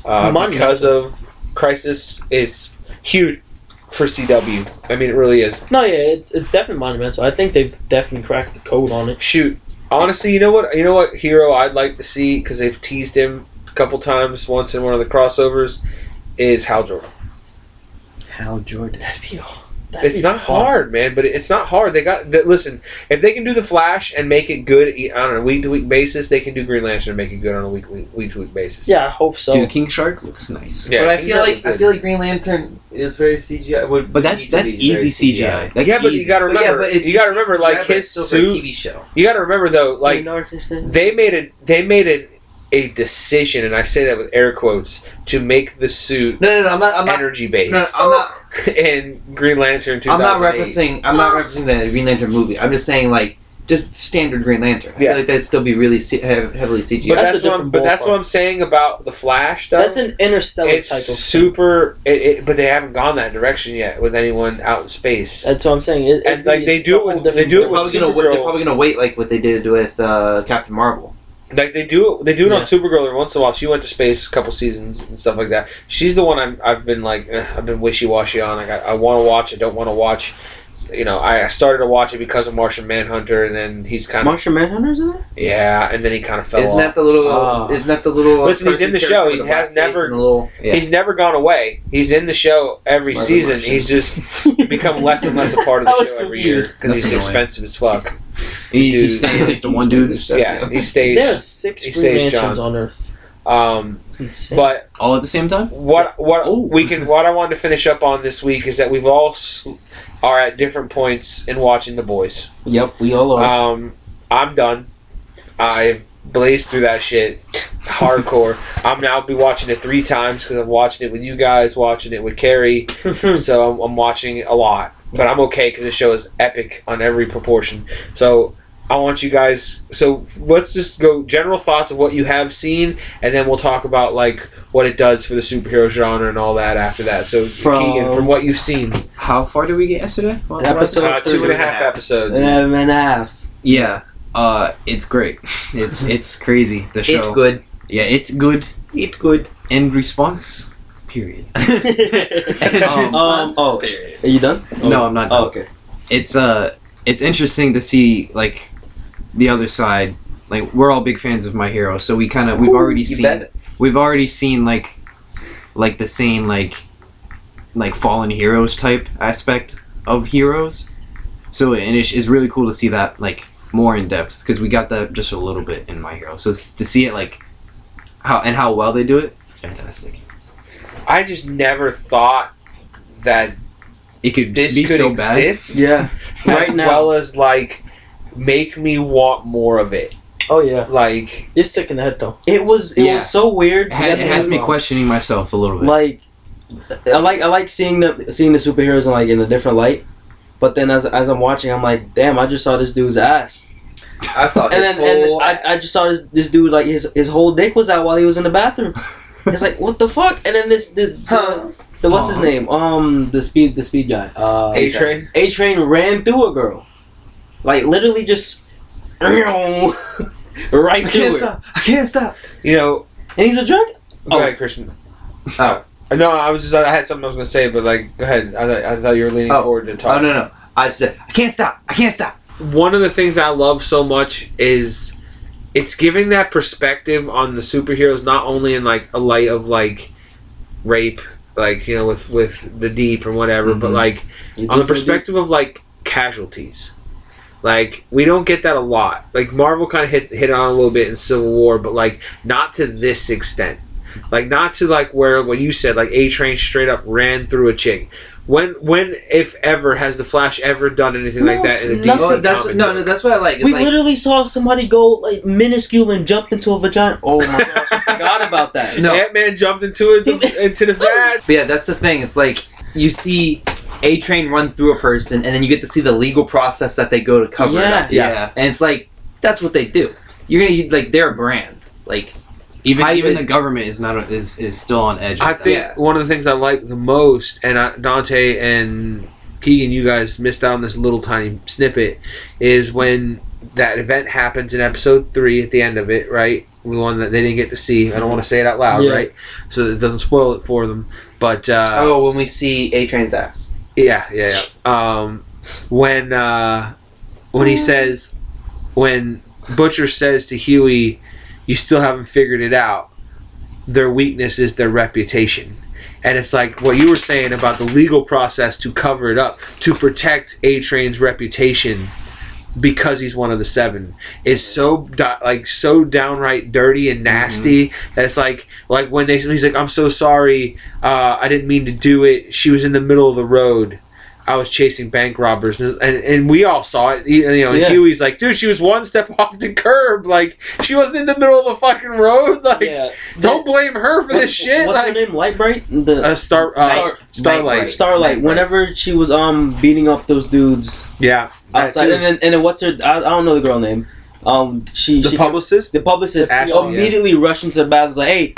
[SPEAKER 3] uh,
[SPEAKER 5] Money.
[SPEAKER 3] because of Crisis is huge for CW. I mean, it really is.
[SPEAKER 5] No, yeah, it's it's definitely monumental. I think they've definitely cracked the code on it.
[SPEAKER 3] Shoot, honestly, you know what? You know what hero I'd like to see because they've teased him a couple times, once in one of the crossovers, is Hal Jordan.
[SPEAKER 7] Hal Jordan.
[SPEAKER 5] That'd be, that'd
[SPEAKER 3] It's
[SPEAKER 5] be
[SPEAKER 3] not
[SPEAKER 5] fun.
[SPEAKER 3] hard, man. But it's not hard. They got that. Listen, if they can do the Flash and make it good e- on a week to week basis, they can do Green Lantern and make it good on a week week to week basis.
[SPEAKER 5] Yeah, I hope so.
[SPEAKER 1] Dude, King Shark looks nice.
[SPEAKER 3] yeah.
[SPEAKER 4] but I
[SPEAKER 3] King
[SPEAKER 4] feel
[SPEAKER 3] Shark
[SPEAKER 4] like
[SPEAKER 3] was
[SPEAKER 4] I feel like Green Lantern is very CGI. Would
[SPEAKER 1] But that's
[SPEAKER 4] need to
[SPEAKER 1] that's
[SPEAKER 4] be very
[SPEAKER 1] easy CGI. That's
[SPEAKER 3] yeah, but you
[SPEAKER 1] easy.
[SPEAKER 3] gotta
[SPEAKER 4] But
[SPEAKER 3] remember.
[SPEAKER 4] yeah, but it's,
[SPEAKER 3] you gotta
[SPEAKER 4] it's-
[SPEAKER 3] remember,
[SPEAKER 4] it's
[SPEAKER 3] like
[SPEAKER 4] CGI, but
[SPEAKER 3] his
[SPEAKER 4] it's still for a
[SPEAKER 3] suit.
[SPEAKER 4] TV show.
[SPEAKER 3] You gotta remember though, like
[SPEAKER 7] They
[SPEAKER 3] they made it. They made it a decision, and I say that with air quotes, to make the suit
[SPEAKER 4] No, no, no. I'm not. I'm not.
[SPEAKER 3] energy
[SPEAKER 4] No, no,
[SPEAKER 3] based.
[SPEAKER 4] I'm not.
[SPEAKER 3] and Green Lantern.
[SPEAKER 4] I'm not
[SPEAKER 3] 2008.
[SPEAKER 4] referencing. I'm not referencing the Green Lantern movie. I'm just saying like just standard Green Lantern. I
[SPEAKER 3] Yeah.
[SPEAKER 4] feel like that'd still be really se- hev- heavily CGI.
[SPEAKER 3] But
[SPEAKER 5] That's
[SPEAKER 3] that's,
[SPEAKER 5] a
[SPEAKER 3] what I'm,
[SPEAKER 5] different
[SPEAKER 3] but that's what
[SPEAKER 5] ballpark.
[SPEAKER 3] I'm saying about the Flash. Though.
[SPEAKER 5] That's an interstellar
[SPEAKER 3] it's
[SPEAKER 5] type of
[SPEAKER 3] super it, it, but they haven't gone that direction yet with anyone out in space
[SPEAKER 5] That's what I'm saying. It,
[SPEAKER 3] And, like, they do it with- they do it
[SPEAKER 4] they're
[SPEAKER 3] with-
[SPEAKER 4] probably gonna wait,
[SPEAKER 3] Supergirl-
[SPEAKER 4] they're probably gonna wait like what they did with uh, Captain Marvel.
[SPEAKER 3] like they do it they do it on
[SPEAKER 5] Yeah.
[SPEAKER 3] supergirl every once in a while she went to space a couple seasons and stuff like that she's the one I'm, i've been like eh, i've been wishy-washy on like i, I want to watch i don't want to watch you know, I I started to watch it because of Martian Manhunter, and then he's kind of
[SPEAKER 5] Martian Manhunter's in there?
[SPEAKER 3] yeah, and then he kind of fell
[SPEAKER 4] Isn't
[SPEAKER 3] off.
[SPEAKER 4] that the little?
[SPEAKER 5] Ah.
[SPEAKER 4] isn't that the little? uh,
[SPEAKER 3] Listen, he's
[SPEAKER 4] person
[SPEAKER 3] in the
[SPEAKER 4] character
[SPEAKER 3] show.
[SPEAKER 4] with
[SPEAKER 3] He
[SPEAKER 4] the
[SPEAKER 3] has
[SPEAKER 4] black face
[SPEAKER 3] never-
[SPEAKER 4] and the little-
[SPEAKER 1] Yeah.
[SPEAKER 3] He's never gone away. He's in the show every
[SPEAKER 4] Marvin
[SPEAKER 3] season.
[SPEAKER 4] Martian.
[SPEAKER 3] He's just become less and less a part of
[SPEAKER 5] I
[SPEAKER 3] the
[SPEAKER 5] was
[SPEAKER 3] show every year
[SPEAKER 5] confused.
[SPEAKER 3] because he's
[SPEAKER 8] That's annoying.
[SPEAKER 3] expensive as fuck.
[SPEAKER 1] He,
[SPEAKER 3] Dude.
[SPEAKER 1] he's staying like the one dude.
[SPEAKER 3] Yeah, he stays.
[SPEAKER 5] There's six
[SPEAKER 3] He
[SPEAKER 5] Green
[SPEAKER 3] says
[SPEAKER 5] Lanterns
[SPEAKER 3] John.
[SPEAKER 5] on Earth.
[SPEAKER 3] Um,
[SPEAKER 5] It's insane.
[SPEAKER 3] but
[SPEAKER 1] All at the same time?
[SPEAKER 3] what what
[SPEAKER 1] Ooh.
[SPEAKER 3] we can what I wanted to finish up on this week is that we've all s are at different points in watching the boys.
[SPEAKER 4] Yep, we all are.
[SPEAKER 3] Um, I'm done. I've blazed through that shit hardcore. I'm now be watching it three times because I'm watching it with you guys, watching it with Carrie. so I'm, I'm watching it a lot, but I'm okay because the show is epic on every proportion. So. I want you guys. So let's just go general thoughts of what you have seen, and then we'll talk about like what it does for the superhero genre and all that after that. So
[SPEAKER 5] From-
[SPEAKER 3] Keegan, from what you've seen,
[SPEAKER 1] How far did we get yesterday? What- what-
[SPEAKER 5] Episode-
[SPEAKER 3] uh, two and a half episodes.
[SPEAKER 5] Um, and a half.
[SPEAKER 1] Yeah. Uh, it's great. It's it's crazy. The show.
[SPEAKER 4] it's good.
[SPEAKER 1] Yeah, it's good.
[SPEAKER 4] It's good.
[SPEAKER 1] End response. Period.
[SPEAKER 8] Just-
[SPEAKER 5] Um, oh, are you done?
[SPEAKER 1] No, I'm not.
[SPEAKER 7] oh,
[SPEAKER 1] Done. okay. It's uh, it's interesting to see like the other side. Like we're all big fans of My Hero, so we kind of we've already
[SPEAKER 4] You
[SPEAKER 1] seen
[SPEAKER 4] bet.
[SPEAKER 1] we've already seen like like the same like like fallen heroes type aspect of heroes. So and it's, it's really cool to see that like more in depth because we got that just a little bit in My Hero. So s- to see it like how and how well they do it, it's fantastic.
[SPEAKER 3] I just never thought that
[SPEAKER 1] It could
[SPEAKER 3] this
[SPEAKER 1] be
[SPEAKER 3] could
[SPEAKER 1] so bad.
[SPEAKER 3] exist
[SPEAKER 5] Yeah.
[SPEAKER 3] as
[SPEAKER 5] Right now.
[SPEAKER 3] well as like make me want more of it.
[SPEAKER 5] Oh, yeah.
[SPEAKER 3] Like
[SPEAKER 5] You're sick in the head, though.
[SPEAKER 9] It was it
[SPEAKER 1] Yeah.
[SPEAKER 9] was so weird.
[SPEAKER 1] It has, it has me questioning myself a little
[SPEAKER 9] uh,
[SPEAKER 1] bit.
[SPEAKER 9] like I like I like seeing the seeing the superheroes in like in a different light. But then as, as I'm watching, I'm like, damn, I just saw this dude's ass.
[SPEAKER 4] I saw
[SPEAKER 9] And then and I, I just saw this, this dude like his his whole dick was out while he was in the bathroom. It's like what the fuck? And then this the, the, the what's his name? Um, the speed the speed guy. Uh,
[SPEAKER 3] A Train.
[SPEAKER 9] A train ran through a girl, like literally just right
[SPEAKER 8] I
[SPEAKER 9] through
[SPEAKER 8] can't
[SPEAKER 9] it. And
[SPEAKER 8] stop. I can't stop.
[SPEAKER 3] You know,
[SPEAKER 9] he's a jerk.
[SPEAKER 3] go
[SPEAKER 9] Oh.
[SPEAKER 3] ahead, Christian.
[SPEAKER 1] Oh.
[SPEAKER 3] No, I was just I had something I was gonna say, but like go ahead. I, thought- I thought you were leaning
[SPEAKER 8] Oh.
[SPEAKER 3] forward to
[SPEAKER 8] Oh
[SPEAKER 3] talk.
[SPEAKER 8] no no! I said I can't stop. I can't stop.
[SPEAKER 3] One of the things I love so much is it's giving that perspective on the superheroes not only in like a light of like rape, like, you know, with with the deep and whatever, but
[SPEAKER 1] Mhm.
[SPEAKER 3] like on the perspective of like casualties. Like we don't get that a lot. Like Marvel kind of hit hit on a little bit in Civil War, but like not to this extent. Like not to like where what you said. Like A Train straight up ran through a chick. When when if ever has the Flash ever done anything like
[SPEAKER 9] No,
[SPEAKER 3] that in a DC
[SPEAKER 9] no,
[SPEAKER 4] Oh, that's
[SPEAKER 3] comic
[SPEAKER 4] no,
[SPEAKER 3] book?
[SPEAKER 4] no. That's what I like. It's
[SPEAKER 9] we
[SPEAKER 4] like
[SPEAKER 9] literally saw somebody go like minuscule and jump into a vagina. Oh my gosh, I forgot about that.
[SPEAKER 8] No.
[SPEAKER 3] Ant Man jumped into it into the Flash.
[SPEAKER 4] But yeah, that's the thing. It's like you see a train run through a person, and then you get to see the legal process that they go to cover it up.
[SPEAKER 1] Yeah.
[SPEAKER 4] And it's like that's what they do. You're gonna like they're a brand. Like
[SPEAKER 1] Even
[SPEAKER 4] I
[SPEAKER 1] even
[SPEAKER 4] would-
[SPEAKER 1] the government is not is is still on edge.
[SPEAKER 3] I
[SPEAKER 1] with that.
[SPEAKER 3] think
[SPEAKER 4] Yeah.
[SPEAKER 3] one of the things I like the most, and I, Dante and Keegan, you guys missed out on this little tiny snippet, is when that event happens in episode three at the end of it, right? The one that they didn't get to see. I don't want to say it out loud,
[SPEAKER 5] Yeah.
[SPEAKER 3] right? So that it doesn't spoil it for them. But uh,
[SPEAKER 4] oh, when we see a train's ass.
[SPEAKER 3] yeah, yeah, yeah. Um, when uh, when he says, when Butcher says to Huey, "You still haven't figured it out. Their weakness is their reputation." And it's like what you were saying about the legal process to cover it up, to protect A Train's reputation because he's one of the seven is so di- like so downright dirty and nasty
[SPEAKER 5] Mm-hmm.
[SPEAKER 3] that it's like like when they he's like I'm so sorry uh, I didn't mean to do it she was in the middle of the road I was chasing bank robbers and and, and we all saw it you know and
[SPEAKER 5] Yeah.
[SPEAKER 3] Huey's like dude she was one step off the curb like she wasn't in the middle of the fucking road like
[SPEAKER 5] Yeah.
[SPEAKER 3] don't blame her for this shit
[SPEAKER 9] What's
[SPEAKER 3] like
[SPEAKER 9] her name? Lightbright. The
[SPEAKER 3] uh, star uh,
[SPEAKER 9] Star-
[SPEAKER 3] starlight
[SPEAKER 9] Starlight. Whenever she was um beating up those dudes
[SPEAKER 3] yeah That's
[SPEAKER 9] outside,
[SPEAKER 3] it.
[SPEAKER 9] and then and then what's her? I, I don't know the girl name. Um, she
[SPEAKER 3] the
[SPEAKER 9] she-
[SPEAKER 3] publicist
[SPEAKER 9] the publicist
[SPEAKER 3] Ashley, yeah.
[SPEAKER 9] immediately rushed into the bathroom. Like, hey,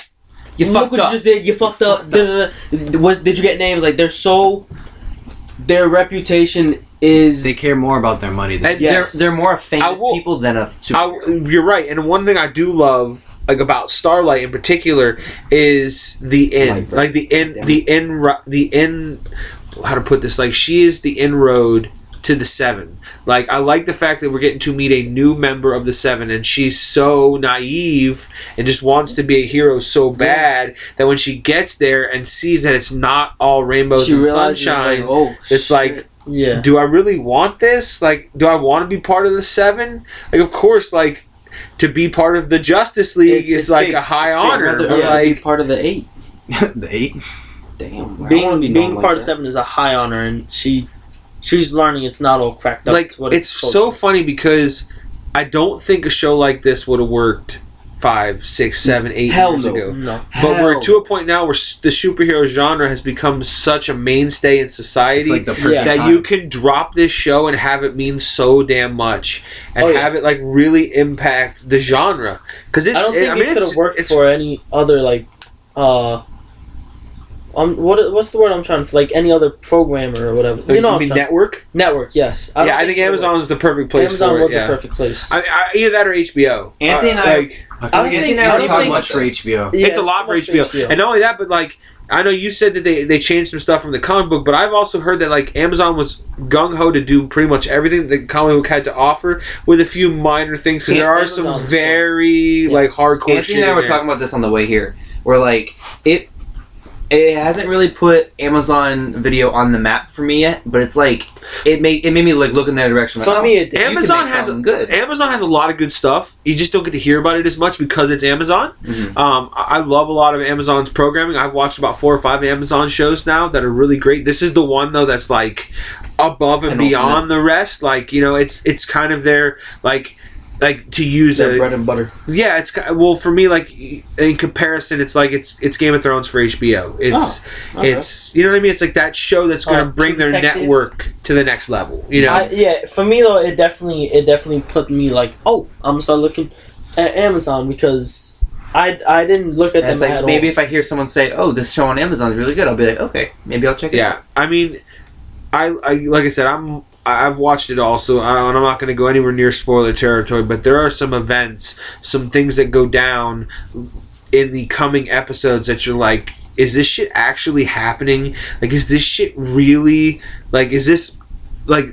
[SPEAKER 4] You
[SPEAKER 9] look
[SPEAKER 4] fucked
[SPEAKER 9] what
[SPEAKER 4] up.
[SPEAKER 9] you just did. You fucked up. da, da, da. Was did you get names? Like they're so. Their reputation is.
[SPEAKER 1] they care more about their money than
[SPEAKER 3] And
[SPEAKER 9] Yes.
[SPEAKER 4] They're they're more famous
[SPEAKER 3] I will-
[SPEAKER 4] people than a
[SPEAKER 3] I,
[SPEAKER 4] super.
[SPEAKER 3] you're right, and one thing I do love, like about Starlight in particular, is the end, like the end, the end, the end. How to put this? Like she is the inroad to the Seven. Like I like the fact that we're getting to meet a new member of the Seven, and she's so naive and just wants to be a hero so bad that when she gets there and sees that it's not all rainbows
[SPEAKER 9] she
[SPEAKER 3] and
[SPEAKER 9] realizes
[SPEAKER 3] sunshine,
[SPEAKER 9] like, oh,
[SPEAKER 3] it's like
[SPEAKER 5] Yeah.
[SPEAKER 3] do I really want this? Like, do I want to be part of the seven? Like, of course, like to be part of the Justice League
[SPEAKER 9] It's-
[SPEAKER 3] is
[SPEAKER 9] it's
[SPEAKER 3] like
[SPEAKER 9] big.
[SPEAKER 3] a high
[SPEAKER 9] It's big.
[SPEAKER 3] honor.
[SPEAKER 9] Whether-
[SPEAKER 3] but,
[SPEAKER 9] yeah, to be
[SPEAKER 3] like,
[SPEAKER 9] part of the eight.
[SPEAKER 1] the eight.
[SPEAKER 9] Damn, I wanna be
[SPEAKER 5] being being
[SPEAKER 9] known like
[SPEAKER 5] part of
[SPEAKER 9] that.
[SPEAKER 5] seven is a high honor, and she she's learning it's not all cracked up.
[SPEAKER 3] like it's
[SPEAKER 5] supposed
[SPEAKER 3] so
[SPEAKER 5] to
[SPEAKER 3] funny because I don't think a show like this would have worked five, six, seven, eight
[SPEAKER 9] Hell
[SPEAKER 3] years
[SPEAKER 9] no.
[SPEAKER 3] ago.
[SPEAKER 5] be. no.
[SPEAKER 3] But we're
[SPEAKER 9] Hell.
[SPEAKER 3] to a point now where s- the superhero genre has become such a mainstay in society.
[SPEAKER 1] It's like the perfect
[SPEAKER 5] Yeah.
[SPEAKER 3] that
[SPEAKER 1] time.
[SPEAKER 3] you can drop this show and have it mean so damn much and
[SPEAKER 5] Oh, yeah.
[SPEAKER 3] have it like really impact the genre because it's
[SPEAKER 5] I don't think
[SPEAKER 3] it, I
[SPEAKER 5] it
[SPEAKER 3] mean
[SPEAKER 5] could
[SPEAKER 3] it's,
[SPEAKER 5] have worked
[SPEAKER 3] it's
[SPEAKER 5] for any other like, uh, um, what what's the word I'm trying to like any other programmer or whatever.
[SPEAKER 3] you
[SPEAKER 5] you know, what I'm
[SPEAKER 3] mean
[SPEAKER 5] trying-
[SPEAKER 3] network
[SPEAKER 5] network. Yes.
[SPEAKER 3] yeah
[SPEAKER 5] don't
[SPEAKER 3] I think
[SPEAKER 5] it would've
[SPEAKER 3] Amazon is the perfect
[SPEAKER 5] worked.
[SPEAKER 3] place
[SPEAKER 5] Amazon
[SPEAKER 3] for
[SPEAKER 5] was
[SPEAKER 3] it, yeah.
[SPEAKER 5] the perfect place.
[SPEAKER 3] I, I, either that or HBO
[SPEAKER 8] Anthony and
[SPEAKER 3] Uh,
[SPEAKER 8] I-
[SPEAKER 3] like,
[SPEAKER 1] I feel like
[SPEAKER 5] don't
[SPEAKER 1] it's
[SPEAKER 5] think- I
[SPEAKER 1] never
[SPEAKER 5] don't
[SPEAKER 1] talked
[SPEAKER 5] think-
[SPEAKER 1] much for HBO.
[SPEAKER 5] Yeah,
[SPEAKER 3] it's a lot
[SPEAKER 5] too
[SPEAKER 3] for
[SPEAKER 5] much
[SPEAKER 3] HBO. and not only that but like I know you said that they, they changed some stuff from the comic book, but I've also heard that like Amazon was gung ho to do pretty much everything that the comic book had to offer, with a few minor things because there are some
[SPEAKER 5] Amazon's so-
[SPEAKER 3] very like
[SPEAKER 5] Yes.
[SPEAKER 3] hardcore.
[SPEAKER 4] Anthony
[SPEAKER 3] shit
[SPEAKER 4] and I
[SPEAKER 3] in
[SPEAKER 4] were
[SPEAKER 3] there.
[SPEAKER 4] talking about this on the way here. We're like, it it hasn't really put Amazon Video on the map for me yet, but it's like it made it made me like look in their direction. Like,
[SPEAKER 5] For
[SPEAKER 4] oh,
[SPEAKER 5] me, it did.
[SPEAKER 4] you can
[SPEAKER 3] Amazon
[SPEAKER 4] make
[SPEAKER 3] has-
[SPEAKER 4] something good.
[SPEAKER 3] Amazon has a lot of good stuff. You just don't get to hear about it as much because it's Amazon.
[SPEAKER 4] Mhm.
[SPEAKER 3] Um, I I love a lot of Amazon's programming. I've watched about four or five Amazon shows now that are really great. This is the one though that's like above and
[SPEAKER 4] Penultimate.
[SPEAKER 3] beyond the rest. Like you know, it's it's kind of their like like to use
[SPEAKER 9] Their
[SPEAKER 3] a
[SPEAKER 9] bread and butter.
[SPEAKER 3] yeah. It's ki- well for me like in comparison, it's like it's it's Game of Thrones for HBO. It's
[SPEAKER 5] Oh, Uh-huh.
[SPEAKER 3] it's you know what I mean. It's like that show that's going
[SPEAKER 5] Uh,
[SPEAKER 3] to bring
[SPEAKER 5] True
[SPEAKER 3] their
[SPEAKER 5] Detective.
[SPEAKER 3] network to the next level. You know,
[SPEAKER 5] I, yeah, for me though, it definitely it definitely put me like, oh, I'm gonna start looking at Amazon because I I didn't look at
[SPEAKER 4] And
[SPEAKER 5] them
[SPEAKER 4] it's like
[SPEAKER 5] at
[SPEAKER 4] maybe
[SPEAKER 5] all.
[SPEAKER 4] if I hear someone say, "Oh, this show on Amazon is really good," I'll be like, "Okay, maybe I'll check it." out.
[SPEAKER 3] Yeah, I mean, I, I like I said, I'm I- I've watched it all, so I, and I'm not going to go anywhere near spoiler territory. But there are some events, some things that go down in the coming episodes that you're like, is this shit actually happening? Like, is this shit really like? Is this like?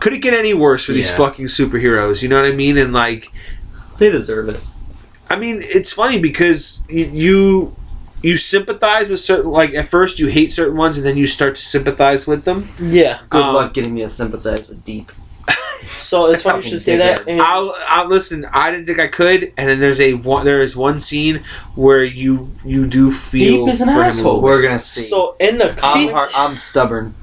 [SPEAKER 3] Could it get any worse for these
[SPEAKER 1] Yeah.
[SPEAKER 3] fucking superheroes? You know what I mean? And like,
[SPEAKER 4] They deserve it.
[SPEAKER 3] I mean, it's funny because you, you you sympathize with certain like at first you hate certain ones and then you start to sympathize with them.
[SPEAKER 5] yeah.
[SPEAKER 4] Good
[SPEAKER 3] Um,
[SPEAKER 4] luck getting me to sympathize with Deep.
[SPEAKER 5] So it's funny you
[SPEAKER 4] Fucking
[SPEAKER 5] should say that.
[SPEAKER 4] dickhead.
[SPEAKER 5] And
[SPEAKER 3] I'll, I'll listen. I didn't think I could, and then there's a one, there is one scene where you you do feel
[SPEAKER 9] Deep is an
[SPEAKER 3] for him a
[SPEAKER 9] asshole.
[SPEAKER 3] little bit.
[SPEAKER 4] We're gonna see.
[SPEAKER 5] so in the
[SPEAKER 4] I'm,
[SPEAKER 5] comic,
[SPEAKER 4] hard, I'm stubborn.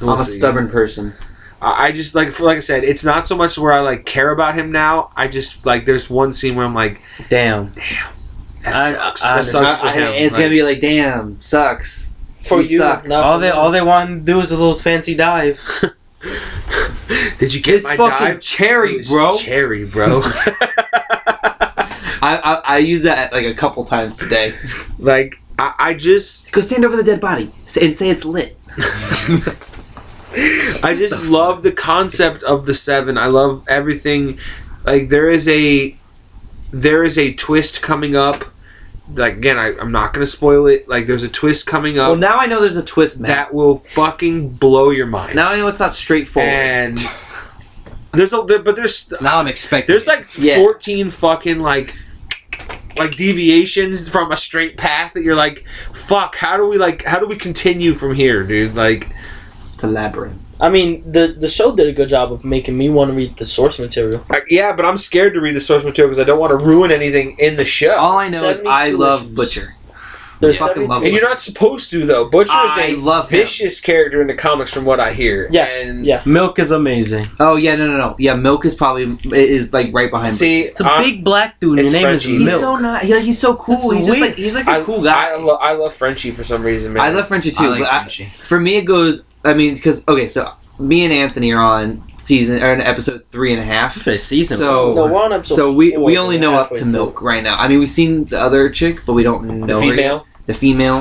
[SPEAKER 3] We'll
[SPEAKER 4] I'm a
[SPEAKER 3] see.
[SPEAKER 4] stubborn person.
[SPEAKER 3] I I just like for, like I said, it's not so much where I like care about him now. I just like there's one scene where I'm like,
[SPEAKER 4] Damn.
[SPEAKER 3] that
[SPEAKER 7] I-
[SPEAKER 3] sucks.
[SPEAKER 7] I-
[SPEAKER 3] that sucks for
[SPEAKER 4] I-
[SPEAKER 3] him.
[SPEAKER 4] It's
[SPEAKER 3] Like,
[SPEAKER 4] gonna be like, "Damn, sucks."
[SPEAKER 5] for
[SPEAKER 4] you
[SPEAKER 5] you,
[SPEAKER 4] suck.
[SPEAKER 5] not
[SPEAKER 7] All
[SPEAKER 5] for
[SPEAKER 7] they
[SPEAKER 5] me.
[SPEAKER 7] all they wanted to do was a little fancy dive.
[SPEAKER 3] Did you get
[SPEAKER 4] It's
[SPEAKER 3] my
[SPEAKER 4] fucking
[SPEAKER 3] dive? It
[SPEAKER 4] cherry,
[SPEAKER 3] was
[SPEAKER 4] bro.
[SPEAKER 3] Cherry, bro.
[SPEAKER 4] I, I I use that like a couple times today.
[SPEAKER 3] like I, I just
[SPEAKER 4] Go stand over the dead body s- and say it's lit.
[SPEAKER 3] I just love the concept of the seven. I love everything. Like there is a there is a twist coming up. Like again, I, I'm not gonna spoil it. Like there's a twist coming up
[SPEAKER 4] Well, now I know there's a twist. Matt.
[SPEAKER 3] that will fucking blow your mind.
[SPEAKER 4] Now I know it's not straightforward.
[SPEAKER 3] and there's a there, but there's
[SPEAKER 1] Now I'm expecting.
[SPEAKER 3] there's
[SPEAKER 1] it.
[SPEAKER 3] like
[SPEAKER 4] Yeah.
[SPEAKER 3] 14 fucking like like deviations from a straight path that you're like fuck how do we like how do we continue from here dude like
[SPEAKER 4] it's a labyrinth.
[SPEAKER 5] I mean, the the show did a good job of making me want to read the source material.
[SPEAKER 3] I- yeah but i'm scared to read the source material because i don't want to ruin anything in the show
[SPEAKER 4] All I know is I
[SPEAKER 5] 72
[SPEAKER 4] love
[SPEAKER 5] issues.
[SPEAKER 4] Butcher.
[SPEAKER 5] There's
[SPEAKER 4] Yeah. Fucking
[SPEAKER 5] seventy
[SPEAKER 4] love
[SPEAKER 5] two.
[SPEAKER 3] and you're not supposed to though butcher is
[SPEAKER 4] Oh, I
[SPEAKER 3] a
[SPEAKER 4] love him.
[SPEAKER 3] vicious character in the comics from what i hear
[SPEAKER 5] Yeah,
[SPEAKER 3] and
[SPEAKER 5] yeah.
[SPEAKER 7] Milk is amazing.
[SPEAKER 4] Oh yeah, no, no, no. Yeah, Milk is probably is like right behind.
[SPEAKER 3] see
[SPEAKER 7] It's a
[SPEAKER 3] I'm-
[SPEAKER 7] big black dude. and
[SPEAKER 3] it's
[SPEAKER 7] His name is
[SPEAKER 3] Frenchie.
[SPEAKER 7] Milk.
[SPEAKER 4] He's so nice. Yeah, he's so cool.
[SPEAKER 7] That's
[SPEAKER 4] he's just
[SPEAKER 7] weird.
[SPEAKER 4] like he's like a
[SPEAKER 3] I,
[SPEAKER 4] cool guy.
[SPEAKER 3] I, lo- I love Frenchie for some reason, man.
[SPEAKER 4] I love Frenchie too.
[SPEAKER 1] I like
[SPEAKER 4] but I-
[SPEAKER 1] Frenchie.
[SPEAKER 4] for me, it goes. I mean, because okay, so me and Anthony are on season or in episode three and a half.
[SPEAKER 7] This season.
[SPEAKER 4] So
[SPEAKER 5] No, we're on episode.
[SPEAKER 4] so we
[SPEAKER 5] four,
[SPEAKER 4] we only
[SPEAKER 5] we're
[SPEAKER 4] know up
[SPEAKER 5] halfway
[SPEAKER 4] to
[SPEAKER 5] through.
[SPEAKER 4] Milk right now. I mean, we've seen the other chick, but we don't know
[SPEAKER 3] the
[SPEAKER 4] her yet.
[SPEAKER 3] female.
[SPEAKER 4] the female.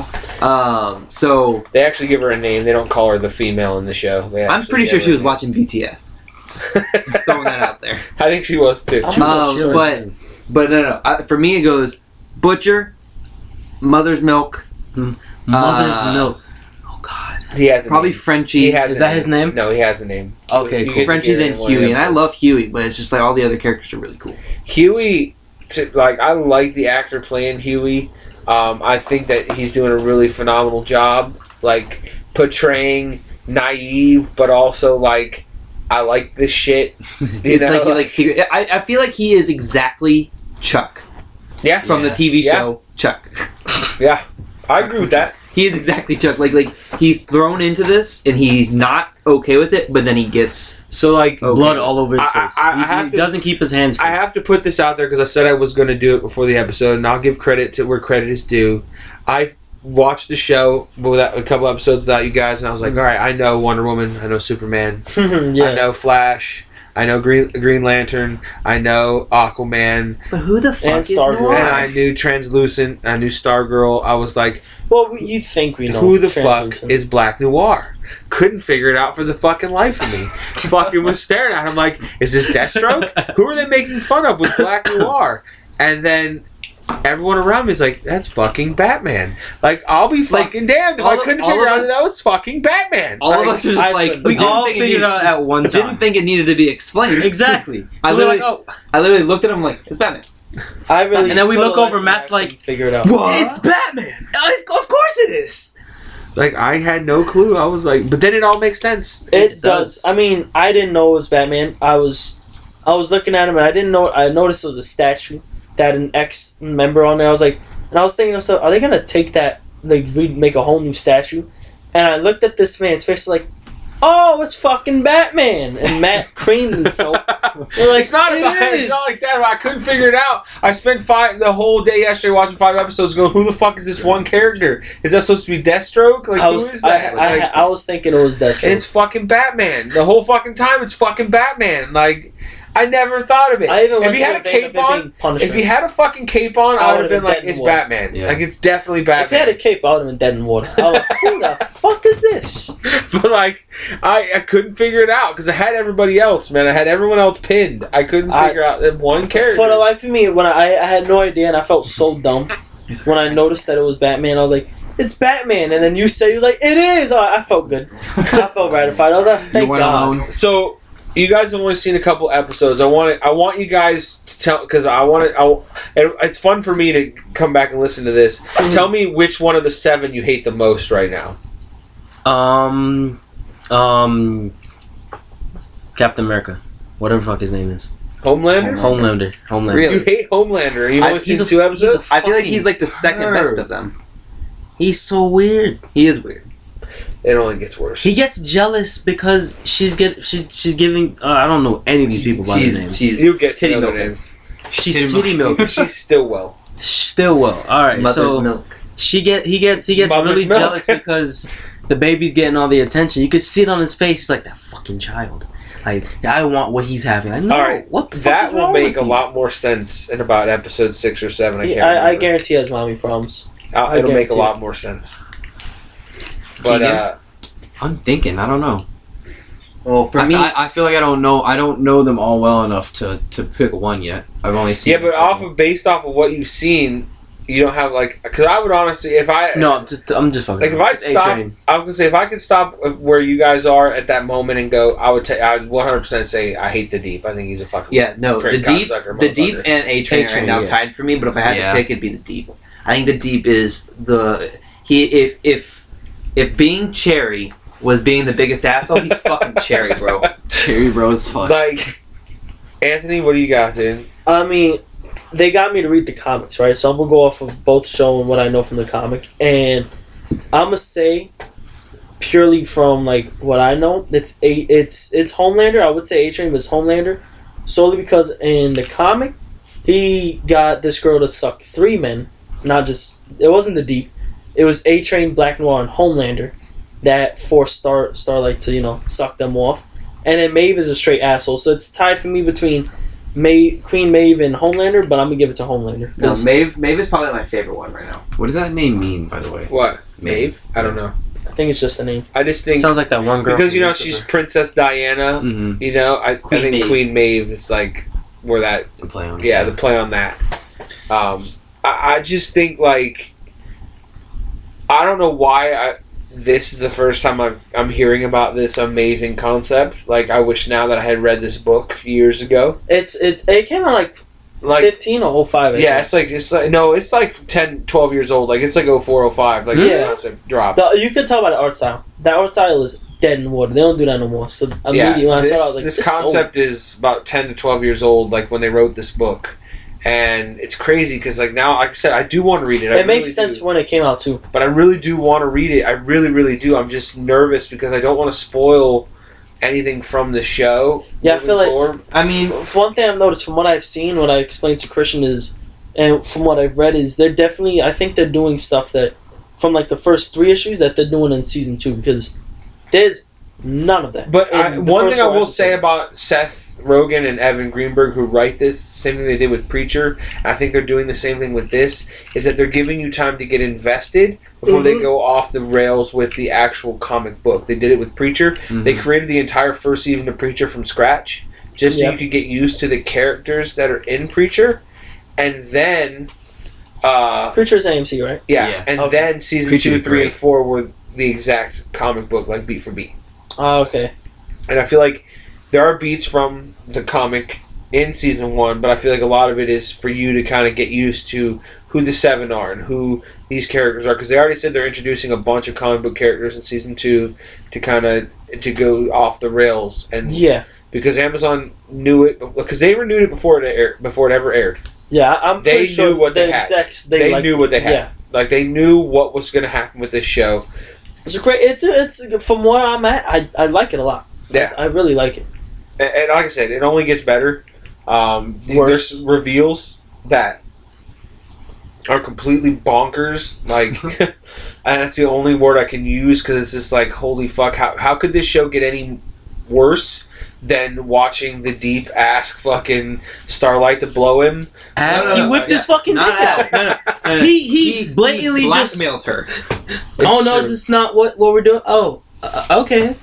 [SPEAKER 4] Um, so
[SPEAKER 3] They actually give her a name. They don't call her the female in the show. They
[SPEAKER 4] I'm
[SPEAKER 3] actually
[SPEAKER 4] pretty sure
[SPEAKER 3] give her
[SPEAKER 4] she
[SPEAKER 3] a
[SPEAKER 4] was
[SPEAKER 3] name.
[SPEAKER 4] watching BTS. Throwing that out there.
[SPEAKER 3] I think she was too.
[SPEAKER 5] I'm not
[SPEAKER 4] Um,
[SPEAKER 5] sure.
[SPEAKER 4] but but no, no. I, for me, it goes butcher, mother's milk.
[SPEAKER 3] Hmm.
[SPEAKER 7] Mother's
[SPEAKER 4] uh,
[SPEAKER 7] Milk.
[SPEAKER 4] Oh God,
[SPEAKER 3] He has a
[SPEAKER 4] Probably
[SPEAKER 3] name.
[SPEAKER 4] Frenchie.
[SPEAKER 3] He has
[SPEAKER 4] is
[SPEAKER 3] a
[SPEAKER 4] that his name?
[SPEAKER 3] No, he has a name.
[SPEAKER 4] Okay,
[SPEAKER 3] You
[SPEAKER 4] cool.
[SPEAKER 3] get to
[SPEAKER 4] Frenchie
[SPEAKER 3] hear it
[SPEAKER 4] then
[SPEAKER 3] in one of the
[SPEAKER 4] Huey, and I
[SPEAKER 3] episodes.
[SPEAKER 4] love Huey, but it's just like all the other characters are really cool.
[SPEAKER 3] Huey, to, like I like the actor playing Huey. Um, I think that he's doing a really phenomenal job, like portraying naive, but also like I like this shit. You
[SPEAKER 4] it's
[SPEAKER 3] know,
[SPEAKER 4] like he like secret. I, I feel like he is exactly Chuck
[SPEAKER 3] yeah,
[SPEAKER 4] from the TV
[SPEAKER 3] Yeah.
[SPEAKER 4] show Chuck.
[SPEAKER 3] I agree with that.
[SPEAKER 4] He is exactly Chuck. Like like he's thrown into this and he's not okay with it, but then he gets
[SPEAKER 3] So like
[SPEAKER 4] Oh, okay.
[SPEAKER 7] Blood all over his
[SPEAKER 3] I- I-
[SPEAKER 7] face.
[SPEAKER 3] I- I
[SPEAKER 7] he he
[SPEAKER 3] have to-
[SPEAKER 7] doesn't keep his hands.
[SPEAKER 3] I
[SPEAKER 7] clean.
[SPEAKER 3] have to put this out there because I said I was going to do it before the episode, and I'll give credit to where credit is due. I've watched the show without a couple episodes without you guys, and I was like, all right, I know Wonder Woman, I know Superman, I
[SPEAKER 5] yeah.
[SPEAKER 3] know Flash, I know Green Green Lantern, I know Aquaman,
[SPEAKER 4] But who the fuck is
[SPEAKER 5] Stargirl.
[SPEAKER 4] Noir?
[SPEAKER 3] and I knew Translucent, I knew Stargirl. I was like,
[SPEAKER 5] Well, we- you think we know
[SPEAKER 3] who the fuck
[SPEAKER 5] Translucent.
[SPEAKER 3] is Black Noir? Couldn't figure it out for the fucking life of me. fucking was staring at him like, is this Deathstroke? Who are they making fun of with Black Noir? And then everyone around me is like, that's fucking Batman. Like, I'll be
[SPEAKER 4] Like,
[SPEAKER 3] fucking damned if
[SPEAKER 4] all
[SPEAKER 3] I
[SPEAKER 4] of-
[SPEAKER 3] couldn't
[SPEAKER 4] all
[SPEAKER 3] figure
[SPEAKER 4] of
[SPEAKER 3] out
[SPEAKER 4] us-
[SPEAKER 3] that that was fucking Batman.
[SPEAKER 4] all
[SPEAKER 3] Like,
[SPEAKER 4] of us are just
[SPEAKER 5] I-
[SPEAKER 4] like
[SPEAKER 5] we
[SPEAKER 4] didn't
[SPEAKER 7] all
[SPEAKER 4] think
[SPEAKER 7] figured
[SPEAKER 4] needed-
[SPEAKER 7] out at one
[SPEAKER 4] Didn't
[SPEAKER 7] time.
[SPEAKER 4] think it needed to be explained.
[SPEAKER 7] exactly. So
[SPEAKER 4] I
[SPEAKER 7] I
[SPEAKER 4] literally-
[SPEAKER 7] literally, like, oh,
[SPEAKER 4] I literally looked at him like it's Batman.
[SPEAKER 5] I really
[SPEAKER 7] And then we
[SPEAKER 5] for the
[SPEAKER 7] look
[SPEAKER 5] life
[SPEAKER 7] over,
[SPEAKER 5] of me,
[SPEAKER 7] Matt's
[SPEAKER 5] I couldn't
[SPEAKER 7] like,
[SPEAKER 5] figure it out.
[SPEAKER 7] what?
[SPEAKER 4] Batman. of course it is.
[SPEAKER 3] like, I had no clue. I was like, but then it all makes sense.
[SPEAKER 5] It, does. I mean, I didn't know it was Batman. I was, I was looking at him, and I didn't know. I noticed it was a statue that had an ex member on there. I was like, and I was thinking to myself, are they gonna take that, like, re- make a whole new statue? And I looked at this man's face, like, oh, it's fucking Batman. And Matt creamed himself. We're like,
[SPEAKER 3] it's not
[SPEAKER 5] "It
[SPEAKER 3] about, it's not like
[SPEAKER 5] is."
[SPEAKER 3] that. I couldn't figure it out. I spent five the whole day yesterday watching five episodes, going, "Who the fuck is this one character? Is that supposed to be Deathstroke? Like,
[SPEAKER 5] I
[SPEAKER 3] who is
[SPEAKER 5] was, I,
[SPEAKER 3] that?"
[SPEAKER 5] I,
[SPEAKER 3] Like,
[SPEAKER 5] I was thinking it was Deathstroke.
[SPEAKER 3] it's fucking Batman. The whole fucking time, it's fucking Batman. Like, I never thought of it.
[SPEAKER 5] I even
[SPEAKER 3] if
[SPEAKER 5] went
[SPEAKER 3] he
[SPEAKER 5] to
[SPEAKER 3] had a
[SPEAKER 5] the thing of
[SPEAKER 3] cape
[SPEAKER 5] it being
[SPEAKER 3] on,
[SPEAKER 5] Punishment.
[SPEAKER 3] if he had a fucking cape on,
[SPEAKER 5] I
[SPEAKER 3] I would have
[SPEAKER 5] would've
[SPEAKER 3] been like,
[SPEAKER 5] been
[SPEAKER 3] "It's
[SPEAKER 5] dead
[SPEAKER 3] Batman.
[SPEAKER 1] Yeah.
[SPEAKER 3] Like, it's definitely Batman."
[SPEAKER 5] If he had a cape, I would have been dead in water. I was like, who the fuck is this?
[SPEAKER 3] but like, I, I couldn't figure it out because I had everybody else, man. I had everyone else pinned. I couldn't
[SPEAKER 5] I-
[SPEAKER 3] figure out that one character.
[SPEAKER 5] For the life of me, when I, I had no idea and I felt so dumb when I noticed that it was Batman, I was like, it's Batman. And then you said, you was like, it is. Oh, I felt good. I felt gratified. I was like,
[SPEAKER 1] You
[SPEAKER 5] thank
[SPEAKER 1] went
[SPEAKER 5] God.
[SPEAKER 1] alone.
[SPEAKER 3] so you guys have only seen a couple episodes. I want I want you guys to tell because I want to. I, it, it's fun for me to come back and listen to this. Tell me which one of the seven you hate the most right now.
[SPEAKER 7] Um, um, Captain America, whatever the fuck his name is,
[SPEAKER 3] Homelander.
[SPEAKER 7] Homelander, Homelander.
[SPEAKER 4] Really?
[SPEAKER 3] You hate Homelander. and You've
[SPEAKER 4] I-
[SPEAKER 3] only
[SPEAKER 4] he's
[SPEAKER 3] seen
[SPEAKER 4] a-
[SPEAKER 3] two episodes.
[SPEAKER 4] I feel like he's like the second
[SPEAKER 7] Fucking
[SPEAKER 4] best
[SPEAKER 7] nerd.
[SPEAKER 4] of them.
[SPEAKER 7] He's so weird.
[SPEAKER 4] He is weird.
[SPEAKER 3] it only gets worse.
[SPEAKER 7] He gets jealous because she's get she's she's giving. Uh, I don't know any of these people by their name.
[SPEAKER 4] She's she's
[SPEAKER 3] you get
[SPEAKER 4] titty
[SPEAKER 3] to know their
[SPEAKER 4] milking.
[SPEAKER 3] names.
[SPEAKER 7] She's
[SPEAKER 1] Titty
[SPEAKER 7] titty milk.
[SPEAKER 3] She's still well.
[SPEAKER 7] Stillwell. All right,
[SPEAKER 4] mother's
[SPEAKER 7] so
[SPEAKER 4] milk.
[SPEAKER 7] she get he gets he gets
[SPEAKER 3] Mother's
[SPEAKER 7] really
[SPEAKER 3] milk.
[SPEAKER 7] jealous because the baby's getting all the attention. You could see it on his face. He's like that fucking child. Like I want what he's having. Like, no,
[SPEAKER 3] All right,
[SPEAKER 7] what the fuck
[SPEAKER 3] That
[SPEAKER 7] is
[SPEAKER 3] will
[SPEAKER 7] wrong
[SPEAKER 3] make
[SPEAKER 7] with
[SPEAKER 3] a
[SPEAKER 7] you?
[SPEAKER 3] lot more sense in about episode six or seven. I can't.
[SPEAKER 5] Yeah, I, I
[SPEAKER 3] remember.
[SPEAKER 5] guarantee he has mommy problems.
[SPEAKER 3] I'll-
[SPEAKER 5] I
[SPEAKER 3] it'll make a
[SPEAKER 5] guarantee
[SPEAKER 3] lot more sense. But
[SPEAKER 4] Keegan?
[SPEAKER 3] uh,
[SPEAKER 1] I'm thinking. I don't know.
[SPEAKER 4] Well, for
[SPEAKER 1] I,
[SPEAKER 4] me,
[SPEAKER 1] I, I feel like I don't know. I don't know them all well enough to to pick one yet. I've only seen.
[SPEAKER 3] yeah, but off of based off of what you've seen, you don't have like because I would honestly if I
[SPEAKER 7] No, I'm just I'm just fucking.
[SPEAKER 3] Like, if I
[SPEAKER 7] It's
[SPEAKER 3] stop-
[SPEAKER 7] A-Train.
[SPEAKER 3] I was gonna say if I could stop where you guys are at that moment and go, I would. Ta- I would one hundred percent say I hate the deep. I think he's a fucking
[SPEAKER 4] yeah, no, the
[SPEAKER 3] prick,
[SPEAKER 4] deep,
[SPEAKER 3] cocksucker,
[SPEAKER 4] the deep,
[SPEAKER 3] motherfucker.
[SPEAKER 4] and A Train right
[SPEAKER 7] A-Train,
[SPEAKER 4] now
[SPEAKER 7] yeah.
[SPEAKER 4] tied for me. But if I had
[SPEAKER 1] Yeah.
[SPEAKER 4] to pick, it'd be the deep. I think the deep is the he. If if if being Cherry was being the biggest asshole, he's fucking Cherry, bro.
[SPEAKER 1] Cherry Bros, fuck.
[SPEAKER 3] Like Anthony, what do you got, dude?
[SPEAKER 5] I mean, they got me to read the comics, right? So I'm gonna go off of both show and what I know from the comic, and I'm gonna say purely from like what I know, it's a it's it's Homelander. I would say A Train was Homelander solely because in the comic he got this girl to suck three men, not just it wasn't the deep, it was A Train, Black Noir, and Homelander that forced Star Starlight to you know suck them off, and then Maeve is a straight asshole, so it's tied for me between. May Queen Maeve and Homelander, but I'm gonna give it to Homelander.
[SPEAKER 4] No,
[SPEAKER 5] 'cause
[SPEAKER 4] Maeve, Maeve is probably my favorite one right now.
[SPEAKER 1] what does that name mean, by the way?
[SPEAKER 3] What Maeve? I don't know.
[SPEAKER 5] I think it's just a name.
[SPEAKER 3] I just think
[SPEAKER 7] Sounds like that one girl
[SPEAKER 3] because you
[SPEAKER 7] from
[SPEAKER 3] know
[SPEAKER 7] Lucifer.
[SPEAKER 3] she's Princess Diana.
[SPEAKER 4] Mm.
[SPEAKER 1] Mm-hmm.
[SPEAKER 3] You know, I, I
[SPEAKER 7] Queen
[SPEAKER 3] think
[SPEAKER 7] Maeve.
[SPEAKER 3] Queen Maeve is like where that
[SPEAKER 1] To play on.
[SPEAKER 3] yeah, the play on that. Um, I, I just think like I don't know why I this is the first time I've, I'm hearing about this amazing concept. Like, I wish now that I had read this book years ago.
[SPEAKER 5] It's it. It came out like,
[SPEAKER 3] Like,
[SPEAKER 5] fifteen or 05. I
[SPEAKER 3] yeah,
[SPEAKER 5] think.
[SPEAKER 3] it's like, it's like, no, it's like 10, 12 years old. Like, it's like 04, 05. Like, this
[SPEAKER 5] Yeah.
[SPEAKER 3] concept dropped.
[SPEAKER 5] The, you could tell by the art style. That art style is dead in the water. They don't do that no more. So immediately
[SPEAKER 3] yeah,
[SPEAKER 5] when I
[SPEAKER 3] this,
[SPEAKER 5] saw it, I was like,
[SPEAKER 3] this
[SPEAKER 5] is old.
[SPEAKER 3] concept is about 10 to 12 years old, like, when they wrote this book. And it's crazy because, like, now, like I said, I do want to read it. I
[SPEAKER 5] It makes
[SPEAKER 3] really do.
[SPEAKER 5] sense when it came out too.
[SPEAKER 3] but I really do want to read it. I really, really do. I'm just nervous because I don't want to spoil anything from the show.
[SPEAKER 5] Yeah, I feel like-
[SPEAKER 4] I mean,
[SPEAKER 5] For one thing I've noticed from what I've seen, what I explained to Christian is, and from what I've read is, they're definitely. I think they're doing stuff that, from like the first three issues that they're doing in season two because, there's none of that.
[SPEAKER 3] But
[SPEAKER 5] in
[SPEAKER 3] I,
[SPEAKER 5] the
[SPEAKER 3] one
[SPEAKER 5] first
[SPEAKER 3] thing I
[SPEAKER 5] four
[SPEAKER 3] will say
[SPEAKER 5] episodes.
[SPEAKER 3] about Seth Rogen and Evan Greenberg, who write this, same thing they did with Preacher. and I think they're doing the same thing with this. Is that they're giving you time to get invested before they
[SPEAKER 5] Mhm.
[SPEAKER 3] go off the rails with the actual comic book. They did it with Preacher. They created the entire first season of Preacher from scratch, just so
[SPEAKER 5] Yeah.
[SPEAKER 3] you could get used to the characters that are in Preacher, and then. Uh,
[SPEAKER 5] Preacher is AMC, right?
[SPEAKER 3] Yeah,
[SPEAKER 1] Yeah.
[SPEAKER 3] and
[SPEAKER 5] Okay.
[SPEAKER 3] then season
[SPEAKER 1] Preacher
[SPEAKER 3] two,
[SPEAKER 1] was
[SPEAKER 3] three,
[SPEAKER 1] great.
[SPEAKER 3] and four were the exact comic book, like beat for beat.
[SPEAKER 5] Ah, okay.
[SPEAKER 3] And I feel like there are beats from the comic in season one, but I feel like a lot of it is for you to kind of get used to who the seven are and who these characters are, because they already said they're introducing a bunch of comic book characters in season two to kind of to go off the rails, and
[SPEAKER 5] Yeah,
[SPEAKER 3] because Amazon knew it, because they renewed it before it aired, before it ever aired.
[SPEAKER 5] yeah. I- I'm
[SPEAKER 3] They
[SPEAKER 5] pretty sure
[SPEAKER 3] knew what they
[SPEAKER 5] the
[SPEAKER 3] had.
[SPEAKER 5] execs,
[SPEAKER 3] They,
[SPEAKER 5] they, like,
[SPEAKER 3] knew what they had.
[SPEAKER 5] Yeah,
[SPEAKER 3] Like they knew what was going to happen with this show.
[SPEAKER 5] it's a great. It's a, it's from where I'm at. I, I like it a lot.
[SPEAKER 3] Yeah.
[SPEAKER 5] I really like it.
[SPEAKER 3] and, and like I said, it only gets better. Um, th-
[SPEAKER 5] Worse.
[SPEAKER 3] There's reveals that are completely bonkers. Like, and that's the only word I can use because it's just like, holy fuck! How how could this show get any worse than watching the deep ask fucking Starlight to blow him?
[SPEAKER 4] ask
[SPEAKER 3] no,
[SPEAKER 4] you
[SPEAKER 3] no,
[SPEAKER 5] he whipped
[SPEAKER 3] yeah.
[SPEAKER 5] his fucking
[SPEAKER 4] Not
[SPEAKER 5] dick out.
[SPEAKER 4] ask. No, no, no, no.
[SPEAKER 7] He- he blatantly just-
[SPEAKER 4] blackmailed her.
[SPEAKER 7] oh no, is this not what what we're doing? Oh, uh, okay.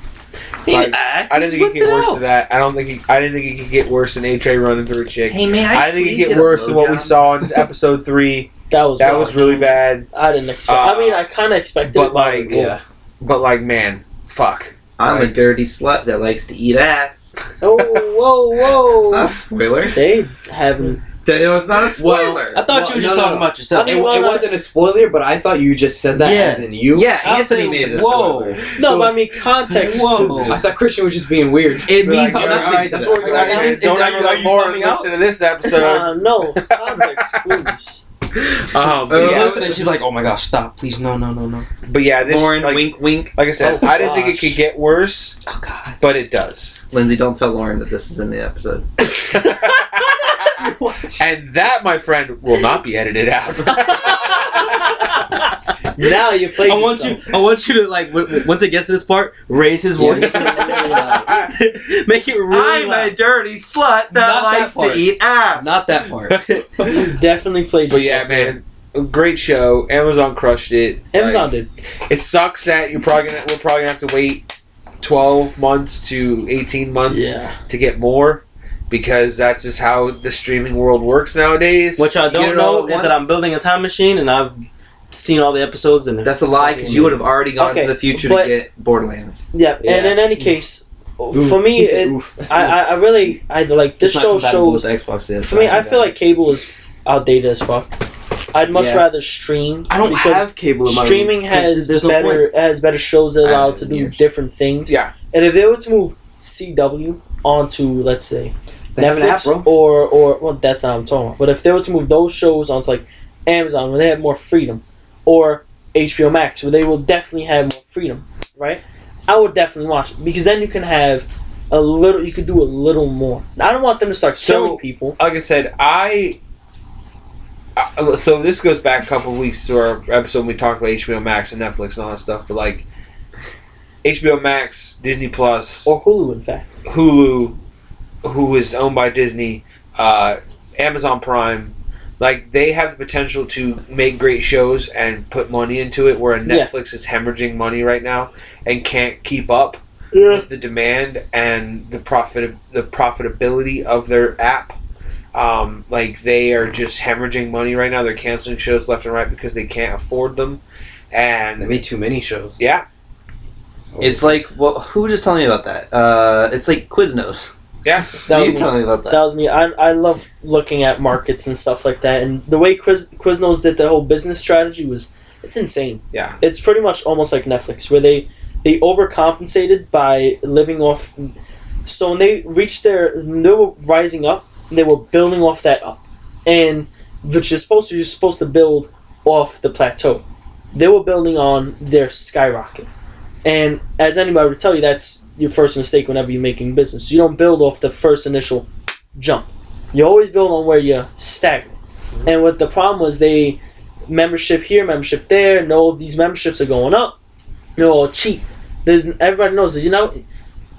[SPEAKER 7] He
[SPEAKER 3] Like,
[SPEAKER 7] I
[SPEAKER 3] I didn't think it
[SPEAKER 7] whipped
[SPEAKER 3] could get
[SPEAKER 7] it
[SPEAKER 3] worse
[SPEAKER 7] out.
[SPEAKER 3] than that. I don't think he, I didn't think it could get worse than A Train running through a chick.
[SPEAKER 4] Hey man,
[SPEAKER 3] I didn't think it could get worse than what we saw in episode three.
[SPEAKER 5] That was
[SPEAKER 3] That was really bad.
[SPEAKER 5] I didn't expect.
[SPEAKER 3] Uh,
[SPEAKER 5] I mean, I kind of expected.
[SPEAKER 3] But
[SPEAKER 5] it, I was
[SPEAKER 3] like,
[SPEAKER 5] "Whoa."
[SPEAKER 3] but like, man, fuck.
[SPEAKER 4] I'm a
[SPEAKER 3] Like-
[SPEAKER 4] dirty slut that likes to eat ass.
[SPEAKER 5] oh, whoa,
[SPEAKER 4] It's
[SPEAKER 5] whoa.
[SPEAKER 4] not a spoiler.
[SPEAKER 5] they haven't.
[SPEAKER 4] It was not a
[SPEAKER 1] Well,
[SPEAKER 4] spoiler.
[SPEAKER 7] I thought you were
[SPEAKER 1] No,
[SPEAKER 7] just
[SPEAKER 1] no,
[SPEAKER 7] talking
[SPEAKER 1] no.
[SPEAKER 7] about yourself.
[SPEAKER 5] I
[SPEAKER 1] It,
[SPEAKER 5] mean,
[SPEAKER 1] it
[SPEAKER 5] why not?
[SPEAKER 1] wasn't a spoiler, but I thought you just said that
[SPEAKER 7] Yeah.
[SPEAKER 1] as in you.
[SPEAKER 4] yeah,
[SPEAKER 7] I was
[SPEAKER 4] Anthony
[SPEAKER 7] saying,
[SPEAKER 4] made it a
[SPEAKER 7] whoa.
[SPEAKER 4] spoiler.
[SPEAKER 5] No,
[SPEAKER 1] So-
[SPEAKER 5] but I mean context.
[SPEAKER 7] Whoa.
[SPEAKER 1] Oh, I thought Christian was just being weird.
[SPEAKER 4] It
[SPEAKER 1] But
[SPEAKER 4] means
[SPEAKER 1] like,
[SPEAKER 4] nothing.
[SPEAKER 1] all right,
[SPEAKER 4] to
[SPEAKER 1] that's
[SPEAKER 4] them.
[SPEAKER 1] what we're gonna
[SPEAKER 7] Is- is
[SPEAKER 3] don't
[SPEAKER 7] that
[SPEAKER 3] ever
[SPEAKER 7] your- are
[SPEAKER 3] let
[SPEAKER 7] you
[SPEAKER 3] Lauren
[SPEAKER 7] coming out?
[SPEAKER 3] listen to this episode.
[SPEAKER 5] Uh, no context clues.
[SPEAKER 3] um,
[SPEAKER 7] She's
[SPEAKER 3] but, yeah,
[SPEAKER 7] listening. She's like, "Oh my gosh, stop, please, no, no, no, no."
[SPEAKER 3] but yeah, this
[SPEAKER 4] Lauren,
[SPEAKER 3] like,
[SPEAKER 4] wink, wink.
[SPEAKER 3] like I said,
[SPEAKER 5] Oh,
[SPEAKER 3] I didn't think it
[SPEAKER 5] gosh.
[SPEAKER 3] could get worse,
[SPEAKER 7] Oh God.
[SPEAKER 3] but it does.
[SPEAKER 4] Lindsay, don't tell Lauren that this is in the episode.
[SPEAKER 3] and that, my friend, will not be edited out.
[SPEAKER 5] now you played
[SPEAKER 7] I want
[SPEAKER 5] yourself.
[SPEAKER 7] you. I want you to like. W- w- once it gets to this part, raise his voice. Make it really loud.
[SPEAKER 4] dirty slut
[SPEAKER 7] Not that part.
[SPEAKER 4] eat ass.
[SPEAKER 7] Not that part.
[SPEAKER 5] You definitely played
[SPEAKER 3] but yeah, man,
[SPEAKER 5] yourself.
[SPEAKER 3] a great show. Amazon crushed it.
[SPEAKER 5] Amazon
[SPEAKER 3] Like,
[SPEAKER 5] did.
[SPEAKER 3] it sucks that you're probably gonna, we're probably gonna have to wait twelve months to eighteen months
[SPEAKER 5] Yeah.
[SPEAKER 3] to get more. Because that's just how the streaming world works nowadays.
[SPEAKER 7] What y'all
[SPEAKER 4] Get
[SPEAKER 7] don't
[SPEAKER 4] it all
[SPEAKER 7] know
[SPEAKER 4] at
[SPEAKER 7] is that
[SPEAKER 4] once.
[SPEAKER 7] I'm building a time machine, and I've seen all the episodes. And
[SPEAKER 4] That's a lie because you would have already gone
[SPEAKER 5] Okay,
[SPEAKER 4] to the future
[SPEAKER 5] but-
[SPEAKER 4] to get Borderlands.
[SPEAKER 5] Yeah, and
[SPEAKER 1] Yeah.
[SPEAKER 5] in any case, for me,
[SPEAKER 1] He said,
[SPEAKER 5] it,
[SPEAKER 1] "Oof."
[SPEAKER 5] I, I, I really, I like this show shows.
[SPEAKER 7] Xbox. Is,
[SPEAKER 5] For me, I feel like cable is outdated as fuck. I'd much
[SPEAKER 1] Yeah.
[SPEAKER 5] rather stream.
[SPEAKER 1] I don't have cable in my room.
[SPEAKER 5] streaming
[SPEAKER 1] 'cause
[SPEAKER 5] has
[SPEAKER 1] there's no point.
[SPEAKER 5] better has better shows that
[SPEAKER 4] I
[SPEAKER 5] allow
[SPEAKER 4] haven't in
[SPEAKER 5] to do
[SPEAKER 4] years.
[SPEAKER 5] different things.
[SPEAKER 3] Yeah.
[SPEAKER 5] And if they were to move CW onto let's say
[SPEAKER 1] They have an app,
[SPEAKER 5] Netflix
[SPEAKER 1] bro.
[SPEAKER 5] or or well that's not what I'm talking about. But if they were to move those shows onto like Amazon where they have more freedom or HBO Max where they will definitely have more freedom, right? I would definitely watch it because then you can have a little you could do a little more. I don't want them to start
[SPEAKER 3] So-
[SPEAKER 5] killing people.
[SPEAKER 3] like I said, I. I- So this goes back a couple weeks to our episode when we talked about HBO Max and Netflix and all that stuff, but like HBO Max, Disney Plus,
[SPEAKER 5] Or Hulu in fact.
[SPEAKER 3] Hulu, who is owned by Disney, uh, Amazon Prime, like they have the potential to make great shows and put money into it, where
[SPEAKER 5] Yeah.
[SPEAKER 3] Netflix is hemorrhaging money right now and can't keep up with the demand and the profit the profitability of their app. Um, like they are just hemorrhaging money right now. They're canceling shows left and right because they can't afford them.
[SPEAKER 1] They
[SPEAKER 3] And
[SPEAKER 1] made too many shows.
[SPEAKER 3] yeah,
[SPEAKER 4] It's like, well, who was just telling me about that? Uh, it's like Quiznos.
[SPEAKER 3] Yeah.
[SPEAKER 5] That
[SPEAKER 4] you
[SPEAKER 5] was-
[SPEAKER 4] telling me about that?
[SPEAKER 5] That was me. I, I love looking at markets and stuff like that. And the way Quiz, Quiznos did the whole business strategy was it's insane.
[SPEAKER 3] Yeah.
[SPEAKER 5] It's pretty much almost like Netflix, where they they overcompensated by living off. So when they reached their, when they were rising up. They were building off that up, and which is supposed to you're supposed to build off the plateau. They were building on their skyrocket. And as anybody would tell you, that's your first mistake whenever you're making business. You don't build off the first initial jump. You always build on where you're stagnant.
[SPEAKER 3] Mm-hmm.
[SPEAKER 5] And what the problem was, they membership here, membership there. No, these memberships are going up. They're all cheap. There's everybody knows that you know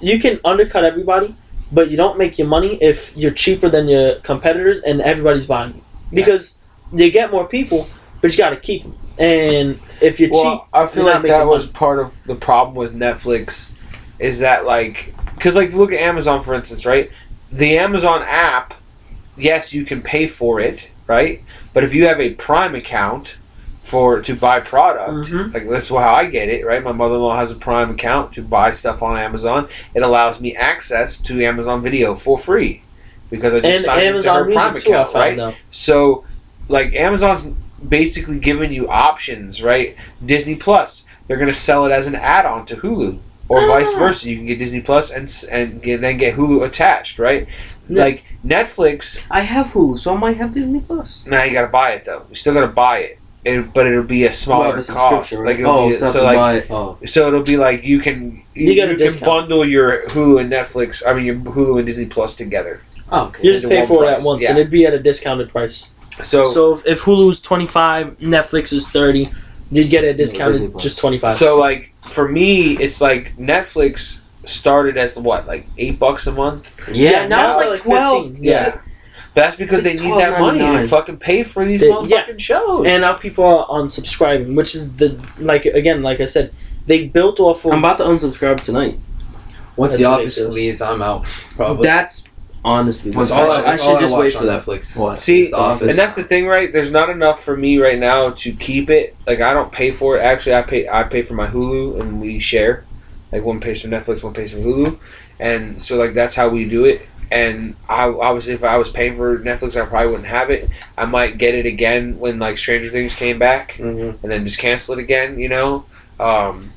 [SPEAKER 5] you can undercut everybody, but you don't make your money if you're cheaper than your competitors and everybody's buying you because you get more people, but you got to keep them. And if you're cheap,
[SPEAKER 3] Well, I feel
[SPEAKER 5] you're
[SPEAKER 3] like
[SPEAKER 5] not
[SPEAKER 3] that
[SPEAKER 5] making
[SPEAKER 3] was part of the problem with Netflix, is that like, because like look at Amazon for instance, right? The Amazon app, yes, you can pay for it, right? But if you have a Prime account for to buy product,
[SPEAKER 5] Mm-hmm.
[SPEAKER 3] like that's how I get it, right? My mother-in-law has a Prime account to buy stuff on Amazon. It allows me access to Amazon Video for free because I just
[SPEAKER 5] and
[SPEAKER 3] signed
[SPEAKER 5] Amazon
[SPEAKER 3] into her Prime
[SPEAKER 5] Music too. I
[SPEAKER 3] account,
[SPEAKER 5] found
[SPEAKER 3] right?
[SPEAKER 5] out.
[SPEAKER 3] So, like Amazon's basically giving you options, right? Disney Plus, they're gonna sell it as an add-on to Hulu,
[SPEAKER 5] Ah.
[SPEAKER 3] or vice versa. You can get Disney Plus and s- and get, then get Hulu attached, right?
[SPEAKER 9] Ne-
[SPEAKER 3] like Netflix,
[SPEAKER 9] I have Hulu, so I might have Disney Plus.
[SPEAKER 3] now you gotta buy it though. You still gotta buy it. It, but it'll be a
[SPEAKER 9] Well,
[SPEAKER 3] smaller
[SPEAKER 9] the
[SPEAKER 3] cost.
[SPEAKER 9] subscription, right?
[SPEAKER 3] Like it'll
[SPEAKER 9] oh,
[SPEAKER 3] be,
[SPEAKER 9] so, I have
[SPEAKER 3] so
[SPEAKER 9] to
[SPEAKER 3] like
[SPEAKER 9] buy it. Oh.
[SPEAKER 3] so it'll be like you can you,
[SPEAKER 5] You get a
[SPEAKER 3] you can
[SPEAKER 5] discount.
[SPEAKER 3] bundle your Hulu and Netflix. I mean your Hulu and Disney Plus together.
[SPEAKER 9] Oh, okay.
[SPEAKER 5] You just
[SPEAKER 3] Into
[SPEAKER 5] pay
[SPEAKER 3] one
[SPEAKER 5] for it at
[SPEAKER 3] price,
[SPEAKER 5] once,
[SPEAKER 3] yeah.
[SPEAKER 5] and it'd be at a discounted price.
[SPEAKER 3] So
[SPEAKER 5] So if, if Hulu's twenty five, Netflix is thirty, you'd get it discounted
[SPEAKER 9] Disney Plus.
[SPEAKER 5] just twenty five.
[SPEAKER 3] So like for me, it's like Netflix started as what like eight bucks a month.
[SPEAKER 9] Yeah, now
[SPEAKER 3] it's
[SPEAKER 9] it's like 12.
[SPEAKER 3] But that's because
[SPEAKER 9] It's
[SPEAKER 3] they need that money
[SPEAKER 9] $12.99.
[SPEAKER 3] to fucking pay for these
[SPEAKER 5] They-
[SPEAKER 3] motherfucking
[SPEAKER 5] yeah.
[SPEAKER 3] shows.
[SPEAKER 5] and now people are unsubscribing, which is the like again, like I said, they built off of
[SPEAKER 9] I'm about to unsubscribe tonight.
[SPEAKER 1] Once
[SPEAKER 5] That's
[SPEAKER 1] the office
[SPEAKER 5] ridiculous.
[SPEAKER 1] leaves, I'm out. Probably.
[SPEAKER 9] That's honestly.
[SPEAKER 1] was
[SPEAKER 9] I,
[SPEAKER 1] all I,
[SPEAKER 9] should- I
[SPEAKER 1] Oh, that's all
[SPEAKER 9] should just
[SPEAKER 1] watch
[SPEAKER 9] wait for
[SPEAKER 1] on
[SPEAKER 9] that.
[SPEAKER 1] Netflix.
[SPEAKER 9] What?
[SPEAKER 3] See,
[SPEAKER 1] It's the office.
[SPEAKER 3] and that's the thing, right? There's not enough for me right now to keep it. Like I don't pay for it. Actually, I pay I pay for my Hulu and we share. Like one pays for Netflix, one pays for Hulu, and so like that's how we do it. And I obviously, if I was paying for Netflix, I probably wouldn't have it. I might get it again when like Stranger Things came back.
[SPEAKER 1] Mhm.
[SPEAKER 3] and then just cancel it again, you know? Um,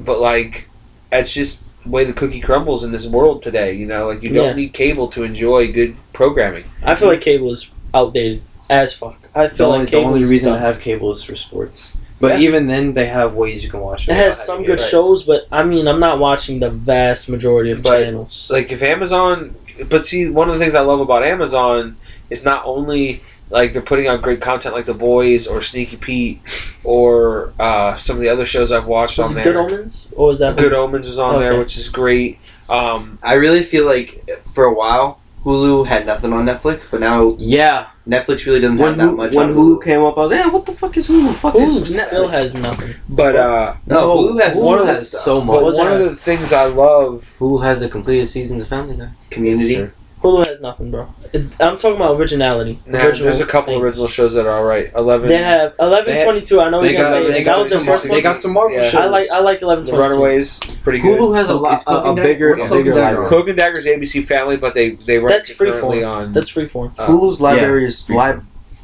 [SPEAKER 3] but like, that's just the way the cookie crumbles in this world today, you know? Like, you don't
[SPEAKER 5] Yeah.
[SPEAKER 3] need cable to enjoy good programming.
[SPEAKER 5] I feel like cable is outdated as fuck. I
[SPEAKER 1] the
[SPEAKER 5] feel
[SPEAKER 1] only,
[SPEAKER 5] like
[SPEAKER 1] the
[SPEAKER 5] cable
[SPEAKER 1] only
[SPEAKER 5] is
[SPEAKER 1] reason
[SPEAKER 5] dumb.
[SPEAKER 1] to have cable is for sports. But even then, they have ways you can watch
[SPEAKER 5] it
[SPEAKER 1] without
[SPEAKER 5] has
[SPEAKER 1] having
[SPEAKER 5] some
[SPEAKER 1] to
[SPEAKER 5] good
[SPEAKER 1] get-
[SPEAKER 5] shows, but I mean, I'm not watching the vast majority of
[SPEAKER 3] But-
[SPEAKER 5] channels.
[SPEAKER 3] Like, if Amazon, but see, one of the things I love about Amazon is not only like they're putting out great content like The Boys or Sneaky Pete or uh, some of the other shows I've watched on
[SPEAKER 5] Was it
[SPEAKER 3] there.
[SPEAKER 5] Good Omens or was that
[SPEAKER 3] Good Omens was on there,
[SPEAKER 5] Okay.
[SPEAKER 3] which is great. Um,
[SPEAKER 4] I really feel like for a while Hulu had nothing on Netflix, but now
[SPEAKER 9] Yeah,
[SPEAKER 4] Netflix really doesn't
[SPEAKER 9] when,
[SPEAKER 4] have that
[SPEAKER 9] Hulu,
[SPEAKER 4] much.
[SPEAKER 9] when
[SPEAKER 4] on
[SPEAKER 9] Hulu came up, I was like, "Yeah, what the fuck is Hulu? Fuck this
[SPEAKER 5] Hulu still
[SPEAKER 9] Netflix."
[SPEAKER 5] has nothing.
[SPEAKER 3] but uh,
[SPEAKER 4] no, Hulu has
[SPEAKER 9] Hulu
[SPEAKER 4] Hulu
[SPEAKER 9] has
[SPEAKER 4] has stuff.
[SPEAKER 9] so
[SPEAKER 3] but
[SPEAKER 9] much.
[SPEAKER 5] was
[SPEAKER 3] one
[SPEAKER 5] that?
[SPEAKER 3] of the things I love
[SPEAKER 9] Hulu has the completed seasons of Family Guy.
[SPEAKER 4] Community.
[SPEAKER 5] Hulu has nothing, bro. It- I'm talking about originality.
[SPEAKER 3] Nah, there's a
[SPEAKER 5] Original
[SPEAKER 3] couple
[SPEAKER 5] things.
[SPEAKER 3] original shows that are all right. Eleven.
[SPEAKER 5] They have eleven
[SPEAKER 1] They-
[SPEAKER 5] twenty two. I know we
[SPEAKER 1] They
[SPEAKER 5] can
[SPEAKER 1] got,
[SPEAKER 5] say
[SPEAKER 1] they,
[SPEAKER 5] that
[SPEAKER 1] got
[SPEAKER 5] was the
[SPEAKER 1] some,
[SPEAKER 5] first
[SPEAKER 1] they
[SPEAKER 5] one.
[SPEAKER 1] got some Marvel
[SPEAKER 3] Yeah.
[SPEAKER 1] shows.
[SPEAKER 5] I like I like eleven
[SPEAKER 3] the
[SPEAKER 5] twenty two.
[SPEAKER 3] Runaways. Pretty good.
[SPEAKER 9] Hulu has a
[SPEAKER 1] Coke-
[SPEAKER 9] lot,
[SPEAKER 1] is Coke
[SPEAKER 9] a, a
[SPEAKER 1] and Dagger-
[SPEAKER 9] bigger, a
[SPEAKER 1] what's Coke
[SPEAKER 9] bigger
[SPEAKER 1] and Dagger
[SPEAKER 9] library.
[SPEAKER 3] Cloak and Dagger's ABC Family, but they they run
[SPEAKER 5] That's
[SPEAKER 3] it
[SPEAKER 5] free
[SPEAKER 3] currently
[SPEAKER 5] form.
[SPEAKER 3] on.
[SPEAKER 5] That's freeform.
[SPEAKER 3] Uh,
[SPEAKER 9] Hulu's
[SPEAKER 1] yeah.
[SPEAKER 9] library is li-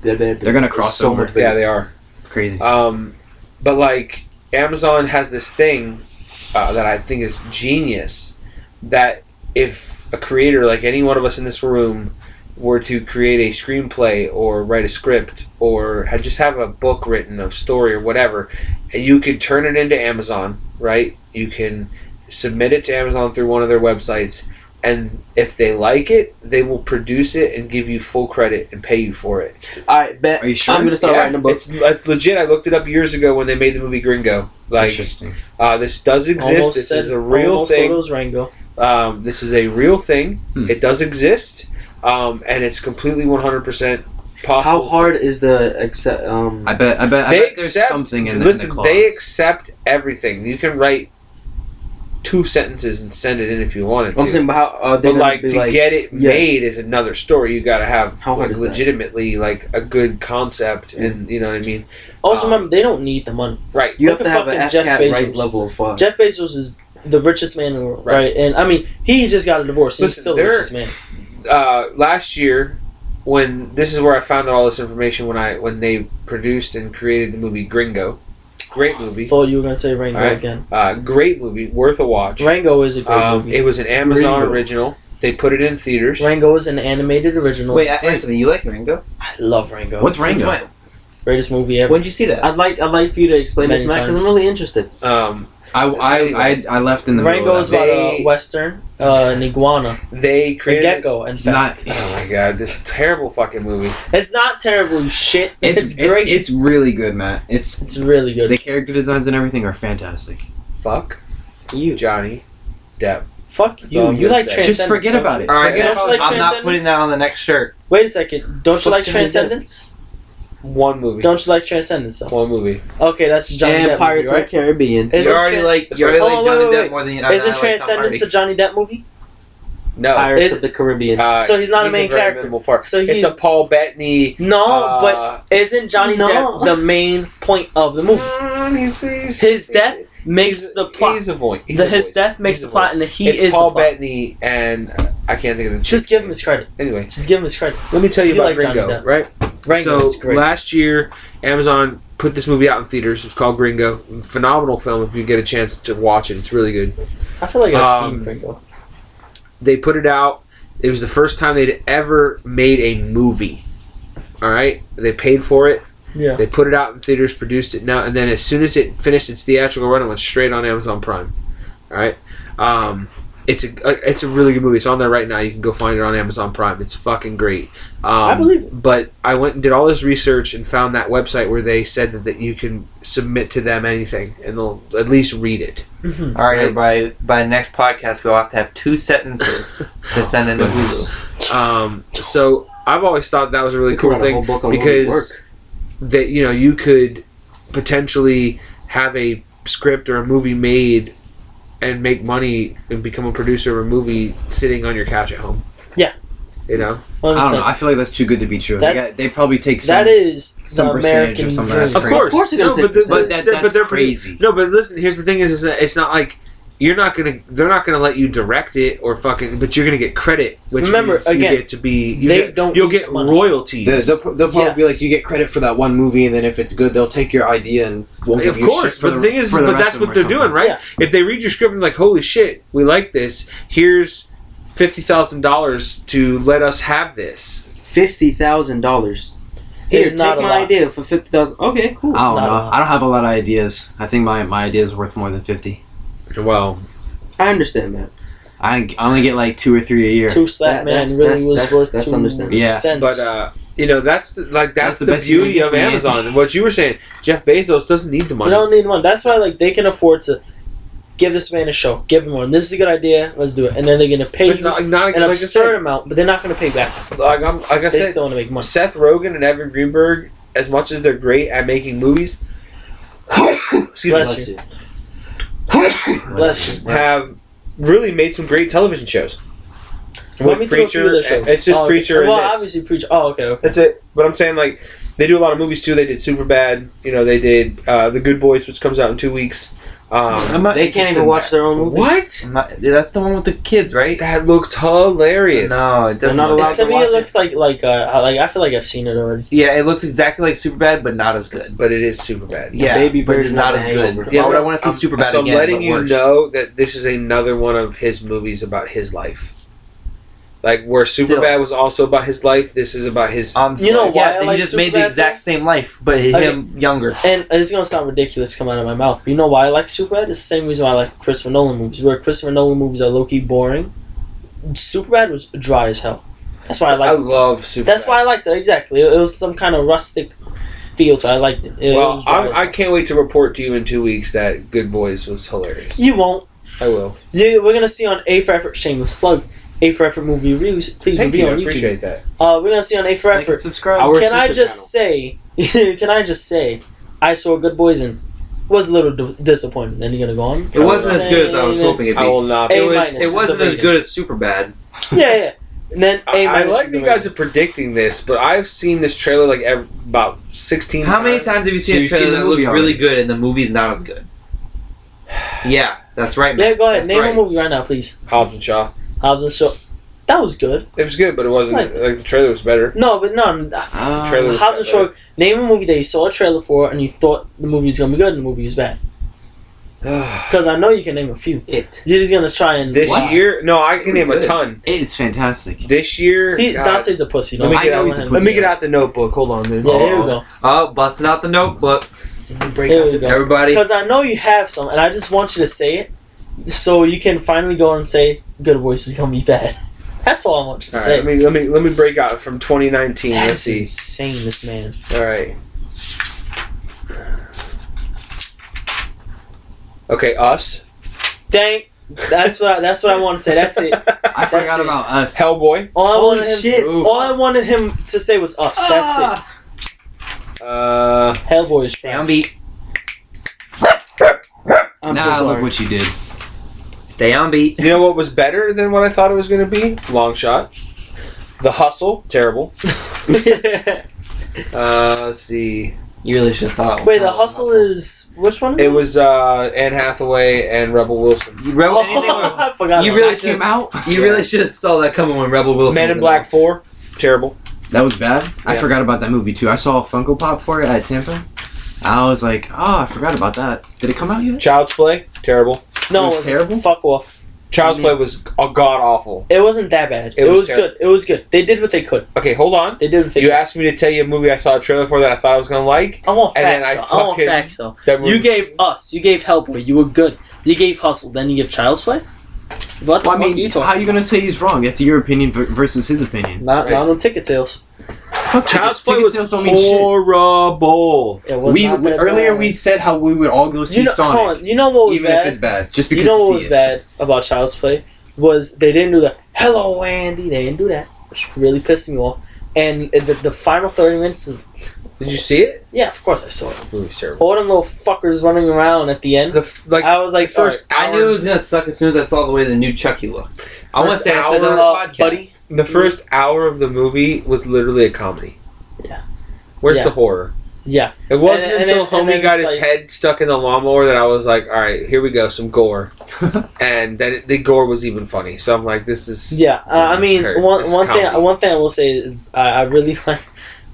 [SPEAKER 9] they're
[SPEAKER 1] They're gonna cross
[SPEAKER 9] so
[SPEAKER 1] over.
[SPEAKER 9] much bigger.
[SPEAKER 3] yeah, they are.
[SPEAKER 1] Crazy.
[SPEAKER 3] Um, but like Amazon has this thing uh, that I think is genius. That if a creator, like any one of us in this room, were to create a screenplay or write a script or had just have a book written of story or whatever, and you could turn it into Amazon, right? You can submit it to Amazon through one of their websites. And if they like it, they will produce it and give you full credit and pay you for it.
[SPEAKER 9] All right, bet.
[SPEAKER 1] Are you sure?
[SPEAKER 9] I'm gonna start
[SPEAKER 3] Yeah,
[SPEAKER 9] writing a book.
[SPEAKER 3] It's, it's legit. I looked it up years ago when they made the movie Gringo. Like,
[SPEAKER 1] Interesting.
[SPEAKER 3] uh, this does exist.
[SPEAKER 5] Almost
[SPEAKER 3] this
[SPEAKER 5] said-
[SPEAKER 3] is a real
[SPEAKER 5] almost thought it
[SPEAKER 3] thing.
[SPEAKER 5] was Rango.
[SPEAKER 3] Um, this is a real thing.
[SPEAKER 1] Hmm.
[SPEAKER 3] It does exist, um, and it's completely 100%
[SPEAKER 9] How
[SPEAKER 3] possible.
[SPEAKER 9] hard is the accept? Um,
[SPEAKER 1] I bet. I bet. I
[SPEAKER 3] they
[SPEAKER 1] bet there's
[SPEAKER 3] accept
[SPEAKER 1] something in the, in
[SPEAKER 3] listen.
[SPEAKER 1] the clause.
[SPEAKER 3] they accept everything. You can write two sentences and send it in if you wanted to.
[SPEAKER 9] I'm saying, but how are they
[SPEAKER 3] but
[SPEAKER 9] gonna
[SPEAKER 3] like
[SPEAKER 9] be
[SPEAKER 3] to
[SPEAKER 9] like?
[SPEAKER 3] get it
[SPEAKER 9] yeah.
[SPEAKER 3] made is another story. You got to have
[SPEAKER 9] How hard
[SPEAKER 3] like,
[SPEAKER 9] is that?
[SPEAKER 3] legitimately like a good concept, and you know what I mean.
[SPEAKER 5] Also,
[SPEAKER 3] Um,
[SPEAKER 5] remember they don't need the money.
[SPEAKER 3] Right.
[SPEAKER 9] you
[SPEAKER 5] look
[SPEAKER 9] have to
[SPEAKER 5] at
[SPEAKER 9] have an
[SPEAKER 5] fucking
[SPEAKER 9] F
[SPEAKER 5] Jeff
[SPEAKER 9] cat
[SPEAKER 5] Bezos.
[SPEAKER 9] right level of fuck.
[SPEAKER 5] Jeff Bezos is the richest man in the world,
[SPEAKER 3] Right.
[SPEAKER 5] right? And I mean, he just got a divorce. he's
[SPEAKER 3] Listen,
[SPEAKER 5] still the
[SPEAKER 3] there-
[SPEAKER 5] richest man.
[SPEAKER 3] uh, last year when this is where I found all this information when I when they produced and created the movie Gringo. Great movie.
[SPEAKER 5] Thought you were gonna say Rango
[SPEAKER 3] Alright.
[SPEAKER 5] again.
[SPEAKER 3] Uh, great movie, worth a watch.
[SPEAKER 5] Rango is a great
[SPEAKER 3] Um,
[SPEAKER 5] movie.
[SPEAKER 3] it was an Amazon
[SPEAKER 9] Gringo.
[SPEAKER 3] original. They put it in theaters.
[SPEAKER 5] Rango is an animated original.
[SPEAKER 4] Wait, uh,
[SPEAKER 5] It's great.
[SPEAKER 4] Anthony, you like Rango?
[SPEAKER 5] I love Rango.
[SPEAKER 1] What's Rango?
[SPEAKER 4] It's fine.
[SPEAKER 5] Greatest movie ever.
[SPEAKER 4] When'd you see that?
[SPEAKER 9] I'd like I'd like for you to explain this,
[SPEAKER 5] Many
[SPEAKER 9] Matt, because I'm
[SPEAKER 5] times.
[SPEAKER 9] really interested.
[SPEAKER 3] Um,
[SPEAKER 1] I, I, I, I left in the middle
[SPEAKER 5] Rango
[SPEAKER 1] of
[SPEAKER 5] is
[SPEAKER 1] that.
[SPEAKER 5] about
[SPEAKER 3] They-
[SPEAKER 5] a western, uh, an iguana,
[SPEAKER 3] they
[SPEAKER 5] a
[SPEAKER 3] created.
[SPEAKER 5] gecko, and
[SPEAKER 1] It's not.
[SPEAKER 3] Oh my god, this terrible fucking movie.
[SPEAKER 5] It's not terrible, you shit.
[SPEAKER 1] It's,
[SPEAKER 5] It's,
[SPEAKER 1] it's
[SPEAKER 5] great. It's,
[SPEAKER 1] It's, really good, Matt. It's
[SPEAKER 5] really good.
[SPEAKER 1] the character designs and everything are fantastic.
[SPEAKER 3] Fuck you, Johnny Depp.
[SPEAKER 5] Fuck
[SPEAKER 3] That's all
[SPEAKER 5] you.
[SPEAKER 3] I'm
[SPEAKER 5] You
[SPEAKER 3] gonna
[SPEAKER 5] like
[SPEAKER 3] say.
[SPEAKER 5] Transcendence.
[SPEAKER 1] Just forget
[SPEAKER 5] don't
[SPEAKER 1] about
[SPEAKER 5] you?
[SPEAKER 1] it. Forget
[SPEAKER 5] Don't
[SPEAKER 1] about
[SPEAKER 5] you like
[SPEAKER 8] I'm not putting
[SPEAKER 5] Transcendence?
[SPEAKER 8] that on the next shirt.
[SPEAKER 5] Wait a second. Don't you
[SPEAKER 9] Fuck
[SPEAKER 5] like
[SPEAKER 9] Johnny Depp.
[SPEAKER 5] Transcendence?
[SPEAKER 3] One movie.
[SPEAKER 5] Don't you like Transcendence? Though?
[SPEAKER 3] One movie.
[SPEAKER 5] Okay, that's Johnny
[SPEAKER 9] and
[SPEAKER 5] Depp movie,
[SPEAKER 9] Pirates
[SPEAKER 5] right?
[SPEAKER 9] of the Caribbean.
[SPEAKER 5] Is
[SPEAKER 8] you
[SPEAKER 5] it
[SPEAKER 8] already
[SPEAKER 5] Tran-
[SPEAKER 8] like you already
[SPEAKER 5] Hold
[SPEAKER 7] Oh,
[SPEAKER 8] like
[SPEAKER 5] on,
[SPEAKER 8] Johnny
[SPEAKER 5] wait, wait,
[SPEAKER 8] Depp
[SPEAKER 5] wait.
[SPEAKER 8] more than
[SPEAKER 4] uh,
[SPEAKER 8] you.
[SPEAKER 5] Isn't Transcendence a Johnny Depp movie?
[SPEAKER 3] No.
[SPEAKER 9] Pirates
[SPEAKER 5] is-
[SPEAKER 9] of the Caribbean.
[SPEAKER 3] Uh,
[SPEAKER 5] so he's not a
[SPEAKER 3] he's
[SPEAKER 5] main
[SPEAKER 3] very
[SPEAKER 5] character.
[SPEAKER 3] minimal part.
[SPEAKER 5] So
[SPEAKER 3] it's
[SPEAKER 5] he's-
[SPEAKER 3] a Paul Bettany.
[SPEAKER 5] No, but
[SPEAKER 3] uh,
[SPEAKER 5] isn't Johnny
[SPEAKER 9] No.
[SPEAKER 5] Depp the main point of the movie?
[SPEAKER 3] mm, he's- he's-
[SPEAKER 5] His
[SPEAKER 3] he's-
[SPEAKER 5] death makes
[SPEAKER 3] he's-
[SPEAKER 5] the plot.
[SPEAKER 3] He's a voice. He's
[SPEAKER 5] the,
[SPEAKER 3] a
[SPEAKER 5] his
[SPEAKER 3] voice.
[SPEAKER 5] death makes
[SPEAKER 3] He's
[SPEAKER 5] the
[SPEAKER 3] a
[SPEAKER 5] plot,
[SPEAKER 3] voice.
[SPEAKER 5] and he
[SPEAKER 3] it's
[SPEAKER 5] is
[SPEAKER 3] Paul
[SPEAKER 5] the plot.
[SPEAKER 3] Bettany and uh, I can't think of the.
[SPEAKER 5] Just
[SPEAKER 3] chick's
[SPEAKER 5] give him
[SPEAKER 3] name.
[SPEAKER 5] his credit.
[SPEAKER 3] Anyway,
[SPEAKER 5] Just give him his credit.
[SPEAKER 3] let me tell you
[SPEAKER 5] You
[SPEAKER 3] about
[SPEAKER 5] like Johnny
[SPEAKER 3] Gringo,
[SPEAKER 5] Depp.
[SPEAKER 3] right?
[SPEAKER 5] Rango is
[SPEAKER 3] so
[SPEAKER 5] great.
[SPEAKER 3] last year, Amazon put this movie out in theaters. It's called Gringo. Phenomenal film. If you get a chance to watch it, it's really good.
[SPEAKER 5] I feel like I've
[SPEAKER 3] um,
[SPEAKER 5] seen Rango.
[SPEAKER 3] They put it out. It was the first time they'd ever made a movie. All right, they paid for it.
[SPEAKER 5] Yeah.
[SPEAKER 3] They put it out in theaters, produced it now, and then as soon as it finished its theatrical run, it went straight on Amazon Prime. All right, um, it's a uh, it's a really good movie. It's on there right now. You can go find it on Amazon Prime. It's fucking great. Um, I
[SPEAKER 5] believe
[SPEAKER 3] But I went and did all this research and found that website where they said that, that you can submit to them anything and they'll at least read it.
[SPEAKER 5] Mm-hmm.
[SPEAKER 4] All right, everybody. By the next podcast, we'll have to have two sentences to send into Hulu.
[SPEAKER 3] Um, so I've always thought that was a really cool
[SPEAKER 9] write a whole
[SPEAKER 3] thing
[SPEAKER 9] book on
[SPEAKER 3] because
[SPEAKER 9] work.
[SPEAKER 3] that you know you could potentially have a script or a movie made and make money and become a producer of a movie sitting on your couch at home.
[SPEAKER 5] Yeah.
[SPEAKER 3] You know,
[SPEAKER 1] I don't know. I feel like that's too good to be true. They,
[SPEAKER 5] That's-
[SPEAKER 1] got, they probably take some.
[SPEAKER 5] That is
[SPEAKER 1] some
[SPEAKER 5] the
[SPEAKER 1] percentage
[SPEAKER 5] American
[SPEAKER 1] of
[SPEAKER 5] dream.
[SPEAKER 1] some of that. Of
[SPEAKER 9] Of course, you're gonna take
[SPEAKER 3] No, but the-
[SPEAKER 1] but
[SPEAKER 9] percentage.
[SPEAKER 1] that,
[SPEAKER 3] they're-
[SPEAKER 1] that's
[SPEAKER 3] but they're pretty-
[SPEAKER 1] crazy.
[SPEAKER 3] No, but listen. Here's the thing: is, is that it's not like you're not gonna. They're not gonna let you direct it or fucking. But you're gonna get credit, which
[SPEAKER 5] Remember,
[SPEAKER 3] means
[SPEAKER 5] again,
[SPEAKER 3] you get to be. You
[SPEAKER 5] they
[SPEAKER 3] get,
[SPEAKER 5] don't
[SPEAKER 3] You'll
[SPEAKER 5] need
[SPEAKER 3] get
[SPEAKER 5] the money.
[SPEAKER 3] royalties.
[SPEAKER 1] They- They'll, pro- they'll probably be
[SPEAKER 5] Yes.
[SPEAKER 1] like, you get credit for that one movie, and then if it's good, they'll take your idea and won't give
[SPEAKER 3] of
[SPEAKER 1] you
[SPEAKER 3] course,
[SPEAKER 1] shit for
[SPEAKER 3] but the thing is,
[SPEAKER 1] for
[SPEAKER 3] but
[SPEAKER 1] rest
[SPEAKER 3] that's
[SPEAKER 1] of them
[SPEAKER 3] what
[SPEAKER 1] or
[SPEAKER 3] they're doing,
[SPEAKER 1] something.
[SPEAKER 3] right?
[SPEAKER 5] Yeah.
[SPEAKER 3] If they read your script and like, holy shit, we like this. Here's fifty thousand dollars to let us have this.
[SPEAKER 9] Fifty thousand dollars. Here,
[SPEAKER 5] It's
[SPEAKER 9] take
[SPEAKER 5] not a
[SPEAKER 9] my
[SPEAKER 5] lot.
[SPEAKER 9] idea for fifty thousand. Okay, cool.
[SPEAKER 1] I don't
[SPEAKER 5] not
[SPEAKER 1] know.
[SPEAKER 5] a lot.
[SPEAKER 1] I don't have a lot of ideas. I think my, my idea is worth more than 50.
[SPEAKER 3] Well,
[SPEAKER 9] I understand that.
[SPEAKER 1] I, I only get like two or three a year.
[SPEAKER 5] Two
[SPEAKER 9] That-
[SPEAKER 5] slap man
[SPEAKER 9] that's-
[SPEAKER 5] really
[SPEAKER 9] that's-
[SPEAKER 5] was
[SPEAKER 9] that's-
[SPEAKER 5] worth
[SPEAKER 9] that's
[SPEAKER 5] two
[SPEAKER 9] understandable.
[SPEAKER 1] Yeah.
[SPEAKER 5] cents.
[SPEAKER 3] but uh, you know that's the, like
[SPEAKER 1] That's
[SPEAKER 3] that's,
[SPEAKER 1] the
[SPEAKER 3] the,
[SPEAKER 1] best you can
[SPEAKER 3] beauty
[SPEAKER 1] get
[SPEAKER 3] of
[SPEAKER 1] from the
[SPEAKER 3] Amazon.
[SPEAKER 1] Amazon.
[SPEAKER 3] And what you were saying, Jeff Bezos doesn't need the
[SPEAKER 5] you
[SPEAKER 3] money.
[SPEAKER 5] don't need one. That's why like they can afford to give this man a show, give him one. This is a good idea. Let's do it, and then they're gonna pay
[SPEAKER 3] But
[SPEAKER 5] you
[SPEAKER 3] not, not
[SPEAKER 5] an
[SPEAKER 3] like I
[SPEAKER 5] absurd
[SPEAKER 3] said,
[SPEAKER 5] amount, but they're not gonna pay back.
[SPEAKER 3] like, I'm, like I
[SPEAKER 5] They
[SPEAKER 3] said,
[SPEAKER 5] still want to make money.
[SPEAKER 3] Seth Rogen and Evan Greenberg, as much as they're great at making movies, excuse me,
[SPEAKER 5] Bless you. Bless you.
[SPEAKER 3] have really made some great television shows. With
[SPEAKER 5] Let me do a few
[SPEAKER 3] Preacher, eh,
[SPEAKER 5] of their shows.
[SPEAKER 3] it's just
[SPEAKER 5] Oh, okay.
[SPEAKER 3] Preacher and
[SPEAKER 5] Well,
[SPEAKER 3] this.
[SPEAKER 5] obviously preacher. Oh, okay, okay.
[SPEAKER 3] That's it. But I'm saying like they do a lot of movies too. They did Superbad. You know, they did uh, The Good Boys, which comes out in two weeks.
[SPEAKER 4] Oh,
[SPEAKER 3] Um,
[SPEAKER 9] They can't even watch their own movie.
[SPEAKER 3] what?
[SPEAKER 4] I'm not- that's the one with the kids, right?
[SPEAKER 3] That looks hilarious.
[SPEAKER 4] No, it doesn't.
[SPEAKER 9] not
[SPEAKER 4] look-
[SPEAKER 9] allowed
[SPEAKER 5] It, to me,
[SPEAKER 9] watch
[SPEAKER 5] it looks like like uh, I- like I feel like I've seen it already.
[SPEAKER 4] Yeah, it looks exactly like Superbad, but not as good.
[SPEAKER 3] But it is Superbad.
[SPEAKER 4] Yeah,
[SPEAKER 9] baby
[SPEAKER 4] but it's
[SPEAKER 9] version
[SPEAKER 4] not
[SPEAKER 9] of
[SPEAKER 4] as
[SPEAKER 9] The
[SPEAKER 4] good.
[SPEAKER 9] Hangover.
[SPEAKER 4] Why would I
[SPEAKER 3] but
[SPEAKER 4] want to see
[SPEAKER 3] I'm-
[SPEAKER 4] Superbad
[SPEAKER 3] so
[SPEAKER 4] again?
[SPEAKER 3] I'm letting
[SPEAKER 4] but
[SPEAKER 3] you
[SPEAKER 4] worse?
[SPEAKER 3] know that this is another one of his movies about his life. Like where
[SPEAKER 4] Still.
[SPEAKER 3] Superbad was also about his life, this is about his.
[SPEAKER 4] Um,
[SPEAKER 5] You know
[SPEAKER 4] yeah,
[SPEAKER 5] why I
[SPEAKER 4] they
[SPEAKER 5] like
[SPEAKER 4] just made the
[SPEAKER 5] Superbad,
[SPEAKER 4] exact same life, but him younger.
[SPEAKER 5] And it's gonna sound ridiculous coming out of my mouth, but you know why I like Superbad? It's the same reason why I like Christopher Nolan movies. Where Christopher Nolan movies are low key boring, Superbad was dry as hell. That's why I
[SPEAKER 3] I
[SPEAKER 5] like.
[SPEAKER 3] love Superbad.
[SPEAKER 5] That's why I liked it exactly. It, it was some kind of rustic feel to. it. I liked it. It
[SPEAKER 3] Well,
[SPEAKER 5] was dry
[SPEAKER 3] I'm,
[SPEAKER 5] as
[SPEAKER 3] I
[SPEAKER 5] hell.
[SPEAKER 3] can't wait to report to you in two weeks that Good Boys was hilarious.
[SPEAKER 5] you won't.
[SPEAKER 3] I will.
[SPEAKER 5] You, we're gonna see on A for Effort shameless plug. A for Effort movie reviews. Please
[SPEAKER 3] Thank
[SPEAKER 5] review
[SPEAKER 3] you. I
[SPEAKER 5] on YouTube.
[SPEAKER 3] appreciate that.
[SPEAKER 5] Uh, we're gonna see on A for
[SPEAKER 1] Like
[SPEAKER 5] Effort.
[SPEAKER 1] and subscribe.
[SPEAKER 9] Our
[SPEAKER 5] can I
[SPEAKER 9] sister
[SPEAKER 5] just say? can I just say? I saw Good Boys and was a little d- disappointment. Then you gonna go on?
[SPEAKER 4] It wasn't as good as I was hoping it'd
[SPEAKER 3] I
[SPEAKER 4] be.
[SPEAKER 3] will not.
[SPEAKER 5] A
[SPEAKER 4] It was.
[SPEAKER 5] minus is
[SPEAKER 4] It
[SPEAKER 5] the
[SPEAKER 4] wasn't as
[SPEAKER 5] rating.
[SPEAKER 4] good as Superbad.
[SPEAKER 5] Yeah, yeah. And then
[SPEAKER 3] I,
[SPEAKER 5] A
[SPEAKER 3] I
[SPEAKER 5] minus.
[SPEAKER 3] like
[SPEAKER 5] is
[SPEAKER 3] that you
[SPEAKER 5] the
[SPEAKER 3] guys are predicting this, but I've seen this trailer like ev about sixteen.
[SPEAKER 4] How many times have you
[SPEAKER 1] So
[SPEAKER 4] seen a
[SPEAKER 1] you've
[SPEAKER 4] trailer
[SPEAKER 1] seen the
[SPEAKER 4] that
[SPEAKER 1] movie
[SPEAKER 4] looks
[SPEAKER 1] already.
[SPEAKER 4] really good and the movie's not as good? Yeah, that's right.
[SPEAKER 5] rating.
[SPEAKER 4] Man.
[SPEAKER 5] Yeah, go ahead.
[SPEAKER 4] That's
[SPEAKER 5] Name
[SPEAKER 4] right.
[SPEAKER 5] a movie right now, please.
[SPEAKER 3] Hobbs and Shaw.
[SPEAKER 5] Hobbs and Shaw. That was good.
[SPEAKER 3] It was good, but it wasn't
[SPEAKER 5] Right.
[SPEAKER 3] like the trailer was better.
[SPEAKER 5] No, but no. I-
[SPEAKER 3] The trailer was
[SPEAKER 5] Ah, Hobbs and
[SPEAKER 3] better.
[SPEAKER 5] Shaw. Name a movie that you saw a trailer for and you thought the movie was gonna be good and the movie was bad. Because I know you can name a few.
[SPEAKER 9] It.
[SPEAKER 5] You're just gonna try and.
[SPEAKER 3] This
[SPEAKER 1] What?
[SPEAKER 3] year, no, I
[SPEAKER 4] It
[SPEAKER 3] can
[SPEAKER 4] was
[SPEAKER 3] name
[SPEAKER 4] good.
[SPEAKER 3] a ton.
[SPEAKER 1] It's fantastic.
[SPEAKER 3] This year,
[SPEAKER 5] He,
[SPEAKER 3] God.
[SPEAKER 5] Dante's a pussy.
[SPEAKER 3] Let
[SPEAKER 5] No,
[SPEAKER 3] me
[SPEAKER 1] I
[SPEAKER 3] get
[SPEAKER 1] know
[SPEAKER 3] out-
[SPEAKER 1] he's a
[SPEAKER 3] let
[SPEAKER 1] pussy.
[SPEAKER 3] me get out the notebook. Hold on, dude.
[SPEAKER 5] Yeah, there we go.
[SPEAKER 4] Oh, busting out the notebook,
[SPEAKER 9] Break
[SPEAKER 5] There
[SPEAKER 9] out
[SPEAKER 5] we
[SPEAKER 9] the-
[SPEAKER 5] go.
[SPEAKER 4] everybody.
[SPEAKER 5] Because I know you have some, and I just want you to say it, so you can finally go and say, "Good voice is gonna be bad." That's all I want you to
[SPEAKER 3] All right,
[SPEAKER 5] say.
[SPEAKER 3] let me let me let me break out from 2019. Let's
[SPEAKER 5] That's
[SPEAKER 3] see.
[SPEAKER 5] insane, this man.
[SPEAKER 3] All right. Okay, us.
[SPEAKER 5] Dang, that's what I, that's what I want to say. That's it.
[SPEAKER 1] I forgot
[SPEAKER 5] it.
[SPEAKER 1] about us.
[SPEAKER 3] Hellboy.
[SPEAKER 5] All I
[SPEAKER 9] Holy
[SPEAKER 5] wanted him,
[SPEAKER 9] shit.
[SPEAKER 4] Oof.
[SPEAKER 5] all I wanted him to say was us. That's
[SPEAKER 9] Ah!
[SPEAKER 3] Uh,
[SPEAKER 5] it. Hellboy is trash.
[SPEAKER 4] Downbeat.
[SPEAKER 9] I'm
[SPEAKER 1] now
[SPEAKER 9] so
[SPEAKER 1] look
[SPEAKER 9] sorry.
[SPEAKER 1] what you did.
[SPEAKER 4] Stay on beat.
[SPEAKER 3] you know what was better than what I thought it was going to be? Long shot. The hustle, terrible. Uh, let's see.
[SPEAKER 4] You really should have saw it.
[SPEAKER 5] Wait, the hustle is which one? Is
[SPEAKER 3] It was uh, Anne Hathaway and Rebel Wilson.
[SPEAKER 4] You Rebel,
[SPEAKER 5] Oh, I forgot.
[SPEAKER 4] You
[SPEAKER 5] about
[SPEAKER 4] really
[SPEAKER 1] That came
[SPEAKER 4] just-
[SPEAKER 1] out.
[SPEAKER 4] you really should have saw that coming when Rebel Wilson.
[SPEAKER 3] Men
[SPEAKER 4] was
[SPEAKER 3] in Black
[SPEAKER 4] announced.
[SPEAKER 3] Four, terrible.
[SPEAKER 1] That was bad. I
[SPEAKER 3] Yeah.
[SPEAKER 1] forgot about that movie too. I saw a Funko Pop for it at Tampa. I was like, oh, I forgot about that. Did it come out yet?
[SPEAKER 3] Child's Play, terrible.
[SPEAKER 5] that. no,
[SPEAKER 1] it was
[SPEAKER 5] it was
[SPEAKER 1] terrible?
[SPEAKER 5] Fuck off.
[SPEAKER 3] Child's Play was uh, god awful.
[SPEAKER 5] It wasn't that bad.
[SPEAKER 3] It
[SPEAKER 5] It,
[SPEAKER 3] was
[SPEAKER 5] was,
[SPEAKER 3] terrible.
[SPEAKER 5] good. It was good. They did what they could.
[SPEAKER 3] Okay, hold on.
[SPEAKER 5] They did what they
[SPEAKER 3] You
[SPEAKER 5] could.
[SPEAKER 3] asked me to tell you a movie I saw a trailer for that I thought I was going to like.
[SPEAKER 5] I want
[SPEAKER 3] and then
[SPEAKER 5] facts.
[SPEAKER 3] I
[SPEAKER 5] though. I want
[SPEAKER 3] fucking-
[SPEAKER 5] facts though.
[SPEAKER 3] That movie
[SPEAKER 5] You gave us. You gave Hellboy. You were good. You gave Hustle. Then you give Child's Play. What the
[SPEAKER 1] Well, I
[SPEAKER 5] fuck
[SPEAKER 1] mean,
[SPEAKER 5] are you
[SPEAKER 1] how
[SPEAKER 5] talking?
[SPEAKER 1] you gonna say he's wrong? It's your opinion ver- versus his opinion.
[SPEAKER 5] Not,
[SPEAKER 3] Right.
[SPEAKER 5] not on ticket sales.
[SPEAKER 1] Fuck
[SPEAKER 3] Child's
[SPEAKER 1] tickets.
[SPEAKER 3] Play
[SPEAKER 1] Ticket
[SPEAKER 3] was
[SPEAKER 1] sales don't mean shit.
[SPEAKER 3] horrible.
[SPEAKER 5] It was
[SPEAKER 1] We
[SPEAKER 5] not
[SPEAKER 1] we-
[SPEAKER 5] that
[SPEAKER 1] earlier
[SPEAKER 5] bad.
[SPEAKER 1] we said how we would all go see
[SPEAKER 5] you know,
[SPEAKER 1] Sonic,
[SPEAKER 5] hold on, you know what was
[SPEAKER 1] even
[SPEAKER 5] bad?
[SPEAKER 1] if it's bad, just because
[SPEAKER 5] you know
[SPEAKER 1] to
[SPEAKER 5] what
[SPEAKER 1] see
[SPEAKER 5] was
[SPEAKER 1] it.
[SPEAKER 5] bad about Child's Play was they didn't do the "Hello, Andy." They didn't do that, which really pissed me off. And the, the final thirty minutes is
[SPEAKER 3] Did you see it?
[SPEAKER 5] yeah, of course I saw it.
[SPEAKER 3] Movie terrible.
[SPEAKER 5] All them little fuckers running around at the end.
[SPEAKER 3] The f- like
[SPEAKER 5] I was like, first,
[SPEAKER 4] I knew it was gonna suck as soon as I saw the way the new Chucky looked. I want to
[SPEAKER 3] First
[SPEAKER 4] say I said that
[SPEAKER 3] hour,
[SPEAKER 4] on the
[SPEAKER 5] uh,
[SPEAKER 4] podcast.
[SPEAKER 5] buddy.
[SPEAKER 3] The first hour of the movie was literally a comedy.
[SPEAKER 5] Yeah.
[SPEAKER 3] Where's
[SPEAKER 5] Yeah.
[SPEAKER 3] the horror?
[SPEAKER 5] Yeah.
[SPEAKER 3] It wasn't
[SPEAKER 5] And- and
[SPEAKER 3] until
[SPEAKER 5] then- and
[SPEAKER 3] homie
[SPEAKER 5] then
[SPEAKER 3] got
[SPEAKER 5] it's
[SPEAKER 3] his
[SPEAKER 5] like-
[SPEAKER 3] head stuck in the lawnmower that I was like, all right, here we go, some gore. and then it, the gore was even funny. So I'm like, this is.
[SPEAKER 5] Yeah, uh, I mean,
[SPEAKER 3] Kurt,
[SPEAKER 5] one
[SPEAKER 3] it's
[SPEAKER 5] one thing
[SPEAKER 3] comedy.
[SPEAKER 5] one thing I will say is I, I really like.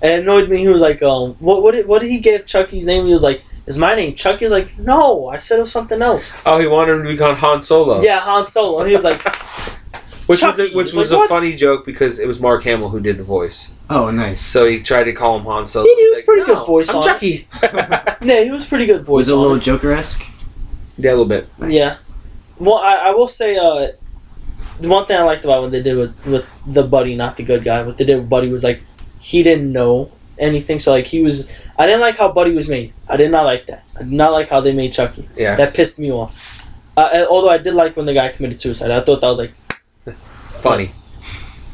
[SPEAKER 5] It annoyed me. He was like, um, what what did, what did he give Chucky's name? He was like, is my name Chucky? He was like, no, I said it was something else.
[SPEAKER 3] Oh, he wanted him to be called Han Solo.
[SPEAKER 5] Yeah, Han Solo. He was like,
[SPEAKER 3] Which was
[SPEAKER 5] Chucky.
[SPEAKER 3] a, which
[SPEAKER 5] It's
[SPEAKER 3] was a
[SPEAKER 5] like, what?
[SPEAKER 3] funny joke because it was Mark Hamill who did the voice.
[SPEAKER 1] Oh, nice.
[SPEAKER 3] So he tried to call him Han Solo.
[SPEAKER 5] He- he
[SPEAKER 3] He's
[SPEAKER 5] was
[SPEAKER 3] like,
[SPEAKER 5] pretty good
[SPEAKER 3] "No,
[SPEAKER 5] voice
[SPEAKER 3] I'm
[SPEAKER 5] on it."
[SPEAKER 3] Chucky. yeah,
[SPEAKER 5] yeah, he was pretty good voice.
[SPEAKER 1] Was it a
[SPEAKER 5] on
[SPEAKER 1] little
[SPEAKER 5] it.
[SPEAKER 1] Joker esque?
[SPEAKER 3] a little bit.
[SPEAKER 5] Yeah. Well, I, I will say uh, the one thing I liked about what they did with, with the buddy, not the good guy, what they did with Buddy was like he didn't know anything. So like he was, I didn't like how Buddy was made. I did not like that. I did not like how they made Chucky.
[SPEAKER 3] Yeah.
[SPEAKER 5] That pissed me off. Uh, and although I did like when the guy committed suicide, I thought that was like
[SPEAKER 3] Funny.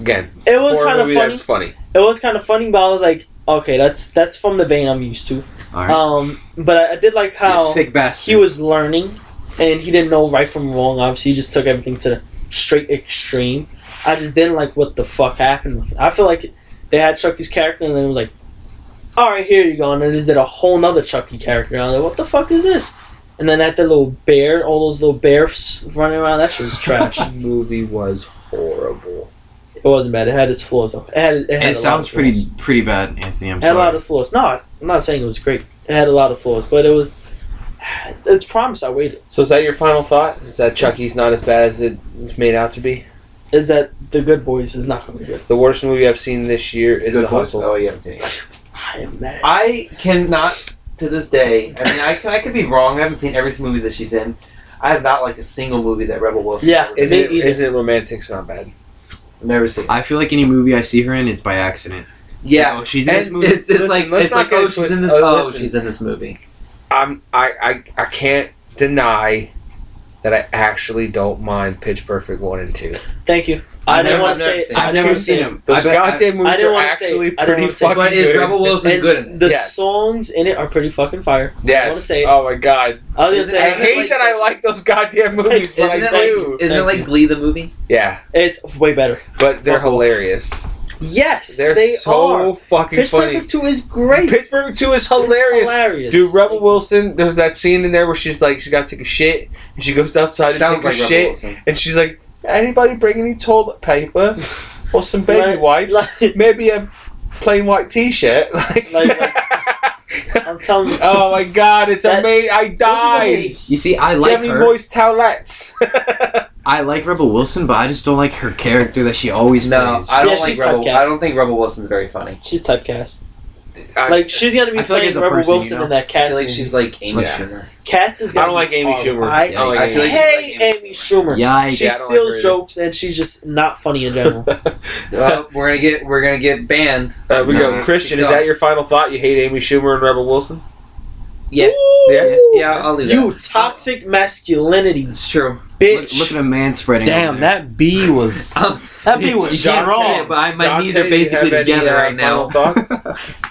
[SPEAKER 3] Again.
[SPEAKER 5] it was
[SPEAKER 3] horror
[SPEAKER 5] kind of
[SPEAKER 3] movie that
[SPEAKER 5] funny.
[SPEAKER 3] was funny.
[SPEAKER 5] It was kind of funny, but I was like, okay, that's that's from the vein I'm used to.
[SPEAKER 1] All right.
[SPEAKER 5] Um, but I, I did like
[SPEAKER 1] You
[SPEAKER 5] how
[SPEAKER 1] sick bastard.
[SPEAKER 5] he was learning and he didn't know right from wrong obviously he just took everything to the straight extreme i just didn't like what the fuck happened with it. i feel like they had chucky's character and then it was like all right here you go and then they just did a whole nother chucky character and i was like what the fuck is this and then at the little bear all those little bears running around that shit was trash
[SPEAKER 3] The movie was horrible.
[SPEAKER 5] it wasn't bad it had its flaws though it had, it had a lot
[SPEAKER 1] it
[SPEAKER 5] of
[SPEAKER 1] sounds pretty
[SPEAKER 5] flaws.
[SPEAKER 1] pretty bad, Anthony. I'm
[SPEAKER 5] It had a lot
[SPEAKER 1] sorry.
[SPEAKER 5] of flaws no i'm not saying it was great it had a lot of flaws but it was it's promise i waited
[SPEAKER 3] So is that your final thought? Is that Chucky's not as bad as it was made out to be?
[SPEAKER 5] is that the good boys is not going to be good
[SPEAKER 3] The worst movie I've seen this year is
[SPEAKER 4] Good
[SPEAKER 3] The
[SPEAKER 4] boy.
[SPEAKER 3] Hustle.
[SPEAKER 4] Oh, you haven't seen it. yet.
[SPEAKER 5] i am mad
[SPEAKER 4] I cannot to this day. I mean, I, can, I could be wrong. I haven't seen every movie that she's in. I have not liked a single movie that Rebel Wilson.
[SPEAKER 5] Yeah,
[SPEAKER 4] ever
[SPEAKER 3] Isn't
[SPEAKER 4] made.
[SPEAKER 3] it, isn't it romantic's not bad?
[SPEAKER 4] I've never seen. it.
[SPEAKER 1] I feel like any movie I see her in, it's by accident.
[SPEAKER 4] Yeah,
[SPEAKER 1] Oh, she's in this
[SPEAKER 4] and
[SPEAKER 1] movie.
[SPEAKER 4] it's it's
[SPEAKER 3] Listen,
[SPEAKER 4] like
[SPEAKER 3] let's
[SPEAKER 4] it's
[SPEAKER 3] not
[SPEAKER 4] like
[SPEAKER 3] get
[SPEAKER 4] oh
[SPEAKER 3] into
[SPEAKER 4] she's
[SPEAKER 3] it.
[SPEAKER 4] in this
[SPEAKER 3] Oh,
[SPEAKER 4] oh
[SPEAKER 3] listen.
[SPEAKER 4] she's in this movie.
[SPEAKER 3] I'm I I, I can't deny that I actually don't mind Pitch Perfect one and two.
[SPEAKER 5] Thank you.
[SPEAKER 4] I've
[SPEAKER 5] I didn't
[SPEAKER 4] never-
[SPEAKER 5] want to
[SPEAKER 4] never
[SPEAKER 5] say.
[SPEAKER 4] seen it.
[SPEAKER 5] I
[SPEAKER 1] I've never
[SPEAKER 5] couldn't
[SPEAKER 1] seen
[SPEAKER 5] say it.
[SPEAKER 1] him.
[SPEAKER 3] Those
[SPEAKER 1] I bet- I-
[SPEAKER 3] goddamn
[SPEAKER 5] I
[SPEAKER 3] movies
[SPEAKER 5] didn't
[SPEAKER 3] are
[SPEAKER 5] wanna say-
[SPEAKER 3] actually
[SPEAKER 5] I didn't
[SPEAKER 3] pretty
[SPEAKER 5] wanna say-
[SPEAKER 3] fucking
[SPEAKER 4] But
[SPEAKER 3] good.
[SPEAKER 4] is Rebel Wilson
[SPEAKER 5] And
[SPEAKER 4] good in it?
[SPEAKER 5] The
[SPEAKER 3] Yes.
[SPEAKER 5] songs in it are pretty fucking fire. I wanna
[SPEAKER 3] Yes.
[SPEAKER 5] say it.
[SPEAKER 3] oh my god.
[SPEAKER 5] I was gonna
[SPEAKER 3] I
[SPEAKER 5] say
[SPEAKER 3] hate that I like those goddamn movies, but
[SPEAKER 4] Isn't
[SPEAKER 3] I
[SPEAKER 4] it
[SPEAKER 3] do.
[SPEAKER 4] like, isn't it
[SPEAKER 5] Thank
[SPEAKER 4] like Glee the movie?
[SPEAKER 3] yeah,
[SPEAKER 5] it's way better.
[SPEAKER 3] but they're
[SPEAKER 5] Fuck off.
[SPEAKER 3] hilarious.
[SPEAKER 5] Yes,
[SPEAKER 3] They're
[SPEAKER 5] they are.
[SPEAKER 3] so fucking
[SPEAKER 5] Pitch
[SPEAKER 3] funny.
[SPEAKER 5] Perfect Two is great.
[SPEAKER 3] Pitch Perfect Two is
[SPEAKER 5] It's
[SPEAKER 3] hilarious.
[SPEAKER 5] hilarious.
[SPEAKER 3] Dude, Rebel Wilson, there's that scene in there where she's like, she got to take a shit, and she goes outside to take
[SPEAKER 4] Sounds
[SPEAKER 3] a
[SPEAKER 4] like Rebel
[SPEAKER 3] shit,
[SPEAKER 4] Wilson.
[SPEAKER 3] and she's like, anybody bring any toilet paper or some baby
[SPEAKER 5] Like-
[SPEAKER 3] wipes?
[SPEAKER 5] like-
[SPEAKER 3] Maybe a plain white t-shirt? Like,
[SPEAKER 5] Like- I'm telling you.
[SPEAKER 3] oh my god, it's
[SPEAKER 5] That-
[SPEAKER 3] amazing. I died.
[SPEAKER 5] Those are
[SPEAKER 1] You see, I
[SPEAKER 3] Do you
[SPEAKER 1] like
[SPEAKER 3] have any
[SPEAKER 1] her.
[SPEAKER 3] moist towelettes?
[SPEAKER 1] I like Rebel Wilson, but I just don't like her character that she always
[SPEAKER 4] No,
[SPEAKER 1] plays.
[SPEAKER 4] I don't
[SPEAKER 5] Yeah,
[SPEAKER 4] like
[SPEAKER 5] she's
[SPEAKER 4] Rebel.
[SPEAKER 5] typecast.
[SPEAKER 4] I don't think Rebel Wilson's very funny.
[SPEAKER 5] She's typecast.
[SPEAKER 3] I,
[SPEAKER 5] Like she's gonna be
[SPEAKER 1] I feel like
[SPEAKER 5] playing
[SPEAKER 1] it's a
[SPEAKER 5] Rebel
[SPEAKER 1] person, you
[SPEAKER 5] Wilson
[SPEAKER 1] know?
[SPEAKER 5] in that
[SPEAKER 4] I
[SPEAKER 5] Cats.
[SPEAKER 4] feel like
[SPEAKER 5] movie.
[SPEAKER 4] she's like Amy
[SPEAKER 3] Yeah.
[SPEAKER 4] Schumer.
[SPEAKER 5] Cats is.
[SPEAKER 3] I
[SPEAKER 5] gonna
[SPEAKER 3] don't like
[SPEAKER 5] be
[SPEAKER 3] Amy
[SPEAKER 5] horrible.
[SPEAKER 3] Schumer.
[SPEAKER 5] I,
[SPEAKER 1] Yeah,
[SPEAKER 4] I
[SPEAKER 1] I
[SPEAKER 4] feel like she's
[SPEAKER 5] hate
[SPEAKER 4] like Amy
[SPEAKER 5] Amy
[SPEAKER 1] Yikes.
[SPEAKER 5] Schumer. She
[SPEAKER 3] Yeah, I don't
[SPEAKER 5] steals
[SPEAKER 3] like her
[SPEAKER 5] jokes and she's just not funny in general.
[SPEAKER 4] Well, we're gonna get we're gonna get banned.
[SPEAKER 3] Uh, we
[SPEAKER 1] Nah.
[SPEAKER 3] go. Christian, is that your final thought? You hate Amy Schumer and Rebel Wilson?
[SPEAKER 4] Yeah.
[SPEAKER 3] Yeah.
[SPEAKER 4] Yeah, I'll leave
[SPEAKER 5] You
[SPEAKER 4] that.
[SPEAKER 5] toxic masculinity,
[SPEAKER 4] It's true.
[SPEAKER 1] Look,
[SPEAKER 5] bitch.
[SPEAKER 1] look at a man spreading.
[SPEAKER 7] Damn, that B was
[SPEAKER 4] Um,
[SPEAKER 7] that B was
[SPEAKER 4] you
[SPEAKER 7] strong.
[SPEAKER 4] can't say it, but I, my
[SPEAKER 3] Dante,
[SPEAKER 4] knees
[SPEAKER 3] do
[SPEAKER 4] are
[SPEAKER 3] you
[SPEAKER 4] basically
[SPEAKER 3] have any,
[SPEAKER 4] together
[SPEAKER 3] uh,
[SPEAKER 4] right now.
[SPEAKER 3] Final thoughts?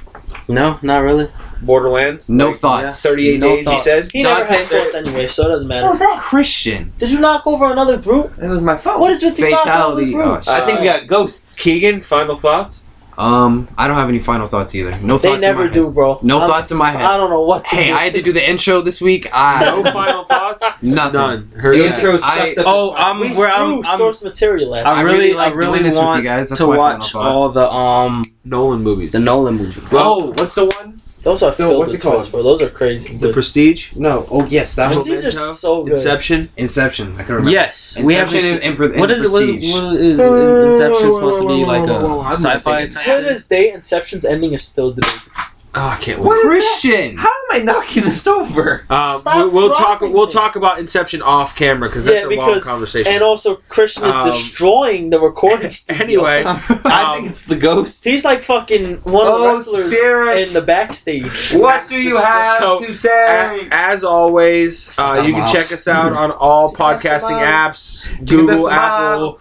[SPEAKER 9] No, not really.
[SPEAKER 3] Borderlands.
[SPEAKER 1] No
[SPEAKER 3] Like,
[SPEAKER 1] thoughts.
[SPEAKER 3] 38
[SPEAKER 9] No
[SPEAKER 3] days,
[SPEAKER 9] thoughts.
[SPEAKER 3] he said.
[SPEAKER 5] he never
[SPEAKER 4] Dante-
[SPEAKER 5] has thoughts anyway, so it doesn't matter.
[SPEAKER 1] Oh, Christian.
[SPEAKER 5] Did you knock over another brute?
[SPEAKER 4] It was my fault.
[SPEAKER 5] What is with you knocking over
[SPEAKER 1] Fatality.
[SPEAKER 5] brutes?
[SPEAKER 1] Oh,
[SPEAKER 4] I think we got ghosts.
[SPEAKER 3] Keegan, final thoughts?
[SPEAKER 1] Um, I don't have any final thoughts either. No
[SPEAKER 5] They
[SPEAKER 1] thoughts. in
[SPEAKER 5] never
[SPEAKER 1] my
[SPEAKER 5] do,
[SPEAKER 1] Head.
[SPEAKER 5] bro.
[SPEAKER 1] No
[SPEAKER 5] I'm-
[SPEAKER 1] thoughts in my
[SPEAKER 5] I
[SPEAKER 1] head.
[SPEAKER 5] don't know what to
[SPEAKER 1] Hey,
[SPEAKER 5] do.
[SPEAKER 1] I had to do the intro this week. I
[SPEAKER 5] No
[SPEAKER 3] final thoughts?
[SPEAKER 1] nothing.
[SPEAKER 7] None.
[SPEAKER 4] The
[SPEAKER 7] Hurry
[SPEAKER 4] intro sucked
[SPEAKER 1] I-
[SPEAKER 4] up
[SPEAKER 7] Oh,
[SPEAKER 4] as fuck.
[SPEAKER 7] I'm
[SPEAKER 5] we
[SPEAKER 7] we're
[SPEAKER 5] threw
[SPEAKER 7] I'm, I'm
[SPEAKER 5] source material at.
[SPEAKER 7] I
[SPEAKER 1] I
[SPEAKER 7] really,
[SPEAKER 1] really
[SPEAKER 7] I
[SPEAKER 1] like doing
[SPEAKER 7] really
[SPEAKER 1] this with you
[SPEAKER 7] want
[SPEAKER 1] guys. That's
[SPEAKER 7] to
[SPEAKER 1] my final
[SPEAKER 7] watch
[SPEAKER 1] thought.
[SPEAKER 7] all the um
[SPEAKER 4] Nolan movies.
[SPEAKER 9] The Nolan movie.
[SPEAKER 1] Oh, what's the one?
[SPEAKER 5] Those are filled
[SPEAKER 1] what's
[SPEAKER 5] with
[SPEAKER 1] it called?
[SPEAKER 5] twists, bro. Those are crazy.
[SPEAKER 7] the
[SPEAKER 5] The
[SPEAKER 7] Prestige,
[SPEAKER 1] No. Oh yes, that was
[SPEAKER 5] Prestige
[SPEAKER 7] Memento,
[SPEAKER 5] is so good.
[SPEAKER 7] Inception.
[SPEAKER 1] Inception. I can remember.
[SPEAKER 7] Yes,
[SPEAKER 1] Inception
[SPEAKER 7] we have.
[SPEAKER 1] and, and, pre- and
[SPEAKER 7] What is it? What
[SPEAKER 1] Prestige.
[SPEAKER 7] is, what is Inception supposed to be like a sci-fi?
[SPEAKER 5] To this day, Inception's ending is still debated.
[SPEAKER 7] Oh, I can't
[SPEAKER 4] What?
[SPEAKER 7] wait.
[SPEAKER 4] is
[SPEAKER 1] Christian.
[SPEAKER 4] How am I knocking this over?
[SPEAKER 3] Um,
[SPEAKER 5] Stop
[SPEAKER 3] we, we'll talk.
[SPEAKER 5] dropping
[SPEAKER 3] We'll
[SPEAKER 5] things.
[SPEAKER 3] talk about Inception off camera because
[SPEAKER 5] Yeah,
[SPEAKER 3] that's a
[SPEAKER 5] because-
[SPEAKER 3] long conversation.
[SPEAKER 5] And also, Christian is
[SPEAKER 3] Um,
[SPEAKER 5] destroying the recording studio.
[SPEAKER 3] anyway,
[SPEAKER 4] I think it's the ghost.
[SPEAKER 5] He's like fucking one of the
[SPEAKER 4] Oh,
[SPEAKER 5] wrestlers
[SPEAKER 4] spirit.
[SPEAKER 5] in the backstage.
[SPEAKER 4] What do you have
[SPEAKER 3] So, uh,
[SPEAKER 4] to
[SPEAKER 3] a-
[SPEAKER 4] say?
[SPEAKER 3] as always, uh, you can
[SPEAKER 1] Mouse.
[SPEAKER 3] check us out on all
[SPEAKER 4] Just ask the
[SPEAKER 3] podcasting apps:
[SPEAKER 4] ask
[SPEAKER 3] Google,
[SPEAKER 4] the
[SPEAKER 3] Apple,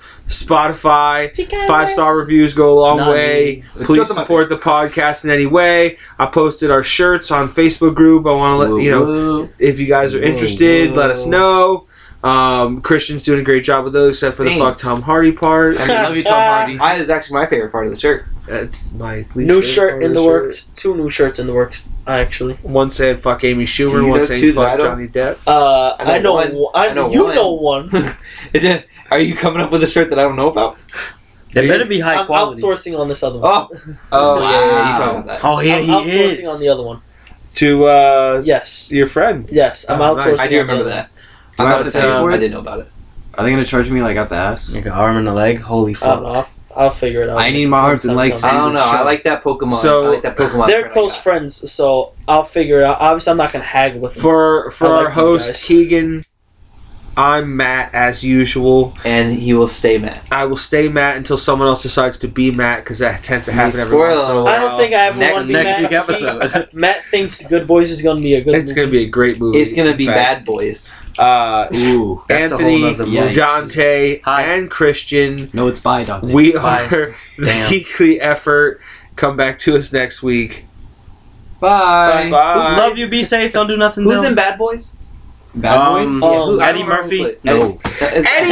[SPEAKER 3] Spotify.
[SPEAKER 5] Chicken
[SPEAKER 3] Five star
[SPEAKER 5] breast.
[SPEAKER 3] reviews go a long
[SPEAKER 7] Nah,
[SPEAKER 3] way.
[SPEAKER 4] Just
[SPEAKER 3] Please
[SPEAKER 4] about
[SPEAKER 3] support the podcast in any way. I posted our shirts on Facebook group. I want to let you know if you guys are interested, let us know. Um, Christian's doing a great job with those, except for the fuck
[SPEAKER 4] Thanks.
[SPEAKER 3] Tom Hardy part.
[SPEAKER 1] I mean, love you, Tom Hardy.
[SPEAKER 4] I is actually my favorite part of the shirt.
[SPEAKER 3] That's my least
[SPEAKER 5] New
[SPEAKER 3] favorite
[SPEAKER 5] shirt
[SPEAKER 3] part
[SPEAKER 5] in
[SPEAKER 3] of
[SPEAKER 5] the
[SPEAKER 3] Oh, shirt.
[SPEAKER 5] works. Two new shirts in the works, actually.
[SPEAKER 3] One said fuck Amy
[SPEAKER 4] Do you
[SPEAKER 3] Schumer, one
[SPEAKER 4] know
[SPEAKER 3] said
[SPEAKER 4] two that I
[SPEAKER 3] fuck
[SPEAKER 4] don't-
[SPEAKER 3] Johnny Depp.
[SPEAKER 5] Uh, I know.
[SPEAKER 4] one.
[SPEAKER 5] one- I
[SPEAKER 4] I know
[SPEAKER 5] you
[SPEAKER 4] one.
[SPEAKER 5] know one.
[SPEAKER 4] It just, are you coming up with a shirt that I don't know about?
[SPEAKER 7] They better be high
[SPEAKER 5] I'm
[SPEAKER 7] quality.
[SPEAKER 5] outsourcing on this other one.
[SPEAKER 4] Oh, oh yeah, yeah, you
[SPEAKER 1] Wow.
[SPEAKER 4] talking about that?
[SPEAKER 7] Oh yeah,
[SPEAKER 5] I'm
[SPEAKER 7] he
[SPEAKER 5] outsourcing
[SPEAKER 7] is.
[SPEAKER 5] on the other one.
[SPEAKER 3] To uh,
[SPEAKER 5] Yes.
[SPEAKER 3] your friend.
[SPEAKER 5] Yes, I'm
[SPEAKER 3] Oh, nice.
[SPEAKER 5] outsourcing.
[SPEAKER 4] I
[SPEAKER 5] on
[SPEAKER 4] do
[SPEAKER 5] the
[SPEAKER 4] remember
[SPEAKER 5] other
[SPEAKER 4] that.
[SPEAKER 1] Do I have to pay
[SPEAKER 4] Um,
[SPEAKER 1] for
[SPEAKER 4] I
[SPEAKER 1] it?
[SPEAKER 4] didn't know about it.
[SPEAKER 1] Are they gonna charge me like out the ass?
[SPEAKER 9] Like an arm and a leg. Holy
[SPEAKER 7] Uh,
[SPEAKER 5] one. I don't
[SPEAKER 9] fuck.
[SPEAKER 5] know. I'll, I'll figure it out. Um,
[SPEAKER 1] I need my arms and legs.
[SPEAKER 4] I
[SPEAKER 1] Dude,
[SPEAKER 4] don't know.
[SPEAKER 1] shut
[SPEAKER 4] I
[SPEAKER 1] up.
[SPEAKER 4] like that Pokemon.
[SPEAKER 3] So-
[SPEAKER 4] I like that Pokemon.
[SPEAKER 5] They're
[SPEAKER 4] print I
[SPEAKER 5] close
[SPEAKER 4] got.
[SPEAKER 5] friends, so I'll figure it out. Obviously, I'm not gonna haggle with them.
[SPEAKER 3] For for
[SPEAKER 5] I like
[SPEAKER 3] our
[SPEAKER 5] these
[SPEAKER 3] host
[SPEAKER 5] guys.
[SPEAKER 3] Keegan, I'm Matt as usual.
[SPEAKER 4] and he will stay mad.
[SPEAKER 3] I will stay Matt until someone else decides to be Matt because that tends to happen every
[SPEAKER 4] Spoiler
[SPEAKER 3] once in a
[SPEAKER 4] alert.
[SPEAKER 3] while.
[SPEAKER 5] I don't think I ever
[SPEAKER 4] Next-
[SPEAKER 5] want to be
[SPEAKER 7] next
[SPEAKER 5] Matt.
[SPEAKER 7] week episode.
[SPEAKER 5] He- Matt thinks Good Boys is gonna be a good.
[SPEAKER 3] it's
[SPEAKER 5] movie.
[SPEAKER 3] gonna be a great movie.
[SPEAKER 4] It's gonna be
[SPEAKER 3] in fact.
[SPEAKER 4] Bad Boys.
[SPEAKER 3] Uh,
[SPEAKER 1] Ooh.
[SPEAKER 9] That's a whole
[SPEAKER 3] Anthony,
[SPEAKER 9] nother
[SPEAKER 1] movie.
[SPEAKER 3] Dante,
[SPEAKER 7] Hi.
[SPEAKER 3] and Christian.
[SPEAKER 1] No, it's by Dante.
[SPEAKER 3] We
[SPEAKER 9] Bye.
[SPEAKER 3] are the
[SPEAKER 9] Damn.
[SPEAKER 3] weekly effort. Come back to us next week.
[SPEAKER 4] Bye.
[SPEAKER 3] Bye.
[SPEAKER 7] Love you. Be safe. Don't do nothing.
[SPEAKER 4] Who's
[SPEAKER 7] dumb.
[SPEAKER 4] in Bad Boys?
[SPEAKER 1] Bad
[SPEAKER 7] Um,
[SPEAKER 1] boys.
[SPEAKER 5] Oh,
[SPEAKER 4] Yeah, who- I
[SPEAKER 7] Eddie
[SPEAKER 4] don't remember who
[SPEAKER 7] Murphy?
[SPEAKER 4] played- Eddie-
[SPEAKER 1] No.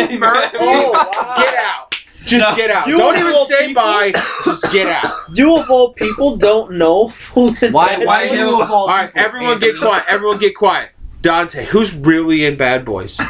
[SPEAKER 3] Eddie Murphy,
[SPEAKER 5] Oh, wow.
[SPEAKER 3] get out. Just get out.
[SPEAKER 5] You
[SPEAKER 3] Don't
[SPEAKER 5] of
[SPEAKER 3] even
[SPEAKER 5] all
[SPEAKER 3] say
[SPEAKER 5] people-
[SPEAKER 3] bye. Just get out.
[SPEAKER 5] You of all people don't know who's in
[SPEAKER 1] Why?
[SPEAKER 5] Bad
[SPEAKER 1] Why
[SPEAKER 5] Boys.
[SPEAKER 1] you of all
[SPEAKER 3] All right,
[SPEAKER 1] people,
[SPEAKER 3] everyone
[SPEAKER 1] Anthony?
[SPEAKER 3] get quiet. Everyone get quiet. Dante, who's really in Bad Boys?